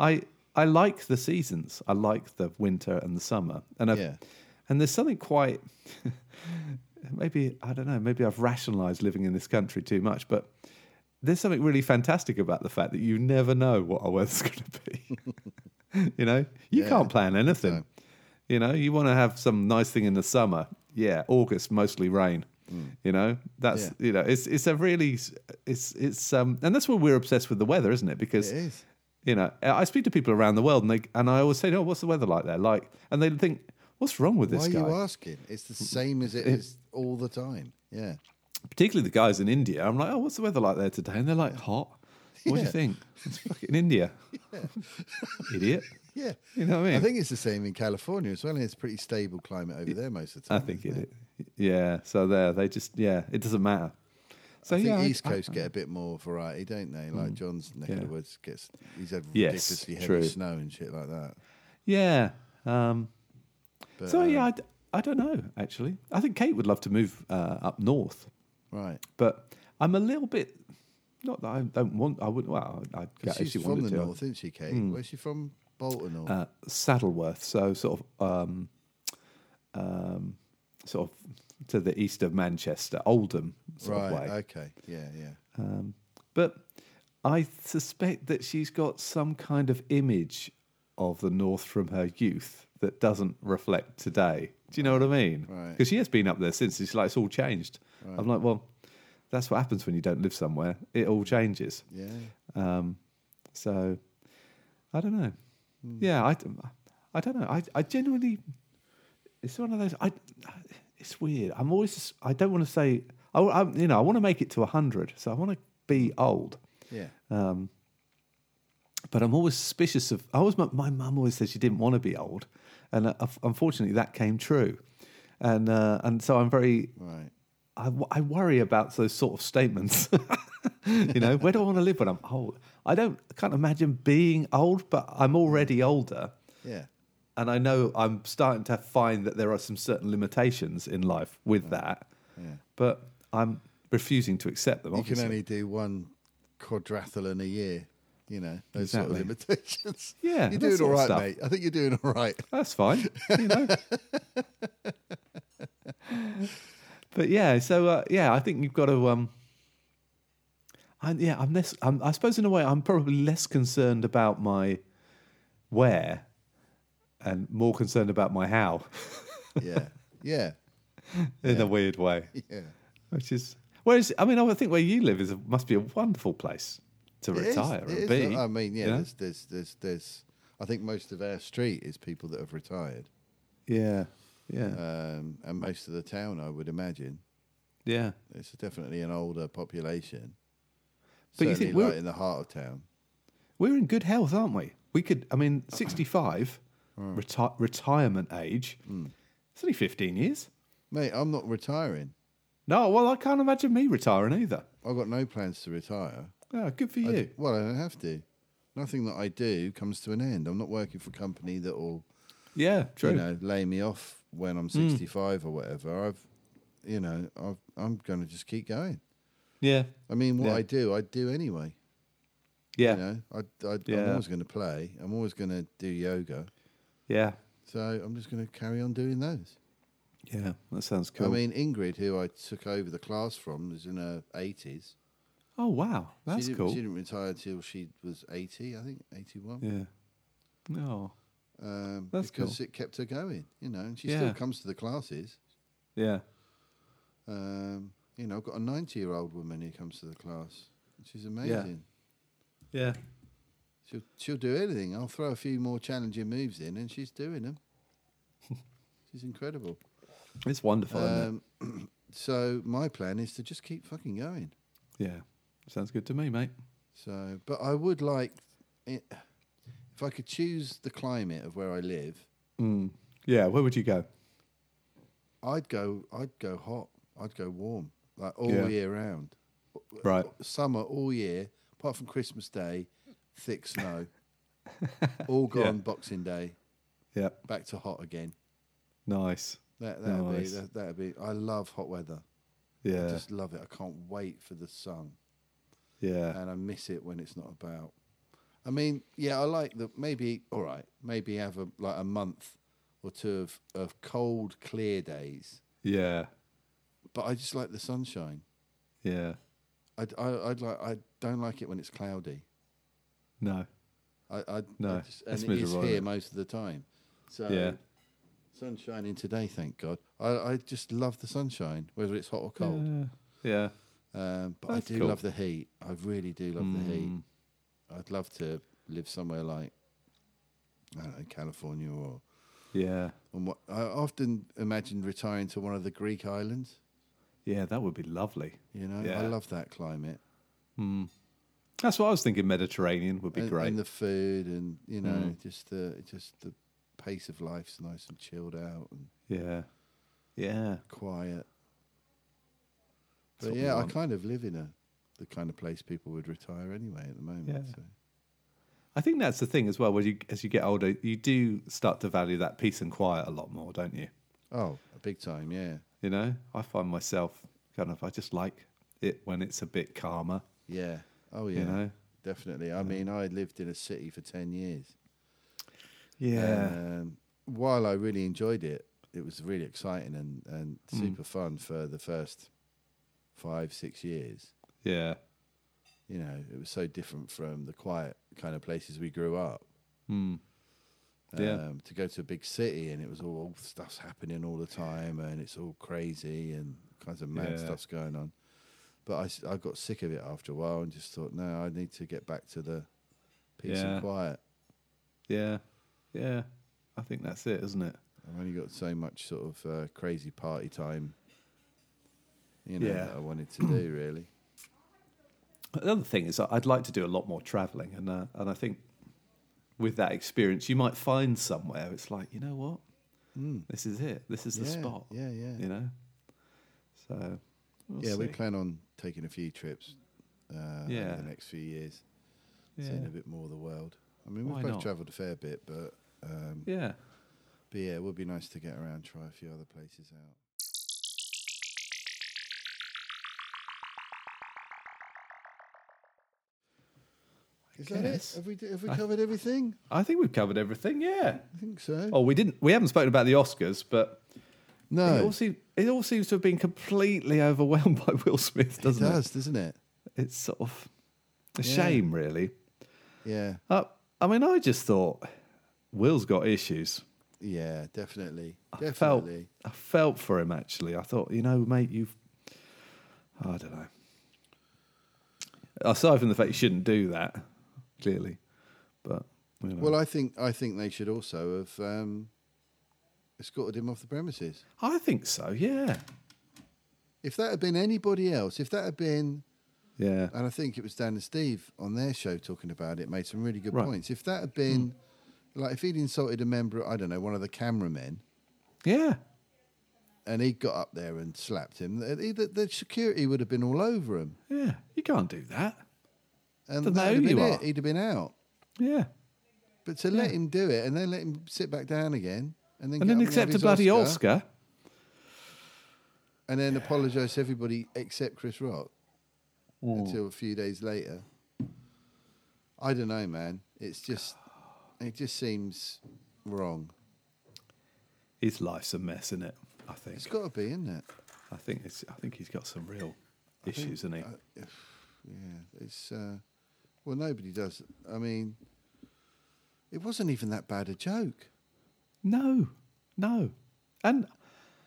I I like the seasons. I like the winter and the summer, and I've, Yeah. and there's something quite maybe I don't know. Maybe I've rationalised living in this country too much, but there's something really fantastic about the fact that you never know what our weather's going to be. you know, you Yeah, can't plan anything. You know, you want to have some nice thing in the summer. Yeah, August mostly rain. You know, that's Mm. Yeah. you know, it's it's a really s- it's it's um, and that's why we're obsessed with the weather, isn't it? Because it is. you know, I speak to people around the world, and they and I always say, "Oh, what's the weather like there?" Like, and they think, "What's wrong with Why this are guy?" Mm, you asking? It's the same as it is all the time. Yeah, particularly the guys in India. I'm like, oh, what's the weather like there today? And they're like, hot. What do you Yeah. think? It's fucking India. Idiot. yeah. You know what I mean? I think it's the same in California as well. and It's pretty stable climate over there most of the I time. think isn't it. Yeah. So there, they just yeah, it doesn't matter. So I think yeah, I- East I- Hmm. Coast get a bit more variety, don't they? Like John's neck of Yeah. the woods gets he's had Yes, ridiculously heavy true. snow and shit like that. yeah. Um, But, so uh, yeah, I, d- I don't know actually. I think Kate would love to move uh, up north, right. but I'm a little bit. Not that I don't want. I would. Well, I, I 'Cause actually she's from wanted the to. north, isn't she, Kate? Where's she from? Bolton or uh, Saddleworth, so sort of um, um, sort of to the east of Manchester, Oldham sort right? of way. Okay, yeah, yeah. But I suspect that she's got some kind of image of the North from her youth that doesn't reflect today. Do you know what I mean? Right. Because she has been up there since. It's like it's all changed. I'm like, well, that's what happens when you don't live somewhere. It all changes. Yeah, Um, so I don't know. Yeah, I, I don't know. I, I genuinely, It's one of those. I. It's weird. I'm always. I don't want to say. I, I you know I want to make it to hundred, so I want to be old. Yeah. Uh, But I'm always suspicious of. I always my, my mum always said she didn't want to be old, and uh, unfortunately that came true, and uh, and so I'm very Right. I, w- I worry about those sort of statements. you know, where do I want to live when I'm old? I don't I can't imagine being old, but I'm already older, Yeah. and I know I'm starting to find that there are some certain limitations in life with that. But I'm refusing to accept them. You can Obviously. only do one quadrathlon a year. You know those sort of Exactly. limitations. Yeah, you're that doing sort all of right, stuff. mate. I think you're doing all right. That's fine. You know. but yeah, so uh, yeah, I think you've got to. Um, I, yeah, I'm less. I'm, I suppose in a way, I'm probably less concerned about my where, and more concerned about my how. Yeah. Yeah. in a weird way, Yeah. which is whereas I mean I would think where you live is a, must be a wonderful place to It is- retire it is. and uh, um, be. I mean, yeah. you know? There's, there's, there's, there's. I think most of our street is people that have retired, yeah, yeah, um, and most of the town, I would imagine. yeah. It's definitely an older population. But you Certainly think we're- like in the heart of town. we're in good health, aren't we? We could, I mean, 65, reti- retirement age. It's only 15 years. Mate, I'm not retiring. No, well, I can't imagine me retiring either. I've got no plans to retire. Oh, good for I- you. well, I don't have to. Nothing that I do comes to an end. I'm not working for a company that will, yeah, true. Hmm. you know, lay me off when I'm 65 or whatever. I've, you know, I've, I'm going to just keep going. yeah, I mean, what Yeah. I do, I do anyway. yeah, You know, I, I, I'm Yeah. always going to play. I'm always going to do yoga. yeah, So I'm just going to carry on doing those. yeah. That sounds cool. I mean, Ingrid, who I took over the class from, is in her 80s. oh, wow. That's she didn't, cool. She didn't retire till she was 80, I think, 81. yeah. Oh, No. um, That's because cool. it kept her going, you know, and she Yeah. still comes to the classes. Yeah. Um, you know, I've got a 90 year old woman who comes to the class. She's amazing. Yeah. She'll, she'll do anything. I'll throw a few more challenging moves in, and she's doing them. she's incredible. It's wonderful, isn't Um, so, my plan is to just keep fucking going. it? Yeah. Sounds good to me, mate. So, but I would like it, if I could choose the climate of where I live, Mm. Yeah. Where would you go? I'd go, I'd go hot, I'd go warm, like all Yeah. year round. Right. summer all year, apart from Christmas Day, thick snow. all gone Boxing Day, Yeah. back to hot again. Nice. That that'd Nice. be that, that'd be. I love hot weather. I Yeah. just love it. I can't wait for the sun, yeah. and I miss it when it's not about. I mean, yeah, I like the maybe. All right, maybe have a like a month or two of of cold, clear days. Yeah. But I just like the sunshine. Yeah. I I I'd like. I don't like it when it's cloudy. No. I, I I No, just, and that's it is miserable, here isn't it? most of the time. So Yeah. sun shining today, thank God. I, I just love the sunshine, whether it's hot or cold. Yeah. Um, but That's I do cool. Hmm. love the heat. I really do love the heat. I'd love to live somewhere like I don't know, California or. Yeah. And what, I often imagine retiring to one of the Greek islands. Yeah, that would be lovely. You know, I Yeah. love that climate. That's what I was thinking. Mediterranean would be and, great. Hmm. and the food, and you know, just the just the pace of life's nice and chilled out. And, yeah. Yeah. quiet. what But we yeah, I want. kind of live in a the kind of place people would retire anyway at the moment. Yeah. So. I think that's the thing as well. When you as you get older, you do start to value that peace and quiet a lot more, don't you? Oh, a big time, yeah, You know, I find myself kind of I just like it when it's a bit calmer. yeah. Oh yeah, know? definitely. I mean, I lived in a city for ten years. Yeah. Um, while I really enjoyed it, it was really exciting and and Hmm. super fun for the first five six years. yeah. you know, it was so different from the quiet kind of places we grew up. Mm. Hmm. Yeah. Um, to go to a big city and it was all, all stuff's happening all the time and it's all crazy and kinds of mad Yeah. stuff's going on. But I s- I, got sick of it after a while and just thought, no, I need to get back to the peace Yeah. and quiet. Yeah. Yeah. I think that's it, isn't it? I've only got so much sort of uh, crazy party time, you know, Yeah. that I wanted to do really. Another thing is, I'd like to do a lot more traveling, and uh, and I think with that experience, you might find somewhere it's like, you know what, this is it, this is the Yeah, spot. yeah, yeah. You know, so we'll yeah, we see. plan on taking a few trips uh, Yeah. over the next few years, Yeah. seeing a bit more of the world. I mean, we've Why both not? travelled a fair bit, but um, yeah. but yeah, it would be nice to get around, try a few other places out. Is that it? guess. Have we d- have we covered everything? I think we've covered everything. Yeah. I think so. Oh, we didn't. We haven't spoken about the Oscars, but it all no, seems it all seems to have been completely overwhelmed by Will Smith, it doesn't it? does, doesn't it? It's sort of a Yeah. shame, really. Yeah, Uh, I mean, I just thought Will's got issues. yeah, definitely, I felt definitely. I felt for him actually. I thought, you know, mate, you've I don't know. Aside from the fact you shouldn't do that, clearly, but you know. Well, I think I think they should also have um, escorted him off the premises. I think so. Yeah, If that had been anybody else, if that had been, yeah, and I think it was Dan and Steve on their show talking about it, made some really good Right. Hmm. points. If that had been, like, if he'd insulted a member, I don't know, one of the cameramen, yeah. and he got up there and slapped him, the, the, the security would have been all over him, Yeah, you can't do that. and Don't that know would have who been you it. are. He'd have been out. Yeah, But to let him do it and then let him sit back down again. And then, and get then up have accept a his bloody Oscar. and then apologise to everybody except Chris Rock until a few days later. I don't know, man. It's just, it just seems wrong. His life's a mess, isn't it? I think. It's got to be, isn't it? I think it's. I think he's got some real issues, isn't he? Yeah, it's. Uh, well, nobody does. I mean, it wasn't even that bad a joke. no, no, and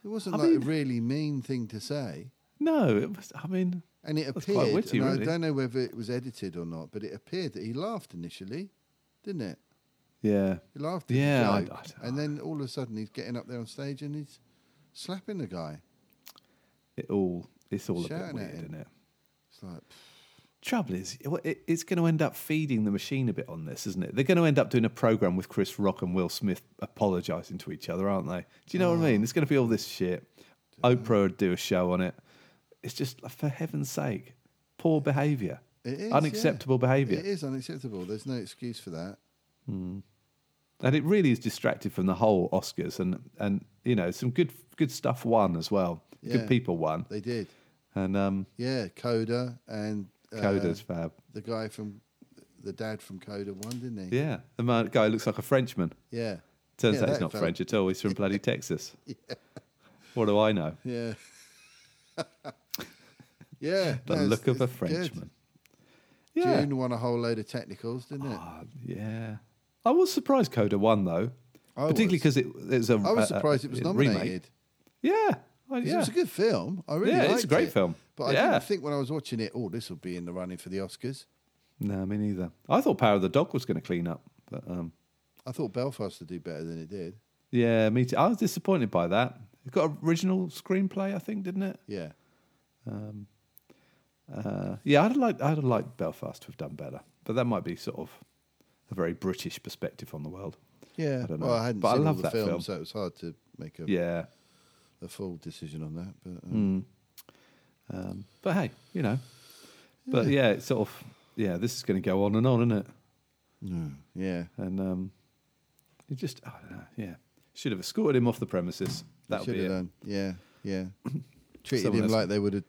It wasn't I like mean- a really mean thing to say. no. It was. I mean, And it That's appeared. quite witty, and really. I don't know whether it was edited or not, but it appeared that he laughed initially, didn't it? yeah. He laughed at Yeah, I- the joke, I don't- and then all of a sudden he's getting up there on stage and he's slapping the guy. It all. It's all a bit Shouting at weird, him. isn't it? It's like, trouble is, it- it- it's going to end up feeding the machine a bit on this, isn't it? They're going to end up doing a program with Chris Rock and Will Smith apologising to each other, aren't they? Do you know what I mean? It's going to be all this shit. Oprah would do a show on it. It's just, for heaven's sake, poor behaviour. it is yeah. Unacceptable behaviour. It is unacceptable. There's no excuse for that. and it really is distracted from the whole Oscars and, and you know, some good good stuff won as well. Yeah. Good people won. They did. And um, Yeah, Coda and uh, Coda's fab. the guy from the dad from Coda one, didn't he? Yeah. The man, guy who looks like a Frenchman. Yeah, Turns Yeah, out he's that not fella. French at all. He's from bloody Texas. What do I know? yeah, yeah. The no, it's- look of a it's good. Frenchman. Yeah. June won a whole load of technicals, didn't it? Ah, yeah. I was surprised Coda won though, I particularly was. uh, because it, it was a. I was surprised it was nominated. Yeah. I- Because yeah. It was a good film. I really Yeah, it's a liked great it. film. But I Yeah. didn't think when I was watching it, oh, this will be in the running for the Oscars. No, me neither. I thought Power of the Dog was going to clean up, but um, I thought Belfast would do better than it did. yeah, me too. I was disappointed by that. It got original screenplay, I think, didn't it? Yeah. Um, Uh, yeah, I'd like I'd like Belfast to have done better, but that might be sort of a very British perspective on the world. Yeah. I don't Well, know. I hadn't But I seen love all the that film, film. so it was hard to make a, Yeah, Mm. a full decision on that. But um, Um, but hey, you know. But yeah, it's sort of yeah. This is going to go on and on, isn't it? Hmm. yeah. And um, it just I don't know. Yeah, should have escorted him off the premises. That would Should be have it. done. Yeah. Yeah. treated Someone him else- like they would have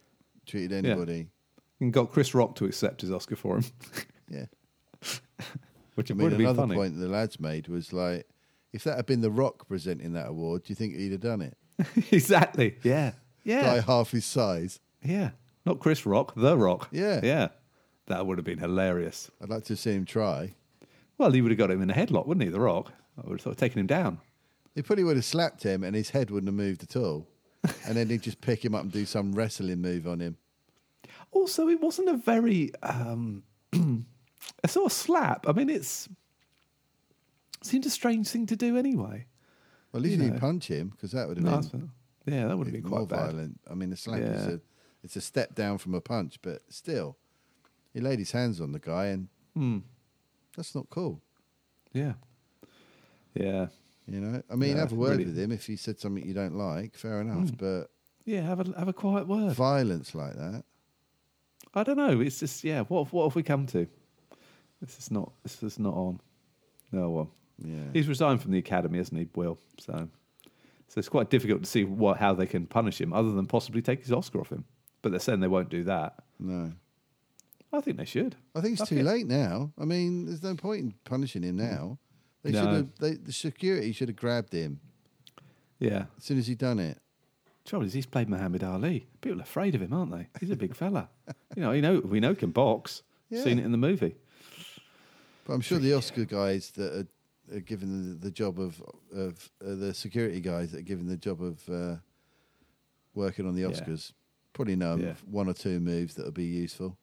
treated anybody. And got Chris Rock to accept his Oscar for him, Yeah. which I would mean, have been another funny. point the lads made was like, if that had been The Rock presenting that award, do you think he'd have done it? exactly. Yeah. Yeah. Guy half his size. Yeah. Not Chris Rock, The Rock. Yeah. Yeah. That would have been hilarious. I'd like to see him try. Well, he would have got him in a headlock, wouldn't he? The Rock. I would have sort of taken him down. He probably would have slapped him and his head wouldn't have moved at all. And then he'd just pick him up and do some wrestling move on him. Also, it wasn't a very um, a sort of slap. I mean, it's seemed a strange thing to do anyway. Well, at least You you know. didn't punch him because that would have No, been that's fair. yeah, that would have been even quite more bad. violent. I mean, a slap is Yeah. a it's a step down from a punch, but still, he laid his hands on the guy, and Hmm. that's not cool. Yeah, yeah, You know, I mean, Yeah, have a word really. Hmm. with him if he said something you don't like. Fair enough, but yeah. Have a have a quiet word. violence like that, I don't know. It's just yeah. What have- what have we come to? This is not. This is not on. No well. yeah. He's resigned from the academy, hasn't he? Will so. So it's quite difficult to see what how they can punish him, other than possibly take his Oscar off him. But they're saying they won't do that. no, I think they should. I think it's Fuck too it. late now. I mean, there's no point in punishing him now. They No. should have. They, the security should have grabbed him Yeah. as soon as he done it. Trouble is, he's played Muhammad Ali. People are afraid of him, aren't they? He's a big fella. You know, you know, we know he can box. Yeah. Seen it in the movie. But I'm sure the Oscar guys that are, are given the, the job of of uh, the security guys that are given the job of uh, working on the Yeah. Oscars probably know of Yeah. one or two moves that would be useful.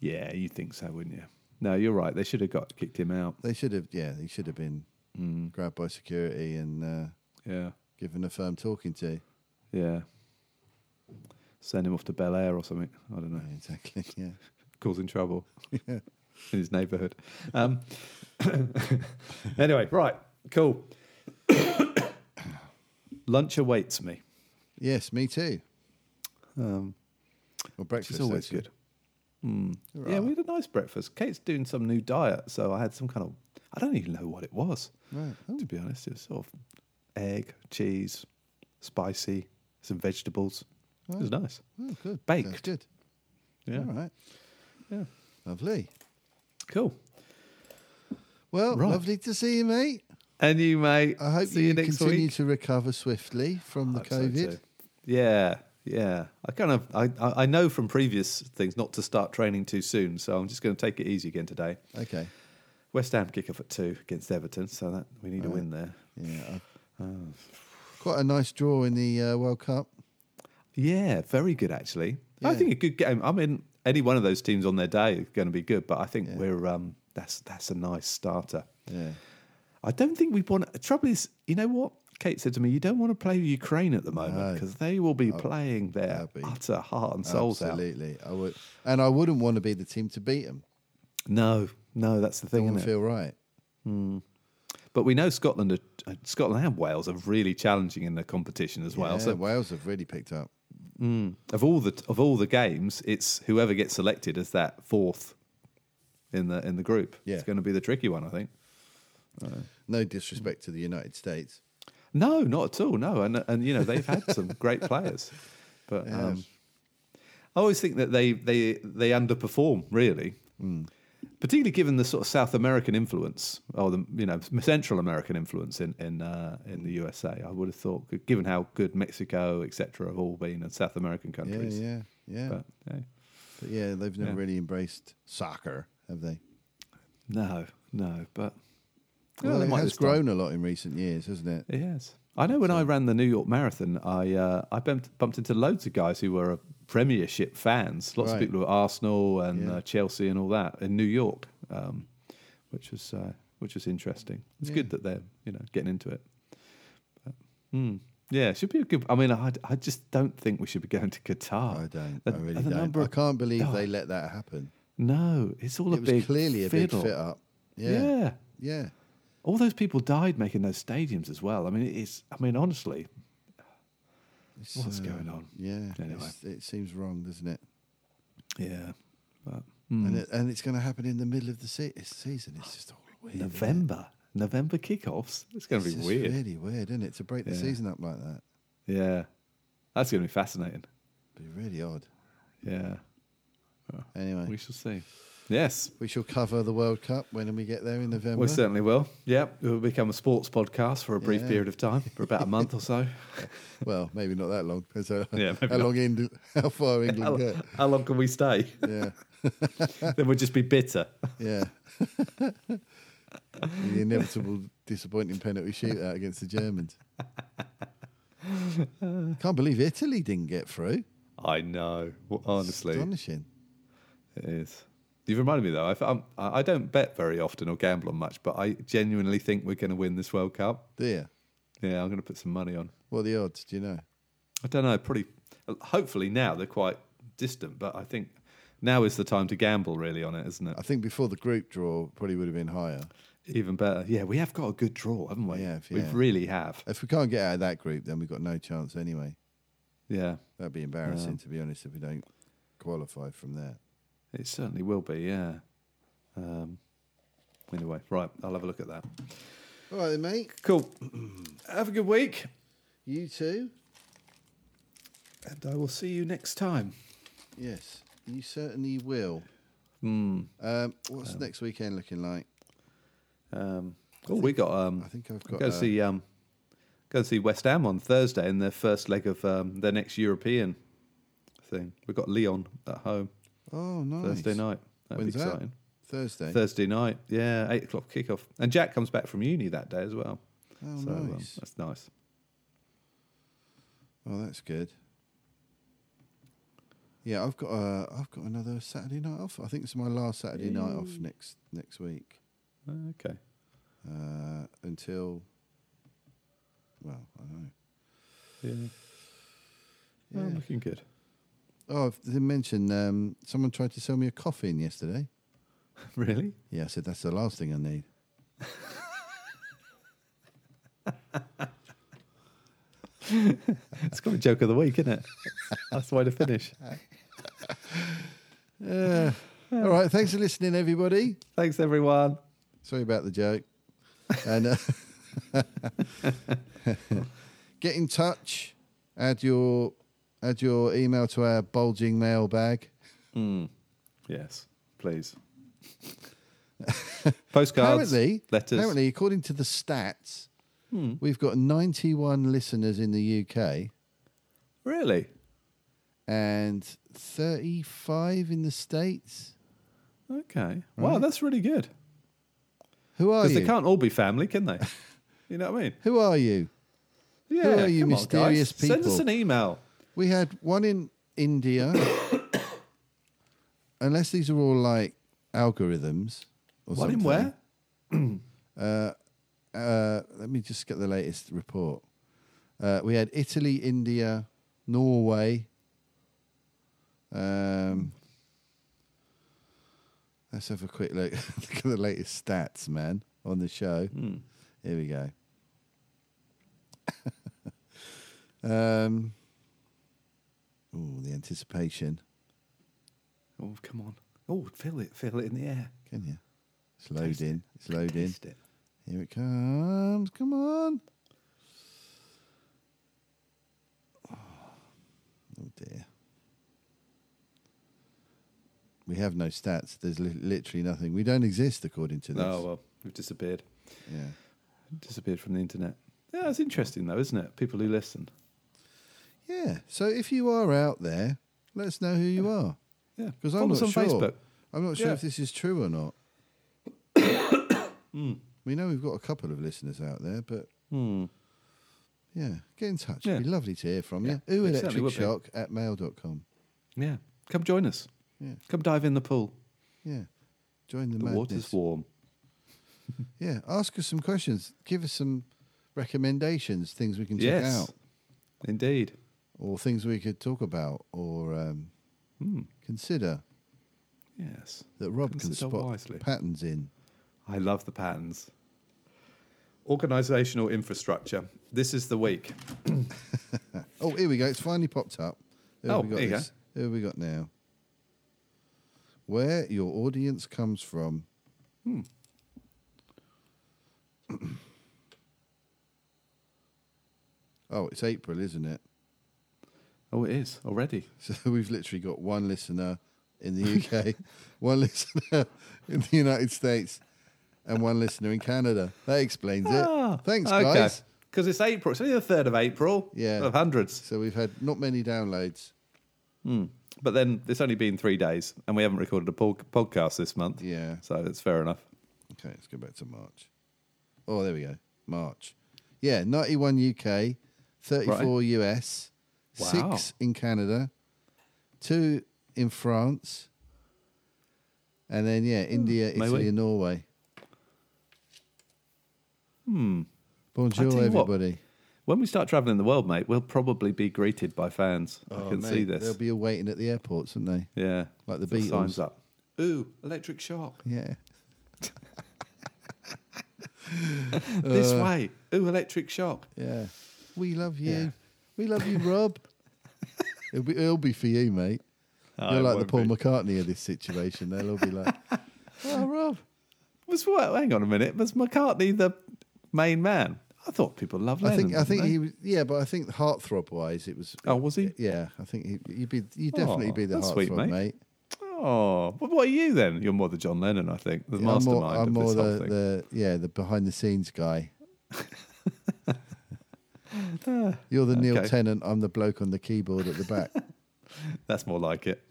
Yeah, you think so, wouldn't you? No, you're right. They should have got kicked him out. They should have, yeah, they should have been Mm. grabbed by security and uh, Yeah, given a firm talking to. yeah. Send him off to Bel Air or something. I don't know. Exactly, yeah. causing trouble in his neighbourhood. Um, anyway, right, cool. Lunch awaits me. Yes, me too. Um, Well, which breakfast is always actually. good. Mm. Yeah, we had a nice breakfast. Kate's doing some new diet, so I had some kind of I don't even know what it was. Right. Oh. To be honest, it was sort of egg, cheese, spicy, some vegetables. It was nice. Oh, good. Sounds Baked. good. Yeah. All right. Yeah. Lovely. Cool. Well, Right. lovely to see you, mate. And you mate. I hope see you, you next continue week. to recover swiftly from the Hope so COVID. too. yeah, yeah. I kind of I, I I know from previous things not to start training too soon, so I'm just going to take it easy again today. Okay. West Ham kick off at two against Everton, so that we need a win there. Yeah. I- Uh, Quite a nice draw in the uh, World Cup. Yeah, very good actually. I Yeah. think a good game. I mean, any one of those teams on their day is going to be good, but I think we're um that's that's a nice starter. Yeah. I don't think we want. The trouble is, you know what? Kate said to me, "You don't want to play Ukraine at the moment No. because they will be playing their that'd be- utter heart and souls out." Absolutely. I would, and I wouldn't want to be the team to beat them. No, no, that's the thing. Doesn't isn't it? feel right. But we know Scotland, are, uh, Scotland and Wales are really challenging in the competition as well. Yeah, so Wales have really picked up. of all the of all the games, it's whoever gets selected as that fourth in the in the group. Yeah. It's going to be the tricky one, I think. No disrespect to the United States. No, not at all. No, and and you know they've had some great players, but um, I always think that they they they underperform really, Hmm. particularly given the sort of South American influence or the you know Central American influence in in uh, in the USA. I would have thought, given how good Mexico etc. have all been and South American Yeah, countries, yeah, yeah. but But, yeah. yeah, they've never yeah. really embraced soccer, have they? no, no, but Well, they it might has this time. grown a lot in recent years, hasn't it? Yes. I know when I ran the New York Marathon, I uh, I bumped, bumped into loads of guys who were uh, Premiership fans. Lots of Right. people who were Arsenal and Yeah. uh, Chelsea and all that in New York, um, which was uh, which was interesting. It's good that they're you know getting into it. But, hmm. Yeah, it should be a good. I mean, I, I just don't think we should be going to Qatar. I don't. The- I really the don't. number I of- can't believe Oh, they let that happen. No, it's all a It was big clearly a fiddle. big fit up. Yeah. yeah, Yeah. all those people died making those stadiums as well. I mean, it's. I mean, honestly, what's going on? uh, Yeah. Anyway. It's- It seems wrong, doesn't it? Yeah, but And, it, and it's going to happen in the middle of the se- season. It's just all weird. isn't it? November, November kickoffs. It's going to It's be just weird. really weird, isn't it? To break the Yeah. season up like that Yeah, that's going to be fascinating. be really odd. Yeah, Anyway, we we, shall see. Yes, shall cover the World Cup when we get there in November. we certainly will. Yep, we'll become a sports podcast for a brief Yeah. period of time, for about a month or so. well, maybe not that long. Depends how, Yeah, maybe how not. long in, how far How, England how long can we stay? get. Yeah, then we'll just be bitter. yeah. the inevitable disappointing penalty shootout against the Germans. Can't believe Italy didn't get through. I know. Well, honestly, Astonishing. it is. You've reminded me though. I, I'm- I I don't bet very often or gamble on much, but I genuinely think we're going to win this World Cup. Do you? Yeah, I'm going to put some money on. What are the odds? Do you know? I don't know. Probably, hopefully now they're quite distant, but I think now is the time to gamble really on it, isn't it? I think before the group draw probably would have been higher. Even better. Yeah, we have got a good draw, haven't we? We have, We yeah. really have. If we can't get out of that group, then we've got no chance anyway. Yeah, That'd be embarrassing, to be honest, if we don't qualify from there. it certainly will be. Yeah. Um, anyway, right. I'll have a look at that. All right, then, mate. Cool. have a good week, You too. and I will see you next time. Yes, you certainly will. Hmm. Um, what's next weekend looking like? Um, oh, we got. Um, I think I've we got. go uh, see. Um, go see West Ham on Thursday in their first leg of um, their next European thing. We've got Leon at home oh, nice. Thursday night. That'd When's be that? exciting. Thursday. Thursday night. Yeah, eight o'clock kickoff. And Jack comes back from uni that day as well. oh, so um, nice. that's nice. oh, that's good. Yeah, I've got uh, I've got another Saturday night off. I think it's my last Saturday night off next next week Okay. uh, until. Well, I don't know. Yeah. Oh, looking good. Oh, I didn't mention um, someone tried to sell me a coffin yesterday. really? Yeah, I said that's the last thing I need. It's got a joke of the week, isn't it? That's the way to finish. Yeah. All right. Thanks for listening, everybody. Thanks, everyone. Sorry about the joke. And uh, get in touch. Add your add your email to our bulging mailbag. Yes, please. Postcards, apparently, letters. Hmm. apparently, according to the stats, we've got 91 listeners in the UK Really? and 35 in the states. Okay. Wow, that's really good. Who are Because they you? can't all be family, can they? you know what I mean? Who are you? Yeah. are you come on, mysterious guys. Send us people? an email. We had one in India. Unless these are all like algorithms. Or What in something. where? Uh, let me just get the latest report. Uh, we had Italy, India, Norway. Um, let's have a quick look. look at the latest stats, man, on the show. Hmm. Here we go. um, oh, the anticipation. Oh, come on. Oh, feel it. Feel it in the air. Can you? It's loading. It's loading. Taste it. Here it comes. Come on. Oh dear. We have no stats. There's li- literally nothing. We don't exist according to this. Oh, well, we've disappeared. Yeah. Disappeared from the internet. Yeah, it's interesting, though, isn't it? People who listen. Yeah. So if you are out there, let us know who you are. Yeah. Because Follow I'm us not on sure. Facebook. I'm not sure Yeah. if this is true or not. Hmm. We know we've got a couple of listeners out there, but yeah, get in touch. Hmm. Yeah. It'd be lovely to hear from you. Yeah, Ooh, it certainly would be. electricshock at mail.com. Yeah. Come join us. Yeah. Come dive in the pool. Yeah. Join the, The water's madness. warm. Yeah. Ask us some questions. Give us some recommendations, things we can check Yes. out, Indeed. or things we could talk about, or um, consider Yes. that Rob can Hmm. Consider spot wisely. patterns in. I love the patterns. Organisational infrastructure. This is the week. Oh, here we go. It's finally popped up. Who Oh, have we got here you go. this? Who have we got now? Where your audience comes from. Hmm. oh, it's April, isn't it? Oh, it is already. So we've literally got one listener in the UK, one listener in the United States, and one listener in Canada. That explains it. Thanks, guys. Because Ah. it's April. It's only the 3rd of April. Yeah. Of hundreds. So we've had not many downloads. But then it's only been three days and we haven't recorded a pod- podcast this month. Yeah. So that's fair enough. Okay, let's go back to March. Oh, there we go. March. Yeah, 91 UK, 34 US, Wow. 6 in Canada, 2 in France, and then, yeah, India, maybe. Italy, and Norway. Hmm. I Bonjour, Hmm. tell you what. everybody. When we start traveling the world, mate, we'll probably be greeted by fans. I can see this. Oh, They'll be awaiting at the airports, won't they? yeah, like the Put signs Beatles. up. Ooh, electric shock Yeah. Uh, this way. Ooh, electric shock. Yeah. We love you. We love you, Rob. it'll be it'll be for you, mate. You're Oh, it like the won't Paul be. McCartney of this situation. They'll all be like, "Oh, Rob." Was what? Hang on a minute. Was McCartney the main man? I thought people loved. I think Lennon, I didn't think they? he was yeah, but I think heartthrob wise, it was. Oh, was he? Yeah, I think he, you'd be you'd definitely Oh, be the that's heartthrob, sweet, mate. mate. Oh, but what are you then? You're more the John Lennon, I think, the I'm mastermind more, I'm of more this whole the, thing. the yeah the behind the scenes guy. You're the Neil Okay. Tennant. I'm the bloke on the keyboard at the back. That's more like it.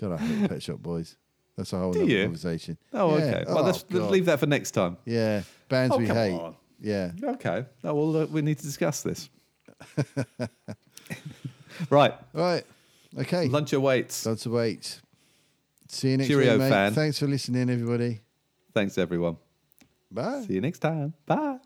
God, I hate Pet Shop Boys. That's a whole Do other you? conversation. Oh, Yeah. okay. Well, Oh, let's, let's God. leave that for next time. Yeah, bands Oh, we come hate. on. Yeah, Okay. Oh, well, uh, we need to discuss this. right. right. Okay, Lunch awaits. lots of weight. See you next Cheerio, week, mate. fan. Thanks for listening, everybody. Thanks, everyone. Bye. See you next time. Bye.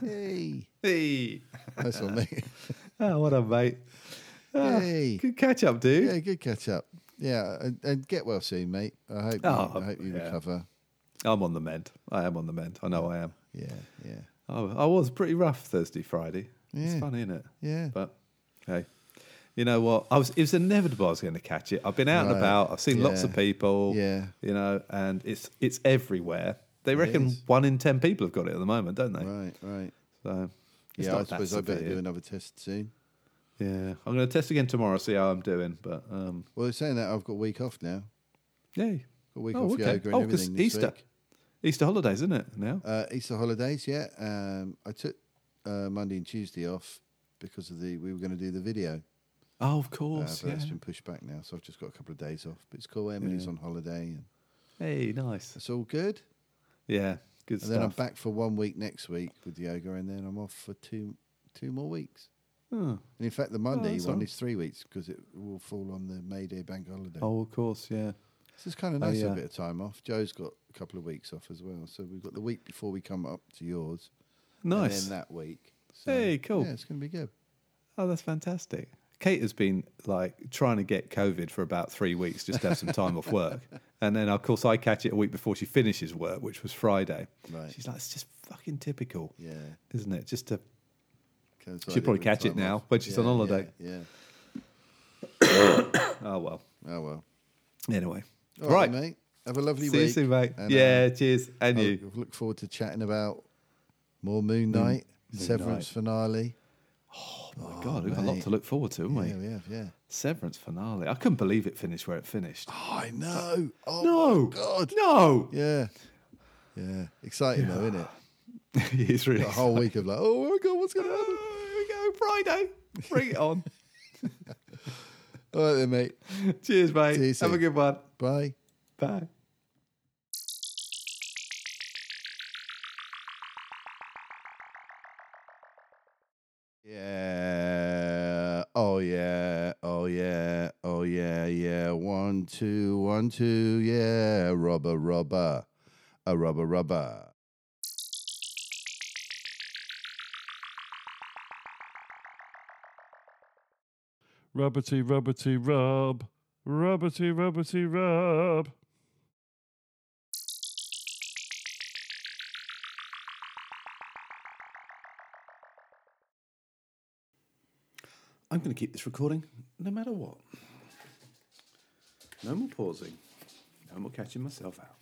Hey, Hey. that's on me. Oh, what up, mate? Ah, Hey. Good catch up, dude. Yeah, good catch up. Yeah, and, and get well soon, mate. I hope you, Oh, I hope you yeah. recover. I'm on the mend. I am on the mend. I know I am. Yeah, yeah, Oh, I was pretty rough Thursday, Friday. Yeah. It's funny, isn't it? yeah. But hey, you know what? I was it was inevitable I was going to catch it. I've been out Right. and about. I've seen lots of Yeah. people. Yeah. you know, and it's it's everywhere. They reckon is. one in ten people have got it at the moment, don't they? Right, right. So it's Yeah, not I that suppose I better severe. do another test soon. Yeah, I'm going to test again tomorrow. See how I'm doing. But um, Well, saying that, I've got a week off now. yeah, Got a week oh off okay. yoga and Oh, because everything this Easter, week. Easter holidays, isn't it? Now. Uh, Easter holidays, yeah. Um, I took uh, Monday and Tuesday off because of the we were going to do the video. oh, of Uh, course. but yeah. it's been pushed back now, so I've just got a couple of days off. But it's cool. Emily's on holiday, and Hey, nice. it's all good. Yeah, good And stuff. then I'm back for one week next week with yoga, and then I'm off for two two more weeks. Oh. And in fact, the Monday that's one alright. is three weeks because it will fall on the May Day bank holiday. oh, of course. Yeah. So it's kind of nice to have a yeah. bit of time off. Joe's got a couple of weeks off as well, so we've got the week before we come up to yours. Nice. And then that week. So, Hey, cool. Yeah, it's going to be good. Oh, that's fantastic. Kate has been like trying to get COVID for about three weeks just to have some time off work. And then, of course, I catch it a week before she finishes work, which was Friday. Right. She's like, it's just fucking typical, Yeah. isn't it? Just to, Coincide She'll probably with the catch it time now off. when she's on Yeah, holiday. Yeah. oh, well. yeah. Oh, well. Anyway. All right, right. mate. Have a lovely See week. you soon, mate. And, uh, yeah, cheers. And I you. look forward to chatting about more Moon Knight, Severance finale. Oh, my God. We've got a lot to look forward to, haven't we? Yeah, we have, yeah. Severance finale. I couldn't believe it finished where it finished. I know. Oh, no. God. No. Yeah. Yeah. Exciting, though, isn't it? it's really. A whole week of like, oh, my God, what's going to happen? Here we go. Friday. Bring it on. All right, then, mate. cheers, mate. See you Have a soon. good one. Bye. Bye. Yeah. Oh yeah. Oh yeah. Oh yeah. Yeah. One two. One two. Yeah. Rubber. Rubber. A rubber. Rubber. Rubberty, rubberty, rub. Rubberty, rubberty, rub. I'm going to keep this recording no matter what. No more pausing. No more catching myself out.